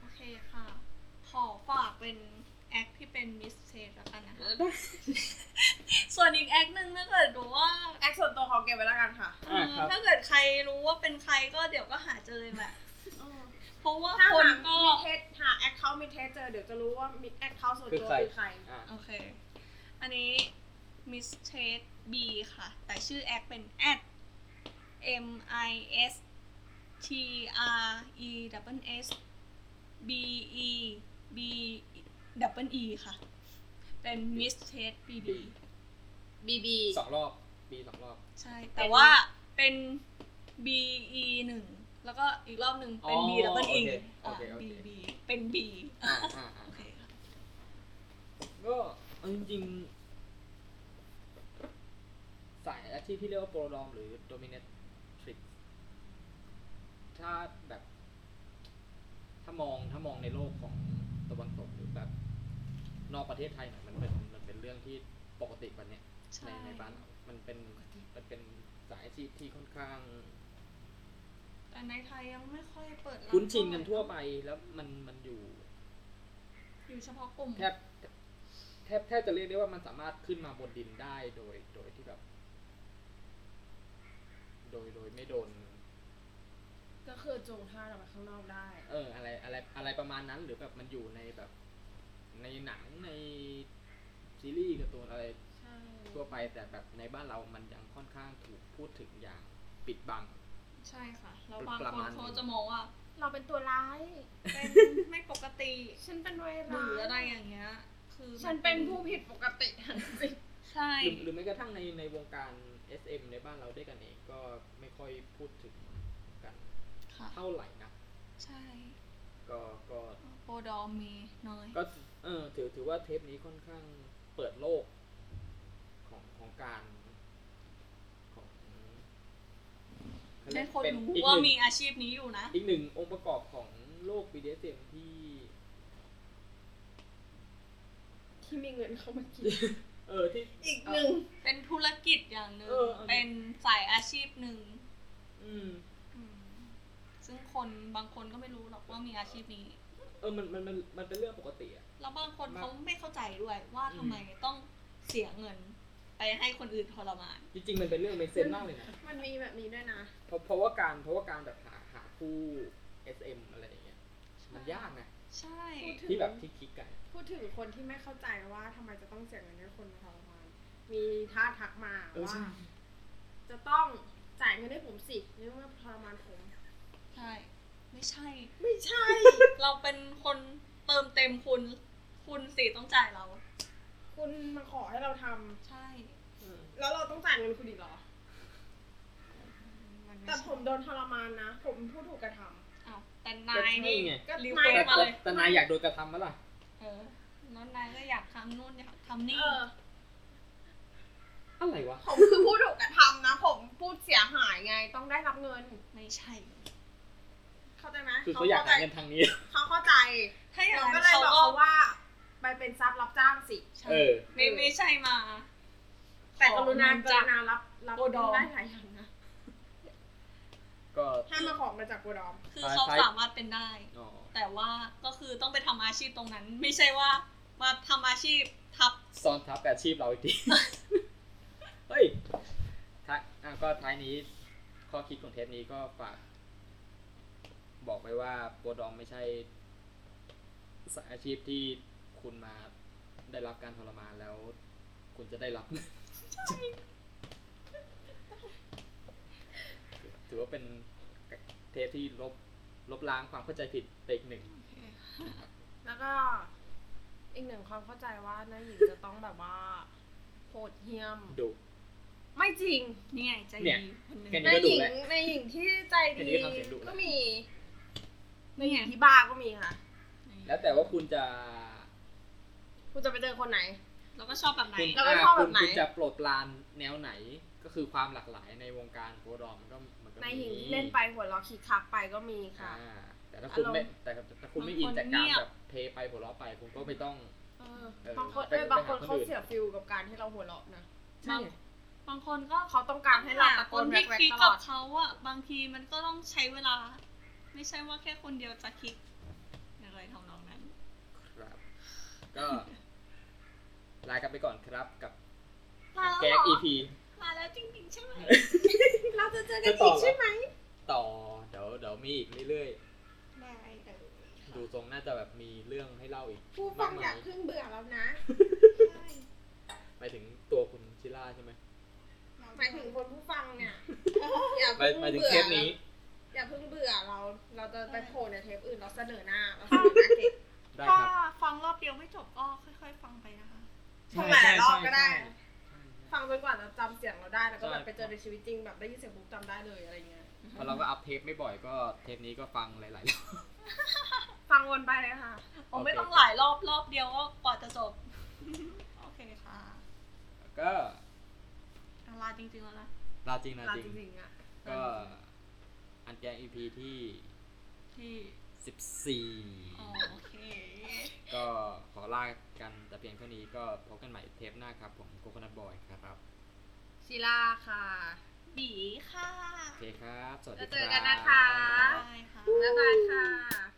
Speaker 3: โอเคค่ะ ขอฝากเป็นแอคที่เป็นมิสเซนแล้วกันนะคะ ส่วนอีกแอคหนึ่งถ้าเกิดรู้ว่า
Speaker 2: แอคส่วนตัวของเก็บไว้แล้วกันค่ะ
Speaker 1: อ่าครับ
Speaker 3: ถ้าเกิดใครรู้ว่าเป็นใครก็เดี๋ยวก็หาเจอแหละ เพราะว่า
Speaker 2: ถ้า
Speaker 3: คน
Speaker 2: หา
Speaker 3: ก็
Speaker 2: มิดเทสหาแอคเคาท์มิดเทสเจอเดี๋ยวจะรู้ว่ามิดแอคเคาท์ส่วนตัว
Speaker 1: คือใคร
Speaker 2: คือใคร
Speaker 1: อ่า
Speaker 3: โอเค อันนี้ Miss t a t e B ค่ะ แต่ชื่อแอคเป็น at M I S T R E double S B E B double E ค่ะ เป็น Miss t a t e B B
Speaker 4: BB
Speaker 1: สองรอบปีสองรอบ
Speaker 3: ใช่ แต่ว่าเป็น B E หนึ่ง แล้วก็อีกรอบหนึ่งเป็น
Speaker 1: อ๋อ
Speaker 3: B double E
Speaker 1: โอเคโอเคโอ
Speaker 3: B
Speaker 1: เค
Speaker 3: B เป็น B
Speaker 1: อ่าอ่าอ่า
Speaker 3: โอเคค่ะ
Speaker 1: ก็เอาจริงๆสายอาชีพที่เรียกว่าโปรลอมหรือ dominatrix ถ้าแบบ ถ้ามองถ้ามองในโลกของตะวันตกหรือแบบ นอกประเทศไทยหน่อยมันเป็นมันเป็นเรื่องที่ปกติวันเนี้ย
Speaker 3: ใช่
Speaker 1: ในในบ้านเรามันเป็นมันเป็นสายอาชีพที่ค่อนข้าง
Speaker 3: แต่ในไทยยังไม่ค่อยเปิดรับ
Speaker 1: คุ้นชินกันทั่วไปแล้วมันมันอยู่
Speaker 3: อยู่เฉพาะกลุ่ม
Speaker 1: แทบแทบแทบจะเรียกได้ว่ามันสามารถขึ้นมาบนดินได้โดยโดยที่แบบ โดยโดยไม่โดน
Speaker 2: ก็คือจูงท่าออกไปข้างนอกได้
Speaker 1: เออ อะไรอะไรอะไรประมาณนั้นหรือแบบมันอยู่ในแบบ ในหนังในซีรีส์การ์ตูนอะไร
Speaker 2: ใช่
Speaker 1: ทั่วไปแต่แบบในบ้านเรามันยังค่อนข้างถูกพูดถึงอย่างปิดบัง
Speaker 3: ใช่ค่ะ แล้วบาง
Speaker 1: ประ
Speaker 3: ค
Speaker 1: มาน ณนี้
Speaker 3: เขาจะมองว่า
Speaker 2: เราเป็นตัวร้าย
Speaker 3: เป็นไม่ปกติ
Speaker 2: ฉันเป็นไว
Speaker 3: ห
Speaker 2: รั
Speaker 3: รือ
Speaker 2: ส
Speaker 3: อะไรอย่างเงี้ย คือมั
Speaker 2: ฉันเป็นผู้ผิดปกติทางจิต
Speaker 3: ใช่
Speaker 1: หรือหรือแม้กระทั่งในในวงการ SM ในบ้านเราด้วยกันเองก็ไม่ค่อยพูดถึงกัน
Speaker 3: ค่ะ
Speaker 1: เท่าไหร่นะ
Speaker 3: ใช่
Speaker 1: ก็ก็
Speaker 3: โปรดอมมีน้อย
Speaker 1: ก็เออถือถือว่าเทปนี้ค่อนข้างเปิดโลกของของการของ
Speaker 3: ได้คน
Speaker 1: เป็
Speaker 3: รู้
Speaker 1: อีก
Speaker 3: ว่า
Speaker 1: หนึ่ง
Speaker 3: มีอาชีพนี้อยู่นะ
Speaker 1: อีกหนึ่งองค์ประกอบของโลก BDSM ที่
Speaker 2: ที่มีเงินเข้ามากิน
Speaker 1: เออที่
Speaker 2: อีกหนึ่ง
Speaker 3: เป็นธุรกิจอย่างหนึ่ง
Speaker 1: เออเอาดิ
Speaker 3: เป็นสายอาชีพหนึ่ง
Speaker 1: อืม
Speaker 3: อืมซึ่งคนบางคนก็ไม่รู้หรอกว่ามีอาชีพนี้
Speaker 1: เออมันมันมันมันเป็นเรื่องปกติอะ
Speaker 3: แล้วบางคน
Speaker 1: มา
Speaker 3: เขาไม่เข้าใจด้วยว่าทำไมต้องเสียเงิน ไปให้คนอื่นทรมาน
Speaker 1: จริง ๆ มันเป็นเรื่องเมนเซนมากเลยนะ
Speaker 2: มันมีแบบนี้ด้วยนะ
Speaker 1: เพราะเพราะว่าการเพราะว่าการแบบหาหาคู่ SM อะไรอย่างเงี้ยมันยากนะ
Speaker 3: ใช่
Speaker 2: พูดถึง
Speaker 1: ที่แบบที่คิดกัน
Speaker 2: พูดถึงคนที่ไม่เข้าใจว่าทำไมจะต้องเสียเงินให้คนมาทรมานมีท่าทักมา
Speaker 1: เออใช่
Speaker 2: ว่าจะต้องจ่ายเงินให้ผมสิเนื่องว่าทรมานผม
Speaker 3: ใช่ ไม่ใช่
Speaker 2: ไม่ใช่
Speaker 3: เราเป็นคนเติมเต็มคุณ คุณสิต้องจ่ายเรา
Speaker 2: คุณมาขอให้เราทำ
Speaker 3: ใช่
Speaker 1: อืม
Speaker 2: แล้วเราต้องจ่ายเงินคุณอีกเหรอ
Speaker 3: นไใช่
Speaker 2: แต่ผมโดนทรมานนะ ผมผู้ถูกกระทำ
Speaker 3: อ้าวแต่นาย
Speaker 1: ก็
Speaker 3: นี่
Speaker 1: ใช่ไง
Speaker 2: ก็
Speaker 3: รี
Speaker 2: นา
Speaker 3: เควส
Speaker 2: ย
Speaker 3: มาเลย
Speaker 1: แต่นายอยากโดนกระทำไหมล่ะ
Speaker 3: เออน้องนายก็อยากทำนู่นอยากทำนี่
Speaker 2: เออ
Speaker 1: อะไรวะ
Speaker 2: ผมคือผู้ถูกกระทำนะ ผมพูดเสียหายไงต้องได้รับเงิน
Speaker 3: ไม่ใช่
Speaker 2: เข้าใจไหม
Speaker 1: คือเขาอยากหาเงินทางนี้
Speaker 2: เขาเข้าใจ
Speaker 3: ถ้าอย่าง
Speaker 2: เรา
Speaker 3: นั้
Speaker 2: ก็
Speaker 3: น
Speaker 2: เลย
Speaker 3: เขา
Speaker 2: บอก
Speaker 3: ก็
Speaker 2: เขาว่า ไปเป็นซับรับจ้างสิ
Speaker 3: ใช่
Speaker 1: เออ
Speaker 3: ไม่ไม่ใช่มา
Speaker 2: แต่กรุณา
Speaker 3: ของมัน
Speaker 2: กรุ
Speaker 3: จะ
Speaker 2: ณารับรับ
Speaker 3: โอดอม
Speaker 2: ได้หลายอย่างนะ
Speaker 1: ก็
Speaker 2: ถ้ามาของมาจากโกดอม
Speaker 3: คือเขา
Speaker 1: คล้ายๆ
Speaker 3: สามารถเป็นได้
Speaker 1: อ๋อ
Speaker 3: แต่ว่าก็คือต้องไปทำอาชีพตรงนั้น ไม่ใช่ว่ามาทำอาชีพทับ
Speaker 1: ซ้อนทับกับอาชีพเราอีกที เฮ้ยท้ายอ่ะก็ท้ายนี้ ข้อคิดของเทปนี้ก็ฝาก บอกไปว่าโปรดองไม่ใช่สายอาชีพที่คุณมาได้รับการทรมานแล้ว คุณจะได้รับ ถือว่าเป็นเทปที่ลบลบล้างความเข้าใจผิดไปอีกหนึ่ง
Speaker 2: แล้วก็ อีกหนึ่งความเข้าใจว่าน้าหญิงจะต้องแบบว่าโหดเหี้ยม
Speaker 1: ดุ
Speaker 2: ไม่จริง
Speaker 3: นี่ไงใจ
Speaker 1: เนี่ย
Speaker 3: ดีคนหนึง
Speaker 1: แค่
Speaker 2: ใน
Speaker 1: ก็ดุ
Speaker 2: หญิง
Speaker 1: แล้ว
Speaker 2: ในหญิงที่ใจ
Speaker 1: อัน
Speaker 2: ดี
Speaker 1: นี้ก็ทำเสียงดุแล้ว
Speaker 2: ก็มี
Speaker 3: นี่ไง
Speaker 2: ที่บ้าก็มีค่ะ
Speaker 1: แล้วแต่ว่าคุณจะ
Speaker 2: คุณจะไปเจอคนไหน
Speaker 3: แล้วก็ชอบแบบไหน
Speaker 1: คุณ
Speaker 2: แล้วก็ชอบ
Speaker 1: คุ
Speaker 2: แบบ
Speaker 1: ณ
Speaker 2: ไหน
Speaker 1: คุณจะโปรดปรานแนวไหน ก็คือความหลากหลายในวงการโคดอมมันก็มันก็
Speaker 2: ใน
Speaker 1: มี
Speaker 2: หญิงที่เล่นไปหัวเราะคิกคักไปก็มีค่ะ
Speaker 1: อ่าแต่ถ้าคุณ
Speaker 2: อารมณ์
Speaker 1: ไม่แต่ถ้าคุณไม่อิน
Speaker 3: บางคน
Speaker 1: จากการ
Speaker 3: เงียบ
Speaker 1: แบบเพลไปหัวเราะไปคุณก็ไม่ต้อง
Speaker 2: เออ
Speaker 1: เออบ
Speaker 2: างคน
Speaker 1: ไป
Speaker 2: เอ้ยบางคน
Speaker 1: ไปหา
Speaker 2: เขา
Speaker 1: คนอื่น
Speaker 2: เสียฟิลกับการที่เราหัวเราะนะ
Speaker 3: บางบางคนก็
Speaker 2: เขาต้องการให้เราตะโก
Speaker 3: คน
Speaker 2: นแว
Speaker 3: ที่
Speaker 2: กแวก
Speaker 3: คลิก
Speaker 2: ตล
Speaker 3: กั
Speaker 2: อบ ด
Speaker 3: เขาอะบางทีมันก็ต้องใช้เวลา ไม่ใช่ว่าแค่คนเดียวจะคลิกอะไรทำนองนั้น
Speaker 1: ครับ ก็ลากันไปก่อนครับกับ
Speaker 3: ลาแล้ว
Speaker 1: แก๊ก
Speaker 3: เหรอ
Speaker 1: EP
Speaker 3: มาแล้วจริงๆใช่ไหม
Speaker 2: เราจะเจอกันอีกใช่ไหม
Speaker 1: ต่อเดี๋ยวเดี๋ยวมีอีกเรื่อย
Speaker 2: ได้เดี๋ยว
Speaker 1: ๆ ดูทรงน่าจะแบบมีเรื่องให้เล่าอีก
Speaker 2: ผู้ฟังอยากขึ้นเบื่อแล้วนะ
Speaker 1: หมายถึงตัวคุณชิล่าใช่ไหม
Speaker 2: หมายถึงคนผู้ฟัง เนี่ยอย่า
Speaker 1: หมาย
Speaker 2: เพิ่ง
Speaker 1: หมายถึง
Speaker 2: เบื่
Speaker 1: เท
Speaker 2: อ
Speaker 1: ปนี้
Speaker 2: อย่าเพิ่งเบื่อเรา เราจะไปโผล่ในเทปอื่นเราเสนอหน้าเราเสนอหน้าเก็บ
Speaker 1: ได้
Speaker 3: ถ้า
Speaker 1: ครับ
Speaker 3: ฟังรอบเดียวไม่จบก็ค่อย ๆ ฟังไปนะคะ
Speaker 2: ถ้าหลายรอบก็ได้
Speaker 1: ใช่ใช่ใช่
Speaker 2: ฟังจนกว่าจะจำเสียงเราได้แล้วก็แบบไปเจอในชีวิตจริงแบบได้ยินเสียงปุ๊บจำได้เลยอะไรเงี้ย
Speaker 1: เพราะเราก็อัพเทปไม่บ่อยก็เทปนี้ก็ฟังหลายๆรอบ
Speaker 2: ฟังวนไปเลยค่ะ
Speaker 3: โอ้ไม่
Speaker 1: โอเค
Speaker 3: ต้องหลายรอบรอบเดียวก็กว่าจะจบ โอเคค่ะ
Speaker 1: ก็
Speaker 3: อ่ะลาจริงๆแล้วนะ
Speaker 1: ลาจริงลา
Speaker 2: ลา
Speaker 1: จริ
Speaker 2: จ
Speaker 1: ง
Speaker 2: ริงๆอ่ะ
Speaker 1: ก็ อันแกง EP ที่
Speaker 3: ที่
Speaker 1: สิบสี่
Speaker 3: อ๋อโอเค
Speaker 1: ก็ขอลากันแต่เพียงเท่านี้ก็พบกันใหม่เทปหน้าครับ ผมโค c o นั t บอยครับ
Speaker 2: ศิลาค่ะ
Speaker 3: บีค่ะ
Speaker 1: โอเคครับ สวัสดีค
Speaker 2: แล้
Speaker 1: รั
Speaker 2: ว
Speaker 1: บ
Speaker 2: เจอกันนะคะ
Speaker 3: บ๊ายบายค่ะ
Speaker 2: บ๊ายบายค่ะ